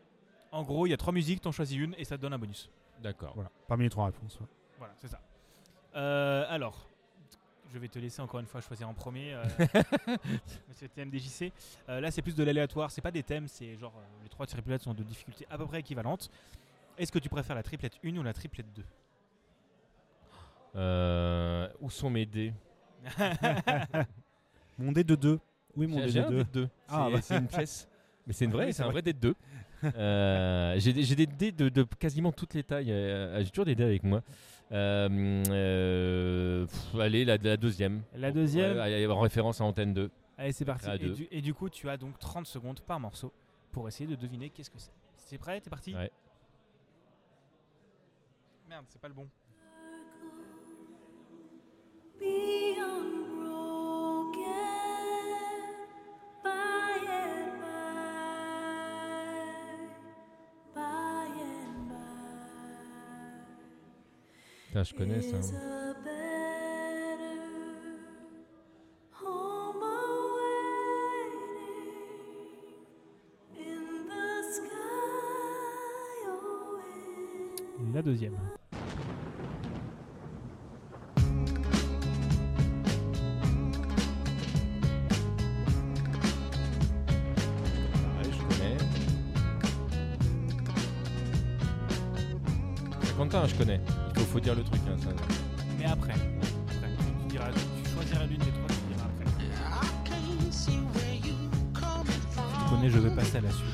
Speaker 1: En gros, il y a trois musiques, t'en choisis une et ça te donne un bonus.
Speaker 2: D'accord.
Speaker 3: Voilà, parmi les trois réponses. ouais.
Speaker 1: Voilà, c'est ça. Euh, alors, je vais te laisser encore une fois choisir en premier, euh, monsieur TMDJC. Euh, là, c'est plus de l'aléatoire, c'est pas des thèmes, c'est genre euh, les trois triplettes sont de difficultés à peu près équivalentes. Est-ce que tu préfères la triplette 1 ou la triplette 2
Speaker 2: Euh, où sont mes dés
Speaker 3: Mon dé de 2. Oui, mon
Speaker 2: J'ai-
Speaker 3: dé
Speaker 2: J'ai
Speaker 3: de
Speaker 2: un dé
Speaker 3: 2.
Speaker 2: de 2.
Speaker 3: Ah,
Speaker 2: c'est
Speaker 3: bah.
Speaker 2: c'est une pièce. Mais c'est une vraie,
Speaker 3: Oui,
Speaker 2: c'est
Speaker 3: c'est
Speaker 2: un
Speaker 3: vrai.
Speaker 2: vrai dé de 2. j'ai des j'ai des dés de, de quasiment toutes les tailles. euh, j'ai toujours des dés avec moi. Euh, euh, pff, allez, la, la deuxième.
Speaker 1: La deuxième.
Speaker 2: Ouais, allez, en référence à Antenne 2.
Speaker 1: Allez, c'est parti.
Speaker 2: à
Speaker 1: Et
Speaker 2: deux.
Speaker 1: du, et du coup, tu as donc 30 secondes par morceau pour essayer de deviner qu'est-ce que c'est. C'est prêt T'es parti
Speaker 2: Ouais.
Speaker 1: Merde, c'est pas le bon.
Speaker 5: Be unbroken by and by, by and by.
Speaker 2: Putain, je connais ça. hein.
Speaker 5: Is a better home awaiting in the sky or in
Speaker 1: La deuxième.
Speaker 2: Ouais, je connais. Ça compte pas, hein, je connais. Il faut, faut dire le truc. hein, ça.
Speaker 1: Mais après, après, tu, diras, tu choisiras l'une des trois, tu diras après. Tu connais, je vais passer à la suite.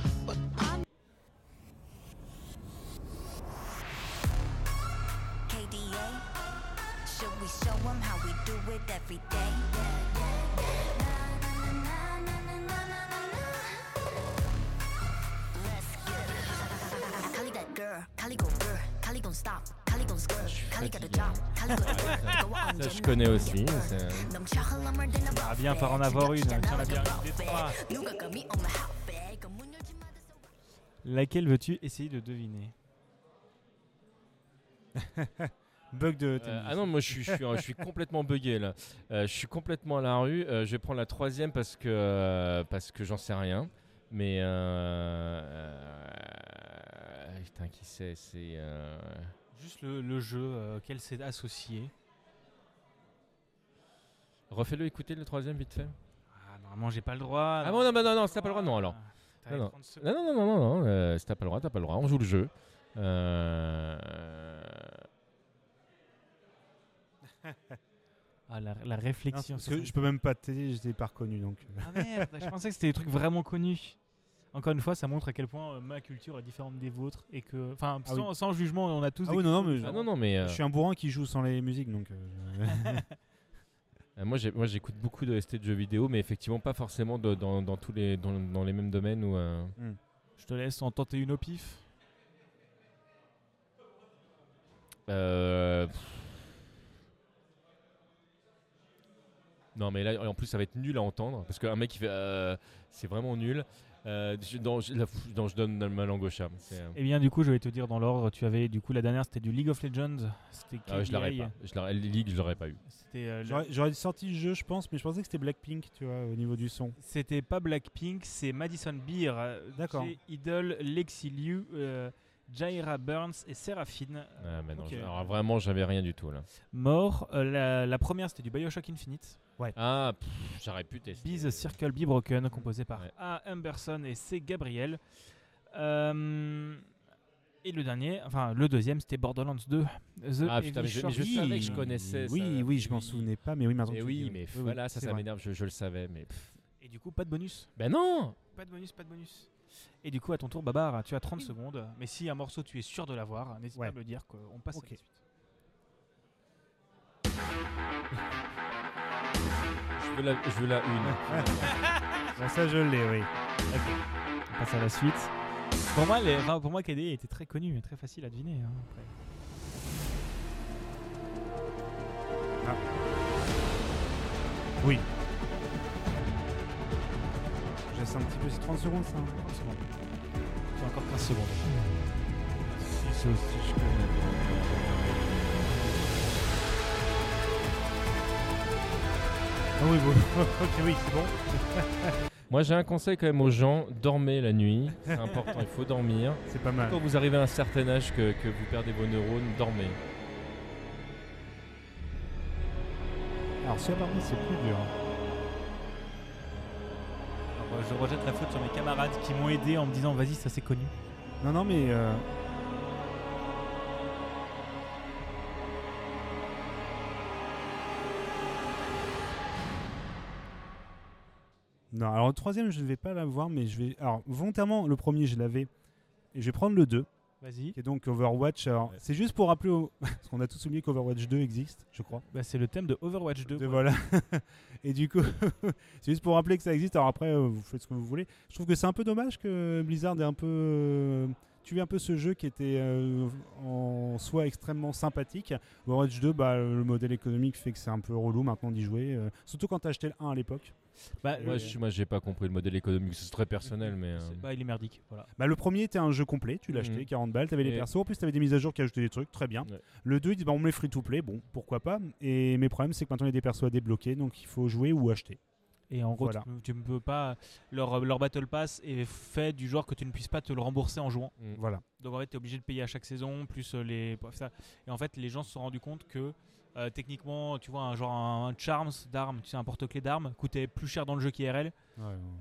Speaker 6: KDA. Should we show 'em how we do it every day? Let's get it. Kali that girl, Kali gon' girl, Kali gon' stop, Kali gon' squirt, Kali got a job, Kali got a go on
Speaker 2: Ça, je connais aussi. c'est-
Speaker 1: Ah bien, par en avoir une. Tiens, la bien une des trois. Laquelle veux-tu essayer de deviner
Speaker 3: Bug de.
Speaker 2: Euh, ah non, moi je suis, je suis, je suis complètement bugué là. Euh, je suis complètement à la rue. Euh, je vais prendre la troisième parce que, euh, parce que j'en sais rien. Mais. euh, euh, putain, qui c'est C'est. euh,
Speaker 1: Juste le, le jeu euh, auquel c'est associé.
Speaker 2: Refais-le écouter le troisième vite fait.
Speaker 1: Ah, normalement, j'ai pas le droit. Ah,
Speaker 2: Ah bon, non, bah, non, non, c'est pas le droit, non alors.
Speaker 1: T'as les
Speaker 2: Non,
Speaker 1: 30 secondes.
Speaker 2: Non, non, non, non, non, non, euh, si t'as pas le droit, t'as pas le droit. On joue le jeu. Euh,
Speaker 1: Ah, la, la
Speaker 3: Non,
Speaker 1: réflexion.
Speaker 3: parce
Speaker 1: c'est
Speaker 3: que
Speaker 1: ça.
Speaker 3: je peux même pas t'aider, je t'ai pas reconnu donc. euh.
Speaker 1: Ah merde, je pensais que c'était des trucs vraiment connus. Encore une fois, ça montre à quel point euh, ma culture est différente des vôtres et que, enfin,
Speaker 3: Ah oui.
Speaker 1: sans, sans jugement, on a tous.
Speaker 3: Ah
Speaker 1: des
Speaker 3: oui, non, non, mais
Speaker 1: cultures
Speaker 3: je-
Speaker 2: Ah
Speaker 1: différentes.
Speaker 2: non, non, mais. euh,
Speaker 3: Je suis un bourrin qui joue sans les musiques donc. euh,
Speaker 2: Euh, Moi, j'ai- moi, j'écoute beaucoup de ST de jeux vidéo, mais effectivement pas forcément de- dans, dans tous les, dans, dans les mêmes domaines. Où, euh,
Speaker 1: Je te laisse en tenter une au pif.
Speaker 2: euh, pff. Non, mais là, en plus, ça va être nul à entendre, parce qu'un mec qui fait, euh, c'est vraiment nul. Euh, je, non, je, la- pff, non, je donne ma langue au chat. C'est, euh,
Speaker 1: Eh bien, du coup, je vais te dire dans l'ordre. Tu avais, du coup, la dernière, c'était du League of Legends. C'était
Speaker 2: ah ouais, je l'aurais
Speaker 1: KDA.
Speaker 2: pas. Je l'aurais, Ligue, je l'aurais pas eu.
Speaker 1: C'était euh, le-
Speaker 3: J'aurais- J'aurais sorti le jeu, je pense, mais je pensais que c'était Blackpink, tu vois, au niveau du son.
Speaker 1: C'était pas Blackpink, c'est Madison Beer. euh,
Speaker 3: D'accord.
Speaker 1: Jay Idol, Lexi Liu, euh, Jaira Burns et Séraphine.
Speaker 2: Ah, mais non,
Speaker 1: Ok.
Speaker 2: je- alors vraiment, j'avais rien du tout là.
Speaker 1: Mort. Euh, la, la première, c'était du Bioshock Infinite.
Speaker 2: Ah, pff, j'aurais pu tester.
Speaker 1: Be the Circle Be Broken, composé par
Speaker 2: Mm-hmm. Ouais.
Speaker 1: A. Humberson et C. Gabriel. Euh, et le dernier, enfin le deuxième, c'était Borderlands 2. The
Speaker 2: Ah, putain,
Speaker 1: Heavy
Speaker 2: mais je- mais je
Speaker 1: Shortfall.
Speaker 2: savais que je connaissais ça,
Speaker 3: Oui,
Speaker 2: là,
Speaker 3: oui,
Speaker 2: mais
Speaker 3: je m'en
Speaker 2: oui.
Speaker 3: souvenais pas, mais oui, maintenant. que
Speaker 2: Eh
Speaker 3: tu
Speaker 2: oui,
Speaker 3: le dis,
Speaker 2: mais
Speaker 3: oui,
Speaker 2: voilà, ça,
Speaker 3: c'est
Speaker 2: ça
Speaker 3: vrai.
Speaker 2: m'énerve. Je, je le savais, mais. pff.
Speaker 1: Et du coup, pas de bonus.
Speaker 2: Ben non
Speaker 1: Pas de bonus, pas de bonus. Et du coup, à ton tour, Babar, tu as 30 secondes. Mais si un morceau, tu es sûr de l'avoir, n'hésite
Speaker 3: Ouais.
Speaker 1: pas à me le dire, qu'on passe
Speaker 3: Ok.
Speaker 1: à la suite.
Speaker 2: Je veux la, je veux la une.
Speaker 3: Bon, ça, je l'ai, oui.
Speaker 1: On passe à la suite. Pour moi, les, enfin, pour moi KD était très connu et très facile à deviner. hein, après.
Speaker 3: Ah. Oui. Je laisse un petit peu, c'est 30 secondes, ça.
Speaker 1: 30 secondes. Tu as encore 15 secondes.
Speaker 3: Ah oui, bon. ok, oui, c'est bon.
Speaker 2: Moi, j'ai un conseil quand même aux gens dormez la nuit. C'est important, il faut dormir.
Speaker 3: C'est pas mal.
Speaker 2: Quand vous arrivez à un certain âge que, que vous perdez vos neurones, dormez.
Speaker 3: Alors, si parmi c'est plus dur. hein.
Speaker 1: Alors, euh, je rejette la faute sur mes camarades qui m'ont aidé en me disant vas-y, ça c'est connu.
Speaker 3: Non, non, mais. euh, Non, alors le troisième, je ne vais pas l'avoir, mais je vais. Alors, volontairement, le premier, je l'avais. Et je vais prendre le 2,
Speaker 1: Vas-y.
Speaker 3: qui est donc Overwatch. Alors, c'est juste pour rappeler. au- Parce qu'on a tous oublié qu'Overwatch 2 existe, je crois.
Speaker 1: Bah, c'est le thème de Overwatch 2.
Speaker 3: De voilà. et du coup, c'est juste pour rappeler que ça existe. Alors après, euh, vous faites ce que vous voulez. Je trouve que c'est un peu dommage que Blizzard ait un peu euh, tué un peu ce jeu qui était euh, en soi extrêmement sympathique. Overwatch 2, bah, le modèle économique fait que c'est un peu relou maintenant d'y jouer. euh, surtout quand t'as acheté le 1 à l'époque.
Speaker 1: Bah,
Speaker 3: Ah,
Speaker 2: Moi,
Speaker 1: euh,
Speaker 2: je, moi, j'ai pas compris le modèle économique. C'est très personnel, mais. euh,
Speaker 1: c'est- bah, il est merdique. Voilà.
Speaker 3: Bah, le premier était un jeu complet, tu l'as acheté,
Speaker 2: Mhm.
Speaker 3: 40 balles, t'avais les
Speaker 2: Et-
Speaker 3: persos, en plus t'avais des mises à jour qui ajoutaient des trucs, très bien.
Speaker 2: Ouais.
Speaker 3: Le 2, ils disent bah, on me les free to play, bon, pourquoi pas. Et mes problèmes, c'est que maintenant il y a des persos à débloquer, donc il faut jouer ou acheter.
Speaker 1: Et en gros,
Speaker 3: Voilà.
Speaker 1: tu peux- tu ne peux pas. Leur, leur Battle Pass est fait du genre que tu ne puisses pas te le rembourser en jouant.
Speaker 2: mm.
Speaker 3: Voilà.
Speaker 1: Donc en fait, tu es obligé de payer à chaque saison, plus euh, les. bref, ça. Et en fait, les gens se sont rendus compte que euh, techniquement, tu vois, un genre un, un Charms d'armes, tu sais, un porte-clés d'armes, coûtait plus cher dans le jeu qu'IRL.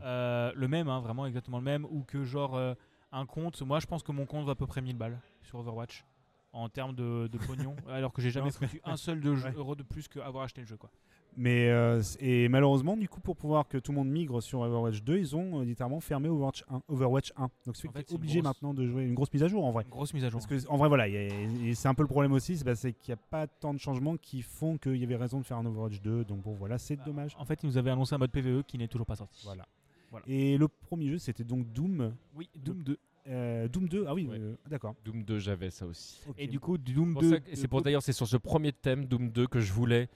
Speaker 1: Euh, le même, hein, vraiment exactement le même, ou que genre euh, un compte. Moi, je pense que mon compte va à peu près 1000 balles sur Overwatch en termes de, de pognon, alors que j'ai jamais foutu un seul de
Speaker 3: Ouais.
Speaker 1: euro de plus qu'avoir acheté le jeu. Quoi.
Speaker 3: Mais euh, c- et malheureusement, du coup, pour pouvoir que tout le monde migre sur Overwatch 2, ils ont euh, littéralement fermé Overwatch 1. Overwatch 1. Donc, c'est
Speaker 1: En fait,
Speaker 3: fait,
Speaker 1: c'est une
Speaker 3: obligé
Speaker 1: grosse-
Speaker 3: maintenant de jouer une grosse mise à jour en vrai.
Speaker 1: Une grosse mise à jour.
Speaker 3: Parce que en vrai, voilà, il y a- et c'est un peu le problème aussi, c'est bah, c'est qu'il n'y a pas tant de changements qui font qu'il y avait raison de faire un Overwatch 2. Donc bon, voilà, c'est
Speaker 1: Bah,
Speaker 3: dommage.
Speaker 1: En fait, ils nous avaient annoncé un mode PVE qui n'est toujours pas sorti.
Speaker 3: Voilà.
Speaker 1: Voilà.
Speaker 3: Et le premier jeu, c'était donc Doom.
Speaker 1: Oui, Doom 2.
Speaker 3: Euh, Doom 2. Ah oui,
Speaker 2: Ouais.
Speaker 3: euh, d'accord.
Speaker 2: Doom 2, j'avais ça aussi.
Speaker 3: Ok.
Speaker 1: Et du coup, Doom
Speaker 2: C'est pour
Speaker 1: 2.
Speaker 2: ça que- C'est pour d'ailleurs, c'est sur ce premier thème Doom 2 que je voulais.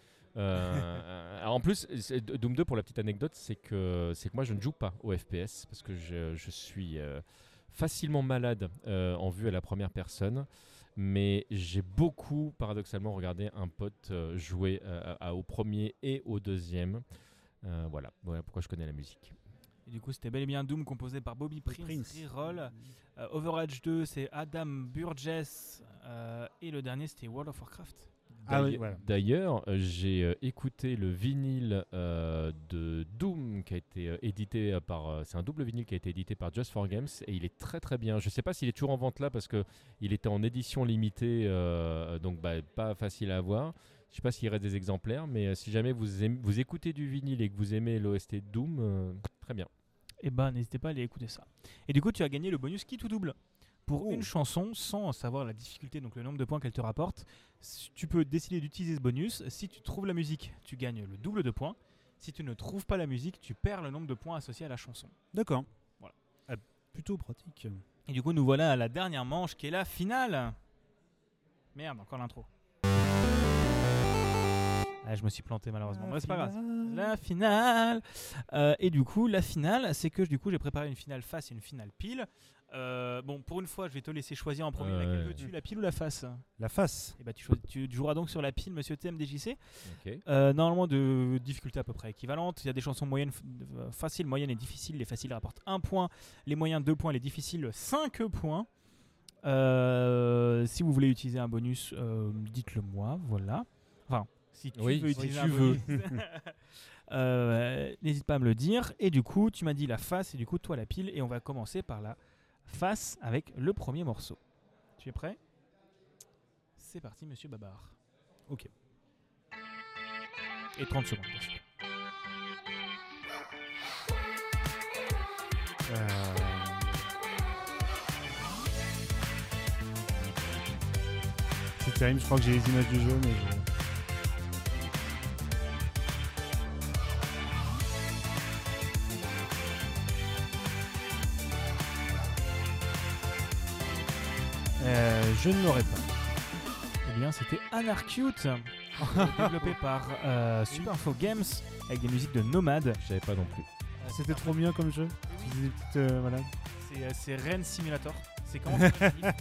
Speaker 2: euh, alors en plus, c'est- Doom 2 pour la petite anecdote, c'est que c'est que moi je ne joue pas au FPS parce que je, je suis euh, facilement malade euh, en vue à la première personne. Mais j'ai beaucoup paradoxalement regardé un pote euh, jouer euh, à- à- au premier et au deuxième. Euh, voilà, voilà pourquoi je connais la musique.
Speaker 1: Et du coup, c'était bel et bien Doom composé par Bobby Prince,
Speaker 3: Prince. Ah
Speaker 1: Reroll. Euh, Overwatch 2, c'est Adam Burgess. euh, et le dernier, c'était World of Warcraft.
Speaker 3: Ah oui,
Speaker 2: D'ailleurs-
Speaker 3: voilà.
Speaker 2: D'ailleurs, euh, j'ai euh, écouté le vinyle euh, de Doom qui a été euh, édité euh, par. euh, c'est un double vinyle qui a été édité par Just for Games et il est très très bien. Je sais pas s'il est toujours en vente là parce que il était en édition limitée, euh, donc bah, pas facile à avoir. Je sais pas s'il reste des exemplaires, mais euh, si jamais vous, aimez- vous écoutez du vinyle et que vous aimez l'OST de Doom, euh, très bien.
Speaker 1: Et ben, n'hésitez pas à aller écouter ça. Et du coup, tu as gagné le bonus qui tout double. Pour
Speaker 3: Oh.
Speaker 1: une chanson, sans savoir la difficulté, donc le nombre de points qu'elle te rapporte, s- tu peux décider d'utiliser ce bonus. Si tu trouves la musique, tu gagnes le double de points. Si tu ne trouves pas la musique, tu perds le nombre de points associés à la chanson.
Speaker 3: D'accord.
Speaker 1: Voilà.
Speaker 3: Ah, plutôt pratique.
Speaker 1: Et du coup, nous voilà à la dernière manche qui est la finale. Merde, encore l'intro. Ah, je me suis planté malheureusement. Mais c'est pas grave. La finale. Euh, et du coup, la finale, c'est que du coup, j'ai préparé une finale face et une finale pile. Euh, bon, pour une fois, je vais te laisser choisir en premier
Speaker 2: Ouais.
Speaker 1: laquelle veux-tu, la pile ou la face
Speaker 3: La face.
Speaker 1: Et bah, tu, choisis- tu joueras donc sur la pile, Monsieur TMDJC.
Speaker 2: Ok.
Speaker 1: Euh, normalement de difficulté à peu près équivalente. Il y a des chansons moyennes, f- euh, faciles, moyennes et difficiles. Les faciles rapportent 1 point, les moyens 2 points, les difficiles 5 points. Euh, si vous voulez utiliser un bonus, euh, dites-le moi, voilà. Enfin, si tu
Speaker 2: Oui,
Speaker 1: veux
Speaker 2: si
Speaker 1: utiliser
Speaker 2: tu
Speaker 1: un
Speaker 2: veux.
Speaker 1: bonus, euh, n'hésite pas à me le dire. Et du coup, tu m'as dit la face et du coup, toi la pile. Et on va commencer par la face avec le premier morceau. Tu es prêt C'est parti, monsieur Babar. Ok. Et 30 secondes, bien sûr.
Speaker 3: Euh, C'est terrible, je crois que j'ai les images du jeu, mais je-
Speaker 1: Euh, je ne l'aurais pas. Eh bien, c'était Anarchute, développé par euh, Superfo Games avec des musiques de Nomad.
Speaker 2: Je savais pas non plus.
Speaker 3: C'était trop bien comme jeu. Je faisais des petites, euh, voilà.
Speaker 1: C'est, euh, C'est Rennes Simulator. C'est comment c'est la manif.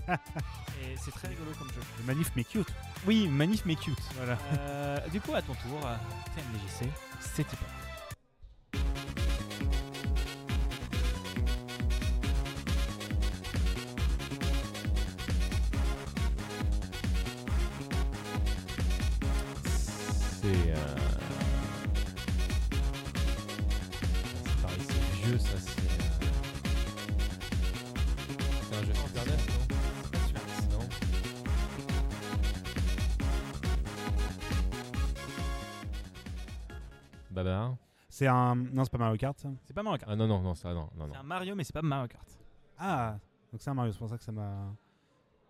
Speaker 1: Et c'est très rigolo comme jeu.
Speaker 3: Le manif, mais cute.
Speaker 1: Oui, manif mais cute.
Speaker 3: Voilà.
Speaker 1: Euh, du coup, à ton tour, euh, TMDJC, c'est hyper.
Speaker 2: C'est. euh, C'est pareil, c'est vieux ça, c'est. euh, C'est un jeu internet, non C'est pas celui-là, non Babar
Speaker 3: C'est un. Non, c'est pas Mario Kart. ça.
Speaker 1: C'est pas Mario Kart.
Speaker 2: Ah non, non, non, ça, non, non, non.
Speaker 1: C'est un Mario, mais c'est pas Mario Kart.
Speaker 3: Ah Donc c'est un Mario, c'est pour ça que ça m'a.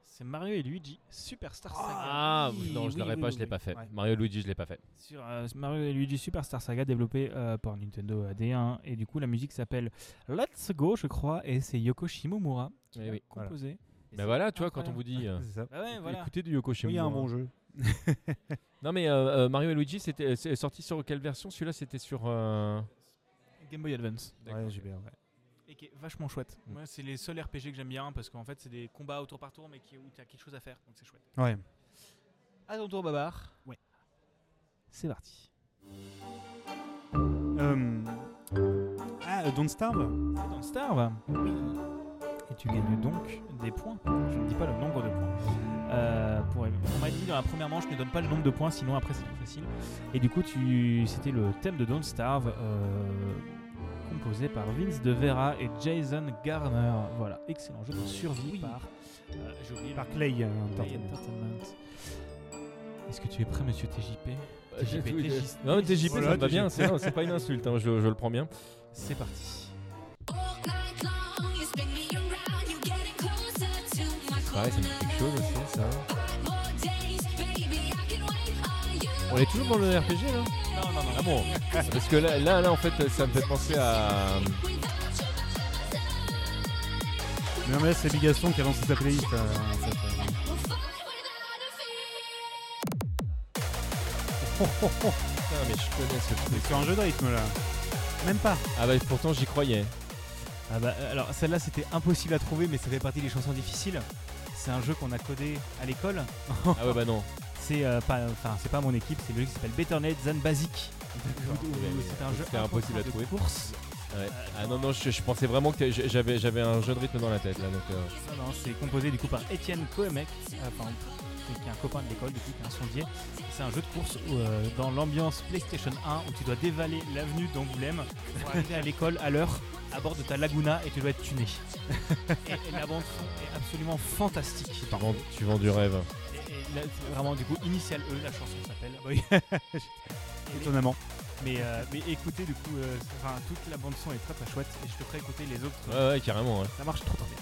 Speaker 1: C'est Mario et Luigi Superstar Saga.
Speaker 2: Ah,
Speaker 3: oui,
Speaker 2: non, je
Speaker 3: oui,
Speaker 2: l'aurais
Speaker 3: oui,
Speaker 2: pas,
Speaker 3: oui,
Speaker 2: je l'ai
Speaker 3: oui.
Speaker 2: pas fait.
Speaker 3: Ouais.
Speaker 2: Mario Luigi, je l'ai pas fait.
Speaker 1: Sur euh, Mario et Luigi Superstar Saga, développé euh, par Nintendo D1. Et du coup, la musique s'appelle Let's Go, je crois, et c'est Yoko Shimomura qui
Speaker 2: Eh
Speaker 1: l'a
Speaker 2: oui.
Speaker 1: composé. Et
Speaker 2: Mais
Speaker 1: c'est
Speaker 2: voilà, tu vois, quand on
Speaker 1: incroyable.
Speaker 2: vous dit. euh,
Speaker 3: C'est ça.
Speaker 1: Bah ouais, voilà.
Speaker 2: Écoutez du Yoko
Speaker 3: Oui, il y
Speaker 2: Shimomura.
Speaker 3: a un bon jeu.
Speaker 2: Non mais euh, euh, Mario et Luigi c'était c'est sorti sur quelle version Celui-là c'était sur euh,
Speaker 1: Game Boy Advance.
Speaker 3: Ouais, j'ai bien.
Speaker 1: Et qui est vachement chouette.
Speaker 2: Mm.
Speaker 1: Moi, c'est les seuls RPG que j'aime bien parce qu'en fait, c'est des combats au tour par tour, mais qui, où t'as quelque chose à faire, donc c'est chouette.
Speaker 3: Ouais.
Speaker 1: À ton tour, Babar.
Speaker 3: Ouais.
Speaker 1: C'est parti.
Speaker 3: Euh, Ah, euh, Don't Starve
Speaker 1: C'est dans Starve. Et tu gagnes donc des points. Je ne dis pas le nombre de points. Euh, pour- on m'a dit dans la première manche, ne donne pas le nombre de points, sinon après c'est trop facile. Et du coup, tu, c'était le thème de Don't Starve, euh, composé par Vince De Vera et Jason Garner. Voilà, excellent jeu de survie par. euh, j'ai oublié le
Speaker 3: par
Speaker 1: nom.
Speaker 3: Clay. euh,
Speaker 1: Play
Speaker 3: Entertainment.
Speaker 1: Entertainment. Est-ce que tu es prêt, monsieur TJP TJP,
Speaker 2: TJP,
Speaker 1: TJP.
Speaker 2: Non mais TJP ça
Speaker 3: Voilà,
Speaker 2: me va
Speaker 3: TJP.
Speaker 2: bien, c'est non, c'est pas une insulte, hein, je, je le prends bien.
Speaker 1: C'est parti.
Speaker 2: Pareil, ça me dit quelque chose aussi ça. On est toujours dans le RPG là
Speaker 1: Non, non, non.
Speaker 2: Ah bon Parce que là, là, là en fait ça me fait penser à...
Speaker 3: Mais non, mais là, c'est Bigaston qui a lancé sa playlist. euh, en fait, euh.
Speaker 2: Putain mais je connais ce
Speaker 3: Mais
Speaker 2: truc.
Speaker 3: c'est un jeu de rythme là. Même pas.
Speaker 2: Ah bah pourtant j'y croyais.
Speaker 1: Ah bah, euh, alors celle-là c'était impossible à trouver, mais ça fait partie des chansons difficiles. C'est un jeu qu'on a codé à l'école.
Speaker 2: Ah ouais bah non.
Speaker 1: C'est euh, pas, enfin c'est pas mon équipe, c'est le jeu qui s'appelle Better Net Than Basic. Où- où- où C'est un jeu
Speaker 2: C'était impossible à
Speaker 1: de
Speaker 2: trouver.
Speaker 1: Course.
Speaker 2: Ouais. Ah non non je, je pensais vraiment que t'es- j'avais j'avais un jeu de rythme dans la tête là donc... euh,
Speaker 1: Non, non, hein, c'est composé du coup par Étienne Koemek, euh, enfin, qui est un copain de l'école, du coup, qui est un sondier. C'est un jeu de course où, euh, dans l'ambiance PlayStation 1 où tu dois dévaler l'avenue d'Angoulême pour arriver à l'école à l'heure à bord de ta Laguna et tu dois être tuné. et, et la bande son est absolument fantastique.
Speaker 2: tu vends- tu vends du rêve.
Speaker 1: Et, et là, c'est vraiment du coup initial E, la chanson s'appelle. Et-
Speaker 3: Étonnamment.
Speaker 1: mais, euh, mais écoutez du coup, euh, c'est- enfin, toute la bande son est très très chouette et je te ferai écouter les autres.
Speaker 2: Ouais ouais carrément ouais.
Speaker 1: Ça marche trop trop bien.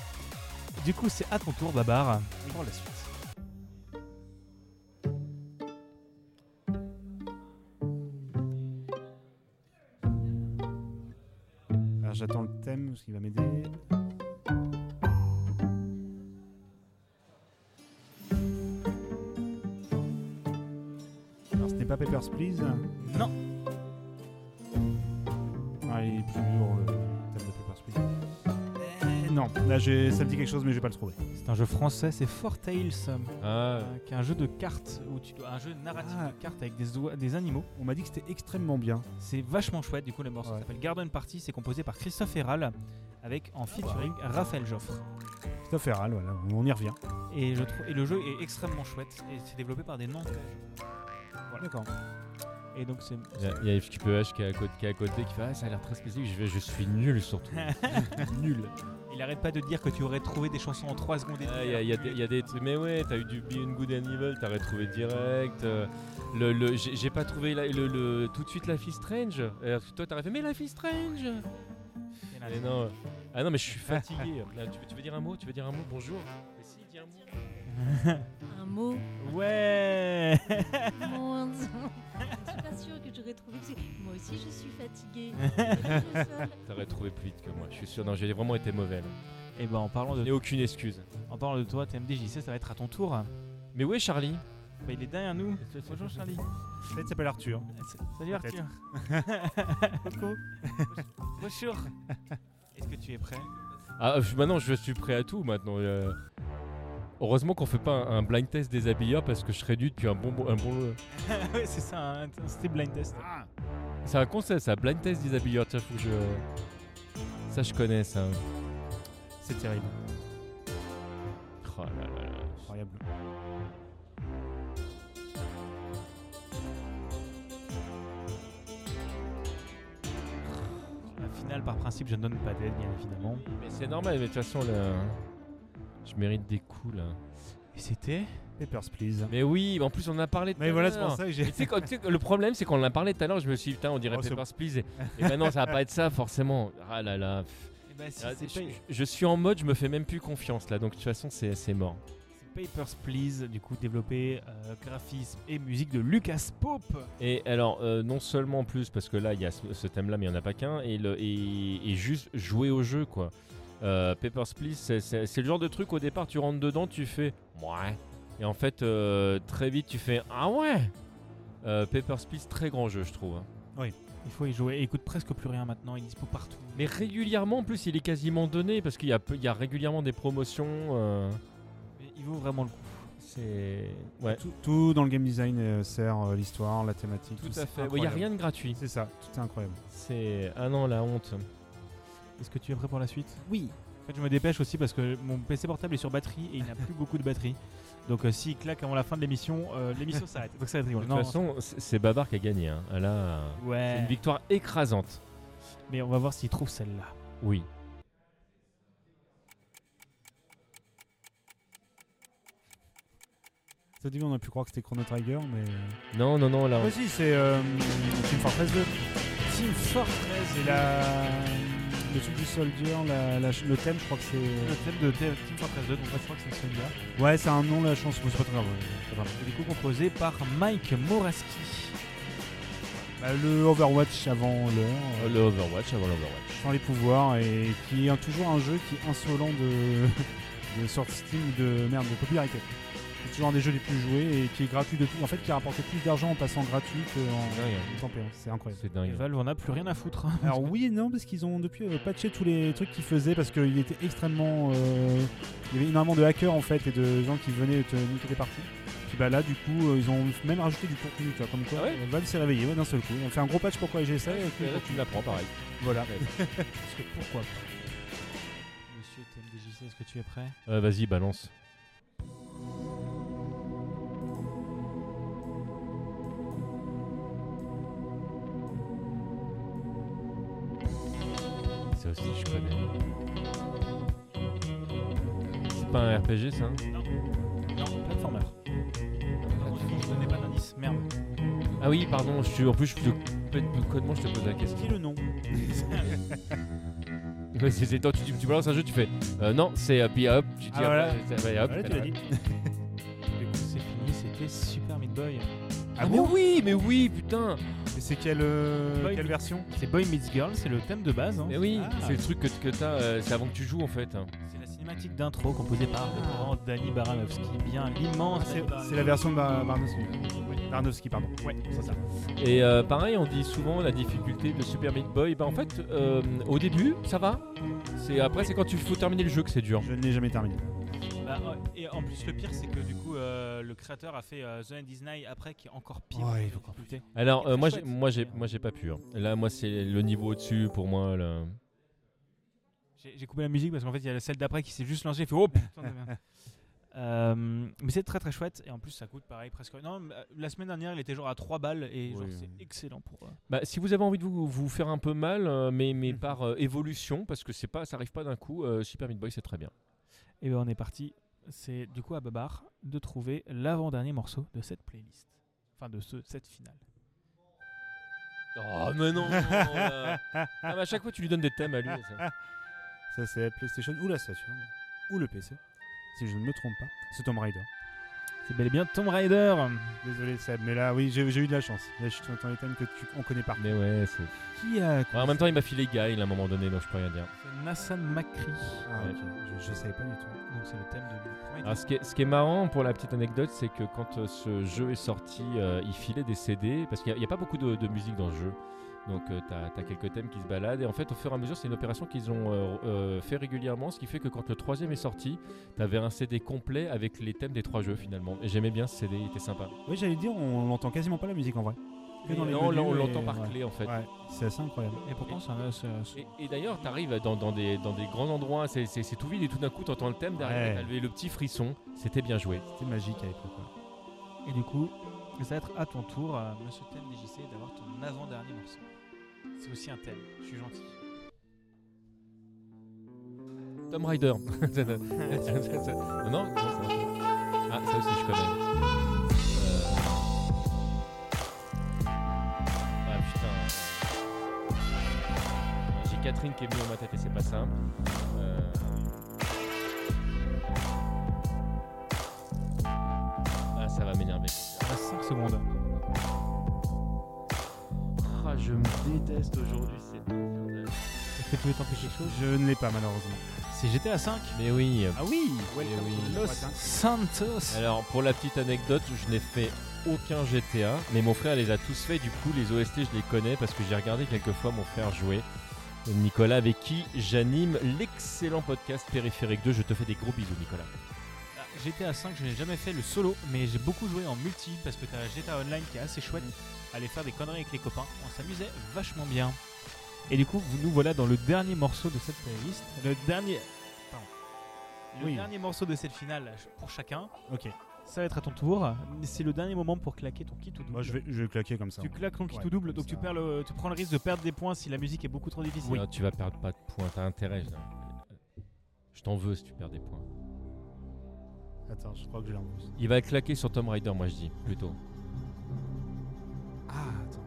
Speaker 1: Du coup, c'est à ton tour, Babar, pour la suite.
Speaker 3: Alors j'attends le thème, ce qui va m'aider. Alors ce n'est pas Papers, Please.
Speaker 1: Non.
Speaker 3: Ah, il est plus dur, le thème de Papers, Please. Eh, non, là j'ai- ça me dit quelque chose, mais je vais pas le trouver.
Speaker 1: C'est un jeu français, c'est Four Tales, euh,
Speaker 2: Ah
Speaker 1: qui est un jeu de cartes où tu dois un jeu narratif
Speaker 3: Ah.
Speaker 1: de cartes avec des, oie- des animaux.
Speaker 3: On m'a dit que c'était extrêmement bien.
Speaker 1: C'est vachement chouette. Du coup, le morceau
Speaker 3: Ouais.
Speaker 1: s'appelle Garden Party. C'est composé par Christophe Herral avec
Speaker 3: Ah, bah.
Speaker 1: en featuring Raphaël Joffre.
Speaker 3: Christophe Herral, voilà, on y revient.
Speaker 1: Et, je trouve, et le jeu est extrêmement chouette. Et c'est développé par des Nantais.
Speaker 3: D'accord.
Speaker 1: Et donc c'est
Speaker 2: Il y a- Il y a FQPH qui est à côté, qui, est à côté, qui fait Ah, ça a l'air très spécifique, je, vais- je suis nul surtout. nul.
Speaker 1: Il arrête pas de dire que tu aurais trouvé des chansons en 3 secondes et
Speaker 2: Ah,
Speaker 1: demie,
Speaker 2: Il y, a- il y a
Speaker 1: alors que
Speaker 2: des- il y a des trucs, mais ouais, t'as eu du Be and Good and Evil, t'as retrouvé direct. euh, le, le- j'ai j'ai pas trouvé la- le, le- tout de suite Life is Strange. Alors que toi, t'aurais fait Mais Life is Strange
Speaker 1: il y en a
Speaker 2: Mais non. Ah non, mais je Ah, suis fatigué. Là, tu, veux, tu veux dire un mot Tu veux dire un mot Bonjour Mais si, dis un mot.
Speaker 1: un.
Speaker 7: mot.
Speaker 1: Ouais
Speaker 7: Mon Dieu. Je suis pas sûre que j'aurais trouvé. parce que Moi aussi, je suis fatiguée. Je suis seule.
Speaker 2: T'aurais trouvé plus vite que moi, je suis sûr. Non, j'ai vraiment été mauvais. là.
Speaker 1: Et ben en parlant
Speaker 2: Je n'ai
Speaker 1: de,
Speaker 2: aucune excuse.
Speaker 1: en parlant de toi, TMDJC, ça va être à ton tour.
Speaker 2: Mais où est Charlie
Speaker 1: Bah, il est derrière nous. Bonjour Charlie.
Speaker 3: Peut-être s'appelle Arthur.
Speaker 1: Salut Arthur.
Speaker 3: Peut-être.
Speaker 1: Coucou. Bonjour. Est-ce que tu es prêt
Speaker 2: Ah, je- maintenant, je suis prêt à tout maintenant. euh. Heureusement qu'on fait pas un, un blind test des habilleurs parce que je serais dû depuis un bon, un bon.
Speaker 1: Ouais, c'est ça, un- c'était blind test.
Speaker 2: C'est un concept, ça. Blind test des habilleurs. Tiens, faut que je. Ça, je connais ça.
Speaker 3: C'est terrible.
Speaker 2: Oh là là là.
Speaker 3: Incroyable.
Speaker 1: La finale, par principe, je ne donne pas d'aide, bien évidemment.
Speaker 2: Mais c'est normal, mais de toute façon, là, je mérite des coups là.
Speaker 1: Et c'était
Speaker 3: Papers, please.
Speaker 2: Mais oui, en plus, on en a parlé tout à
Speaker 3: Mais voilà, c'est
Speaker 2: l'heure.
Speaker 3: pour ça que
Speaker 2: Mais
Speaker 3: j'ai.
Speaker 2: tu sais quoi, tu sais quoi, le problème, c'est qu'on en a parlé tout à l'heure. Je me suis dit, putain, on dirait
Speaker 3: Oh, c'est-
Speaker 2: Papers, Please. Et, et ben non, ça va pas être ça, forcément. Ah là là. pff.
Speaker 1: Eh ben, si
Speaker 2: Ah,
Speaker 1: c'est
Speaker 2: je,
Speaker 1: pas-
Speaker 2: je- je suis en mode, je me fais même plus confiance là. Donc, de toute façon, c'est c'est mort.
Speaker 1: c'est Papers, Please, du coup, développé euh, graphisme et musique de Lucas Pope.
Speaker 2: Et alors, euh, non seulement en plus, parce que là, il y a ce, ce thème-là, mais il n'y en a pas qu'un, et, le- et, et juste jouer au jeu, quoi. Euh, Papers, Please, c'est- c'est c'est le genre de truc, au départ, tu rentres dedans, tu fais « ouais ». Et en fait, euh, très vite, tu fais « ah ouais Euh, Papers, Please, très grand jeu, je trouve. hein.
Speaker 1: Il faut y jouer. Et écoute presque plus rien maintenant, il est dispo partout.
Speaker 2: Mais régulièrement, en plus, il est quasiment donné, parce qu'il y, a peu- il y a régulièrement des promotions. euh,
Speaker 1: Mais il vaut vraiment le coup.
Speaker 2: c'est... Ouais,
Speaker 3: Tout, tout dans le game design euh, sert euh, l'histoire, la thématique.
Speaker 2: tout
Speaker 3: tout
Speaker 2: à
Speaker 3: ça.
Speaker 2: fait. Ouais, Il n'y a
Speaker 3: Incroyable.
Speaker 2: rien de gratuit.
Speaker 3: C'est ça, tout est incroyable.
Speaker 2: C'est... Ah non, la honte.
Speaker 1: Est-ce que tu es prêt pour la suite Oui. En fait, je me dépêche aussi parce que mon PC portable est sur batterie et il n'a plus beaucoup de batterie. Donc, euh, s'il claque avant la fin de l'émission, euh, l'émission s'arrête. Donc, ça va être
Speaker 2: De
Speaker 1: rigolo.
Speaker 2: toute
Speaker 1: Non,
Speaker 2: façon, c'est c'est Babar qui a gagné. hein. Ah Là, c'est
Speaker 1: ouais.
Speaker 2: une victoire écrasante.
Speaker 1: Mais on va voir s'il trouve celle-là.
Speaker 2: Oui.
Speaker 3: Ça dit, on a pu croire que c'était Chrono Trigger, mais.
Speaker 2: Non, non, non, là.
Speaker 3: Ah, si, c'est euh, Team Fortress 2.
Speaker 1: Team Fortress
Speaker 3: C'est la. Le truc du soldier, la, la ch- le thème, je crois que
Speaker 1: Le
Speaker 3: c'est.
Speaker 1: thème de Team Team Fortress 2, donc je crois que c'est celui-là.
Speaker 3: Ouais, c'est un nom, la chanson, mais c'est pas très grave. ouais, c'est pas grave.
Speaker 1: Et du coup, composé par Mike Moraski.
Speaker 3: Bah, le Overwatch avant l'heure. euh,
Speaker 2: Le Overwatch avant l'Overwatch.
Speaker 3: sans les pouvoirs et qui est un- toujours un jeu qui est insolent de, de sortie Steam ou de merde de popularité. C'est toujours un des jeux les plus joués et qui est gratuit de tout. En fait, qui a rapporté plus d'argent en passant gratuit qu'en
Speaker 2: Dingue.
Speaker 3: en temps payant. C'est incroyable.
Speaker 2: C'est
Speaker 1: Et
Speaker 2: dingue.
Speaker 1: Valve, on a plus rien à foutre. hein.
Speaker 3: Alors oui et non parce qu'ils ont depuis euh, patché tous les trucs qu'ils faisaient parce qu'il était extrêmement euh, il y avait énormément de hackers en fait et de gens qui venaient te niquer des parties. Puis bah là du coup euh, ils ont même rajouté du contenu tu vois, comme quoi
Speaker 2: Ah ouais
Speaker 3: euh, Valve s'est réveillé ouais, d'un seul coup. On fait un gros patch pour quoi GSA et puis-
Speaker 2: Et là, tu l'apprends pareil.
Speaker 3: voilà.
Speaker 1: Parce que pourquoi pas Monsieur TMDJC, est-ce que tu es prêt
Speaker 2: Euh, Vas-y, balance. Ça aussi, je connais. C'est pas un RPG, ça hein
Speaker 1: Non, platformer. Non, je ne donnais pas d'indice. Merde.
Speaker 2: Ah oui, pardon, je suis, en plus, je te pète codement, je te pose la question.
Speaker 3: Qui le nom
Speaker 2: Ouais, c'est- c'est- toi, tu, tu balances un jeu, tu fais euh, non, c'est euh, puis hop, tu dis
Speaker 3: Ah, voilà.
Speaker 2: hop, c'est- ouais, hop,
Speaker 3: Voilà, tu l'as dit.
Speaker 1: Du coup, c'est fini, c'était Super Meat Boy.
Speaker 2: Ah, mais oui, mais oui, putain.
Speaker 3: Et c'est quelle, euh,
Speaker 1: Boy
Speaker 3: quelle
Speaker 1: Meets-
Speaker 3: version
Speaker 1: C'est Boy Meets Girl, c'est le thème de base. hein.
Speaker 2: Mais oui,
Speaker 1: Ah.
Speaker 2: c'est le truc que, que t'as, euh, c'est avant que tu joues en fait.
Speaker 1: C'est la cinématique d'intro composée par le grand Danny Baranovski, bien l'immense.
Speaker 3: C'est
Speaker 1: Danny Baranovski.
Speaker 3: c'est la version de Bar- Barnowski. Barnowski, pardon. Ouais, c'est ça.
Speaker 2: Et euh, pareil, on dit souvent la difficulté de Super Meat Boy. Bah en fait, euh, au début, ça va. C'est après, c'est quand tu faut terminer le jeu que c'est dur.
Speaker 3: Je ne l'ai jamais terminé.
Speaker 1: Bah, ouais, et en plus, le pire, c'est que du coup, euh, le créateur a fait euh, The End is Nigh après, qui est encore pire.
Speaker 3: Ouais, il est encore
Speaker 1: Écoutez.
Speaker 2: Alors
Speaker 1: C'est
Speaker 2: euh, moi,
Speaker 1: chouette.
Speaker 2: j'ai- moi, j'ai, moi, j'ai pas pu. hein. Là, moi, c'est le niveau au-dessus pour moi. Là.
Speaker 1: J'ai j'ai coupé la musique parce qu'en fait, il y a celle d'après qui s'est juste lancée. Il fait Oh putain de merde. Euh, mais c'est très très chouette et en plus ça coûte pareil presque. Non, mais, euh, la semaine dernière il était genre à 3 balles et genre
Speaker 2: Oui.
Speaker 1: c'est excellent pour. euh,
Speaker 2: Bah, si vous avez envie de vous, vous faire un peu mal, euh, mais, mais
Speaker 3: Mmh.
Speaker 2: par euh, évolution, parce que c'est pas, ça arrive pas d'un coup. euh, Super Meat Boy, c'est très bien.
Speaker 1: Et bien on est parti. C'est du coup à Babar de trouver l'avant-dernier morceau de cette playlist. Enfin de ce, cette finale.
Speaker 2: Oh mais non euh. Ah, mais À chaque fois tu lui donnes des thèmes à lui. ça.
Speaker 3: Ça, hein. c'est PlayStation ou la Saturn. Ou le PC. Si je ne me trompe pas. C'est Tomb Raider.
Speaker 1: C'est bel et bien Tomb Raider.
Speaker 3: Désolé Seb, mais là oui j'ai j'ai eu de la chance. Là je suis dans les thèmes que tu on connaît pas.
Speaker 2: Mais ouais, c'est.
Speaker 1: Qui a
Speaker 2: Ouais, en même temps, il m'a filé Guile à un moment donné, donc je peux rien dire.
Speaker 1: C'est Nassan Makri.
Speaker 3: Ah
Speaker 2: Ouais.
Speaker 3: ok, je, je savais pas du tout.
Speaker 1: Donc c'est le thème de.
Speaker 2: Alors, Ah, ce qui, est, ce qui est marrant pour la petite anecdote, c'est que quand euh, ce jeu est sorti, euh, il filait des CD, parce qu'il n'y a, pas beaucoup de, de musique dans le jeu. Donc, euh, t'as tu as quelques thèmes qui se baladent, et en fait, au fur et à mesure, c'est une opération qu'ils ont euh, euh, fait régulièrement, ce qui fait que quand le troisième est sorti, t'avais un CD complet avec les thèmes des trois jeux finalement. Et j'aimais bien ce CD, il était sympa.
Speaker 3: Oui j'allais dire on l'entend quasiment pas la musique en vrai. Que dans les
Speaker 2: Ah. non, là, on
Speaker 3: menus et-
Speaker 2: l'entend par
Speaker 3: ouais.
Speaker 2: clé en fait.
Speaker 3: Ouais, c'est assez incroyable.
Speaker 1: Et pourtant, c'est un- c'est un- c'est-
Speaker 2: Et, et d'ailleurs, t'arrives dans, dans, des, dans des grands endroits, c'est c'est- c'est tout vide, et tout d'un coup, t'entends le thème derrière,
Speaker 3: Ouais.
Speaker 2: t'as le- le petit frisson, c'était bien joué.
Speaker 3: C'était magique à l'époque. ouais.
Speaker 1: Et du coup, ça va être à ton tour, euh, monsieur Thème DJC, d'avoir ton avant-dernier morceau. C'est aussi un thème, je suis gentil.
Speaker 2: Tom Rider. non, non, ça marche. Ah, ça aussi, je connais. Euh, Ah putain. J'ai Catherine qui est venue dans ma tête et c'est pas simple. Euh, Ah, ça va m'énerver.
Speaker 1: À 5 secondes.
Speaker 2: Ah, je me déteste aujourd'hui, c'est infernal.
Speaker 1: Est-ce que tu veux tenter quelque chose
Speaker 3: Je ne l'ai pas malheureusement.
Speaker 1: C'est GTA 5
Speaker 2: Mais oui.
Speaker 1: Ah oui
Speaker 3: Eh
Speaker 2: Welcome oui. to
Speaker 1: Los Santos
Speaker 2: Alors pour la petite anecdote, je n'ai fait aucun GTA, mais mon frère les a tous fait. Du coup, les OST, je les connais parce que j'ai regardé quelques fois mon frère jouer. Nicolas, avec qui j'anime l'excellent podcast Périphérique 2. Je te fais des gros bisous, Nicolas.
Speaker 1: Ah, GTA 5, je n'ai jamais fait le solo, mais j'ai beaucoup joué en multi parce que t'as GTA Online qui est assez chouette. Aller faire des conneries avec les copains, on s'amusait vachement bien. Et du coup, vous- nous voilà dans le dernier morceau de cette playlist. Le dernier. Pardon. Le
Speaker 3: Oui.
Speaker 1: dernier morceau de cette finale pour chacun.
Speaker 3: Ok.
Speaker 1: Ça va être à ton tour. C'est le dernier moment pour claquer ton kit ou double.
Speaker 3: Moi je vais, je vais claquer comme ça.
Speaker 1: Tu claques ton kit
Speaker 3: Ouais,
Speaker 1: ou double,
Speaker 3: comme
Speaker 1: donc tu,
Speaker 3: ça.
Speaker 1: perds le, tu prends le risque de perdre des points si la musique est beaucoup trop difficile.
Speaker 2: Non, tu vas perdre pas de points, t'as intérêt. je- Je t'en veux si tu perds des points.
Speaker 3: Attends, je crois que je l'ai en plus.
Speaker 2: Il va claquer sur Tom Rider, moi je dis, plutôt.
Speaker 3: Ah attends.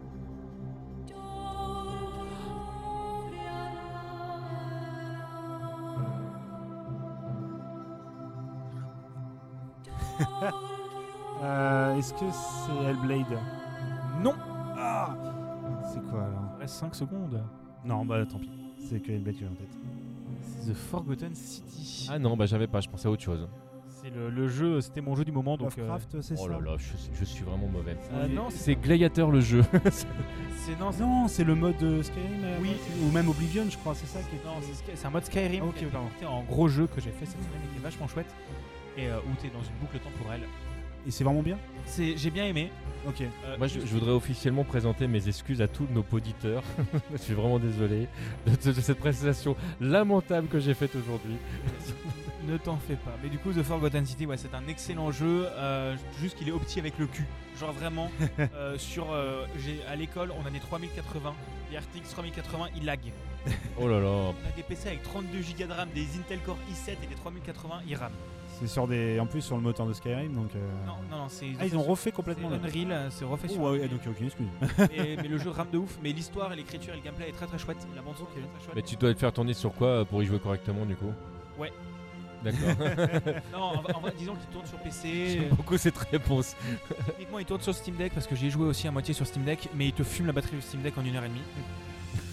Speaker 3: Euh, Est-ce que c'est Hellblade
Speaker 1: Non
Speaker 3: C'est quoi alors
Speaker 1: Reste 5 secondes.
Speaker 3: Non bah tant pis. C'est que Hellblade que j'ai en tête.
Speaker 1: The Forgotten City.
Speaker 2: Ah non, bah j'avais pas, je pensais à autre chose.
Speaker 1: C'est le, le jeu, c'était mon jeu du moment. Donc, euh,
Speaker 3: Lovecraft c'est
Speaker 2: Oh
Speaker 3: ça
Speaker 2: là là, je, suis- je suis vraiment mauvais.
Speaker 1: Ah non, c'est-
Speaker 2: c'est Gladiator le jeu.
Speaker 1: c'est non, c'est-
Speaker 3: Non, c'est le mode euh, Skyrim euh,
Speaker 1: Oui.
Speaker 3: ou même Oblivion je crois, c'est ça qui est
Speaker 1: non, c'est Sky- c'est un mode Skyrim.
Speaker 3: Ok,
Speaker 1: qui a été
Speaker 3: pardon.
Speaker 1: porté en gros jeu que j'ai fait cette semaine et qui est vachement chouette. Et euh, où t'es dans une boucle temporelle.
Speaker 3: Et c'est vraiment bien
Speaker 1: C'est- J'ai bien aimé.
Speaker 3: OK.
Speaker 1: Euh,
Speaker 2: Moi, je, je voudrais officiellement présenter mes excuses à tous nos auditeurs. je suis vraiment désolé de, de- de cette prestation lamentable que j'ai faite aujourd'hui.
Speaker 1: Ne t'en fais pas. Mais du coup, The Forgotten City, ouais, c'est un excellent jeu. euh, juste qu'il est opti avec le cul. Genre vraiment, euh, sur, euh, j'ai- à l'école, on a des 3080. Les RTX 3080, il lag.
Speaker 2: Oh là là.
Speaker 1: On a des PC avec 32 Go de RAM, des Intel Core i7 et des 3080, ils rament.
Speaker 3: C'est sur des en plus sur le moteur de Skyrim donc euh,
Speaker 1: Non, non, non, c'est.
Speaker 3: Ah, ils ont refait complètement
Speaker 1: C'est
Speaker 3: le-
Speaker 1: Unreal, euh, c'est refait
Speaker 3: Oh,
Speaker 1: sur.
Speaker 3: ouais,
Speaker 1: Unreal.
Speaker 3: donc il y a aucune excuse.
Speaker 1: Et- mais le jeu rame de ouf, mais l'histoire et l'écriture et le gameplay est très très chouette. La bande son est très très chouette.
Speaker 2: Mais tu dois te faire tourner sur quoi euh, pour y jouer correctement du coup
Speaker 1: Ouais.
Speaker 2: D'accord.
Speaker 1: Non, en vrai- en vrai, disons qu'il tourne sur PC.
Speaker 2: J'aime beaucoup cette réponse.
Speaker 1: Techniquement, il tourne sur Steam Deck parce que j'ai joué aussi à moitié sur Steam Deck, mais il te fume la batterie du Steam Deck en une heure et demie.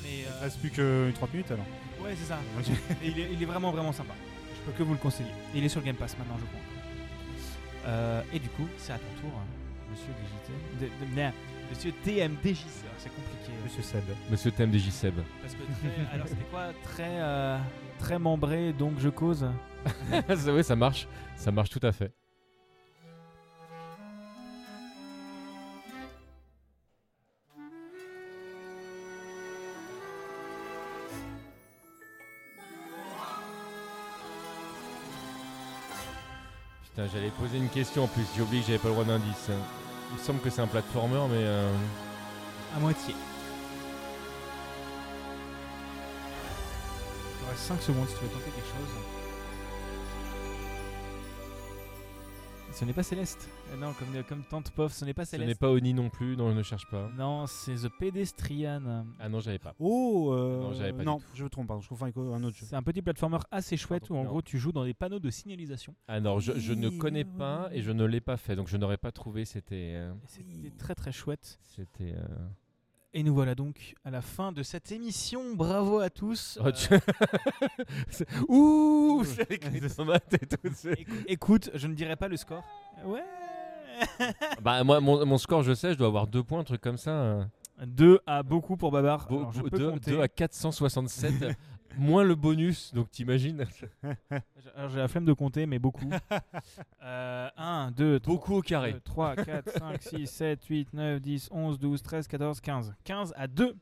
Speaker 1: Mais
Speaker 3: Il
Speaker 1: euh,
Speaker 3: reste plus que 30 minutes alors.
Speaker 1: ouais, c'est ça.
Speaker 3: Ok.
Speaker 1: Et il, est, il est vraiment vraiment sympa. Je peux que vous le conseiller. Et il est sur Game Pass maintenant, je crois. Euh, et du coup, c'est à ton tour, hein, monsieur DJT. De- de- merde, monsieur TMDJC. Alors, C'est compliqué.
Speaker 3: Monsieur Seb.
Speaker 2: Monsieur Thème des Seb.
Speaker 1: Parce que très- alors, c'était quoi Très, euh, très membré, donc je cause.
Speaker 2: oui, ça marche. Ça marche tout à fait. Putain, j'allais poser une question en plus. J'ai oublié que j'avais pas le droit d'indice. hein. Il me semble que c'est un platformer, mais. euh,
Speaker 1: À moitié. Il te reste 5 secondes si tu veux tenter quelque chose. Ce n'est pas Céleste. Euh, Non, comme, comme Tante Poff, ce n'est pas
Speaker 2: Ce n'est
Speaker 1: Céleste.
Speaker 2: pas Oni non plus, non, ne cherche pas.
Speaker 1: Non, c'est The Pedestrian.
Speaker 2: Ah non, j'avais pas.
Speaker 3: Oh euh,
Speaker 2: Non, j'avais pas du
Speaker 3: je me trompe, pardon, je confonds avec un autre jeu.
Speaker 1: C'est un petit platformer assez chouette
Speaker 2: Pardon,
Speaker 1: où en
Speaker 2: non.
Speaker 1: gros tu joues dans des panneaux de signalisation.
Speaker 2: Ah non, je, je ne
Speaker 3: Oui,
Speaker 2: connais
Speaker 3: oui,
Speaker 2: pas
Speaker 3: oui.
Speaker 2: et je ne l'ai pas fait, donc je n'aurais pas trouvé. C'était. euh,
Speaker 1: Et C'était très très chouette.
Speaker 2: C'était. euh,
Speaker 1: Et nous voilà donc à la fin de cette émission. Bravo à tous.
Speaker 2: oh,
Speaker 1: Euh,
Speaker 2: tu- C'est- Ouh C'est les cris de tomate et tout. c'est-
Speaker 1: écou- écoute, je ne dirai pas le score. Ouais.
Speaker 2: bah, moi, mon, mon score, je sais, je dois avoir deux points, un truc comme ça. euh.
Speaker 1: 2 à beaucoup pour Babar.
Speaker 2: Bo-
Speaker 1: Alors, je
Speaker 2: bo-
Speaker 1: peux
Speaker 2: deux-
Speaker 1: compter.
Speaker 2: deux à 467, moins le bonus, donc t'imagines.
Speaker 1: J'ai- alors, J'ai la flemme de compter, mais beaucoup. Euh, 1, 2,
Speaker 2: Beaucoup au carré.
Speaker 3: Euh,
Speaker 1: 3, 4, 5, 6, 7, 8, 9, 10, 11, 12, 13, 14, 15. 15 à 2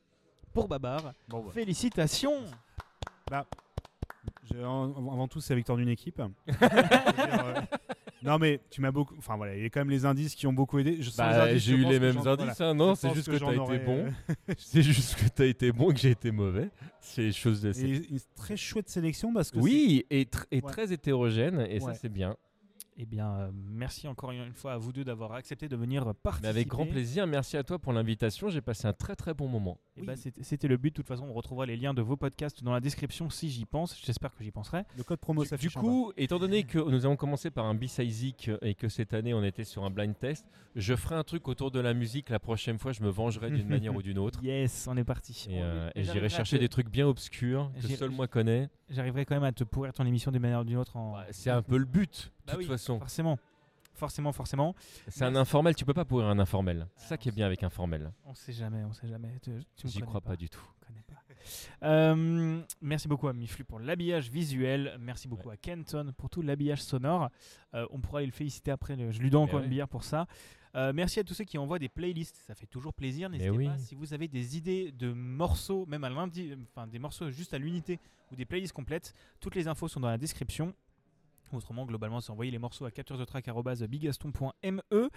Speaker 1: pour Babar.
Speaker 3: Bon, bah,
Speaker 1: Félicitations
Speaker 3: je- en- avant tout, c'est la victoire d'une équipe. Je veux dire, euh, non, mais tu m'as beaucoup. Enfin voilà, il y a quand même les indices qui ont beaucoup aidé. Je, sans les
Speaker 2: Bah,
Speaker 3: indices,
Speaker 2: j'ai
Speaker 3: je
Speaker 2: eu
Speaker 3: pense
Speaker 2: les
Speaker 3: que
Speaker 2: mêmes
Speaker 3: j'en-
Speaker 2: indices,
Speaker 3: voilà.
Speaker 2: hein, non,
Speaker 3: Je
Speaker 2: c'est
Speaker 3: pense
Speaker 2: juste
Speaker 3: que
Speaker 2: que,
Speaker 3: j'en
Speaker 2: t'as été
Speaker 3: aurais,
Speaker 2: bon.
Speaker 3: euh,
Speaker 2: C'est juste que t'as été bon et que j'ai été mauvais. C'est chose de. c'est-
Speaker 3: Et une très chouette sélection parce que
Speaker 2: Oui, et, tr- et
Speaker 3: Ouais.
Speaker 2: très hétérogène, et ça
Speaker 3: Ouais.
Speaker 2: c'est bien.
Speaker 1: Eh bien, euh, merci encore une fois à vous deux d'avoir accepté de venir participer.
Speaker 2: Mais avec grand plaisir, merci à toi pour l'invitation, j'ai passé un très très bon moment.
Speaker 1: Eh ben, c'était c'était le but. De toute façon, on retrouvera les liens de vos podcasts dans la description si j'y pense. J'espère que j'y penserai.
Speaker 3: c'est- le code promo
Speaker 2: Du- du
Speaker 3: s'affiche en bas.
Speaker 2: coup, étant donné que nous avons commencé par un B-Sizic et que cette année on était sur un blind test, je ferai un truc autour de la musique la prochaine fois, je me vengerai d'une manière ou d'une autre.
Speaker 1: Yes, on est parti.
Speaker 2: Et,
Speaker 1: On est-
Speaker 2: euh, et j'irai
Speaker 1: j'arriverai à
Speaker 2: chercher
Speaker 1: te-
Speaker 2: des trucs bien obscurs que
Speaker 1: J'irai-
Speaker 2: seul moi connais.
Speaker 1: J'arriverai quand même à te pourrir ton émission d'une manière ou d'une autre. En...
Speaker 2: Bah, c'est un peu le but, de
Speaker 1: Bah
Speaker 2: toute
Speaker 1: oui,
Speaker 2: façon.
Speaker 1: Forcément. Forcément, forcément.
Speaker 2: C'est un informel, tu peux pas pourrir un informel. C'est ça
Speaker 1: Ah,
Speaker 2: qui est bien avec informel.
Speaker 1: On sait jamais, on sait jamais. Tu, tu me
Speaker 2: J'y
Speaker 1: connais
Speaker 2: crois pas. du tout.
Speaker 1: Je connais pas. Euh, merci beaucoup à Miflu pour l'habillage visuel. Merci beaucoup à Kenton pour tout l'habillage sonore. Euh, on pourra aller le féliciter après. le- Je lui donne
Speaker 2: Mais
Speaker 1: encore
Speaker 2: Eh ouais.
Speaker 1: une bière pour ça. Euh, merci à tous ceux qui envoient des playlists. Ça fait toujours plaisir. N'hésitez
Speaker 2: Mais oui.
Speaker 1: pas. Si vous avez des idées de morceaux, même à lundi, enfin des morceaux juste à l'unité ou des playlists complètes, toutes les infos sont dans la description. Autrement, globalement, c'est envoyer les morceaux à capturesdetrack.bigaston.me E.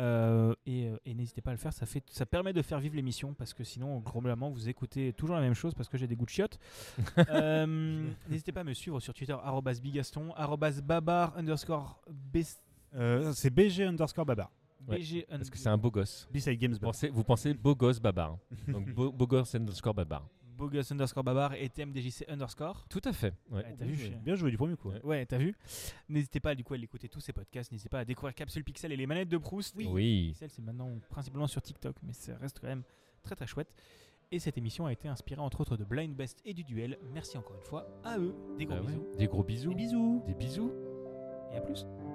Speaker 1: euh, et, euh, et n'hésitez pas à le faire, ça, fait, ça permet de faire vivre l'émission parce que sinon, globalement, vous écoutez toujours la même chose parce que j'ai des goûts de chiottes. Euh, n'hésitez pas à me suivre sur Twitter, arrobas bigaston, arrobas babar underscore bs-
Speaker 3: Euh, c'est BG underscore Babar.
Speaker 2: Ouais,
Speaker 1: bg
Speaker 2: Parce que c'est un beau gosse.
Speaker 3: B-Side Games
Speaker 1: Bah.
Speaker 2: Vous
Speaker 3: Babar.
Speaker 2: pensez, vous pensez beau gosse babar. Donc beau, beau gosse underscore babar.
Speaker 1: bogus underscore babar et tmdjc underscore.
Speaker 2: Tout à fait. ouais.
Speaker 1: Ouais, t'as vu, je suis-
Speaker 3: Bien joué du premier coup. hein.
Speaker 2: Ouais.
Speaker 1: Ouais, t'as vu N'hésitez pas du coup à l'écouter tous ces podcasts, n'hésitez pas à découvrir Capsule Pixel et les manettes de Proust.
Speaker 2: Oui.
Speaker 1: Pixel, c'est maintenant principalement sur TikTok, mais ça reste quand même très très chouette. Et cette émission a été inspirée entre autres de Blind Best et du Duel. Merci encore une fois à eux. Des gros
Speaker 2: Bah ouais.
Speaker 1: bisous
Speaker 2: Des gros bisous.
Speaker 1: Des bisous.
Speaker 2: Des bisous.
Speaker 1: et à plus.
Speaker 2: Bisous.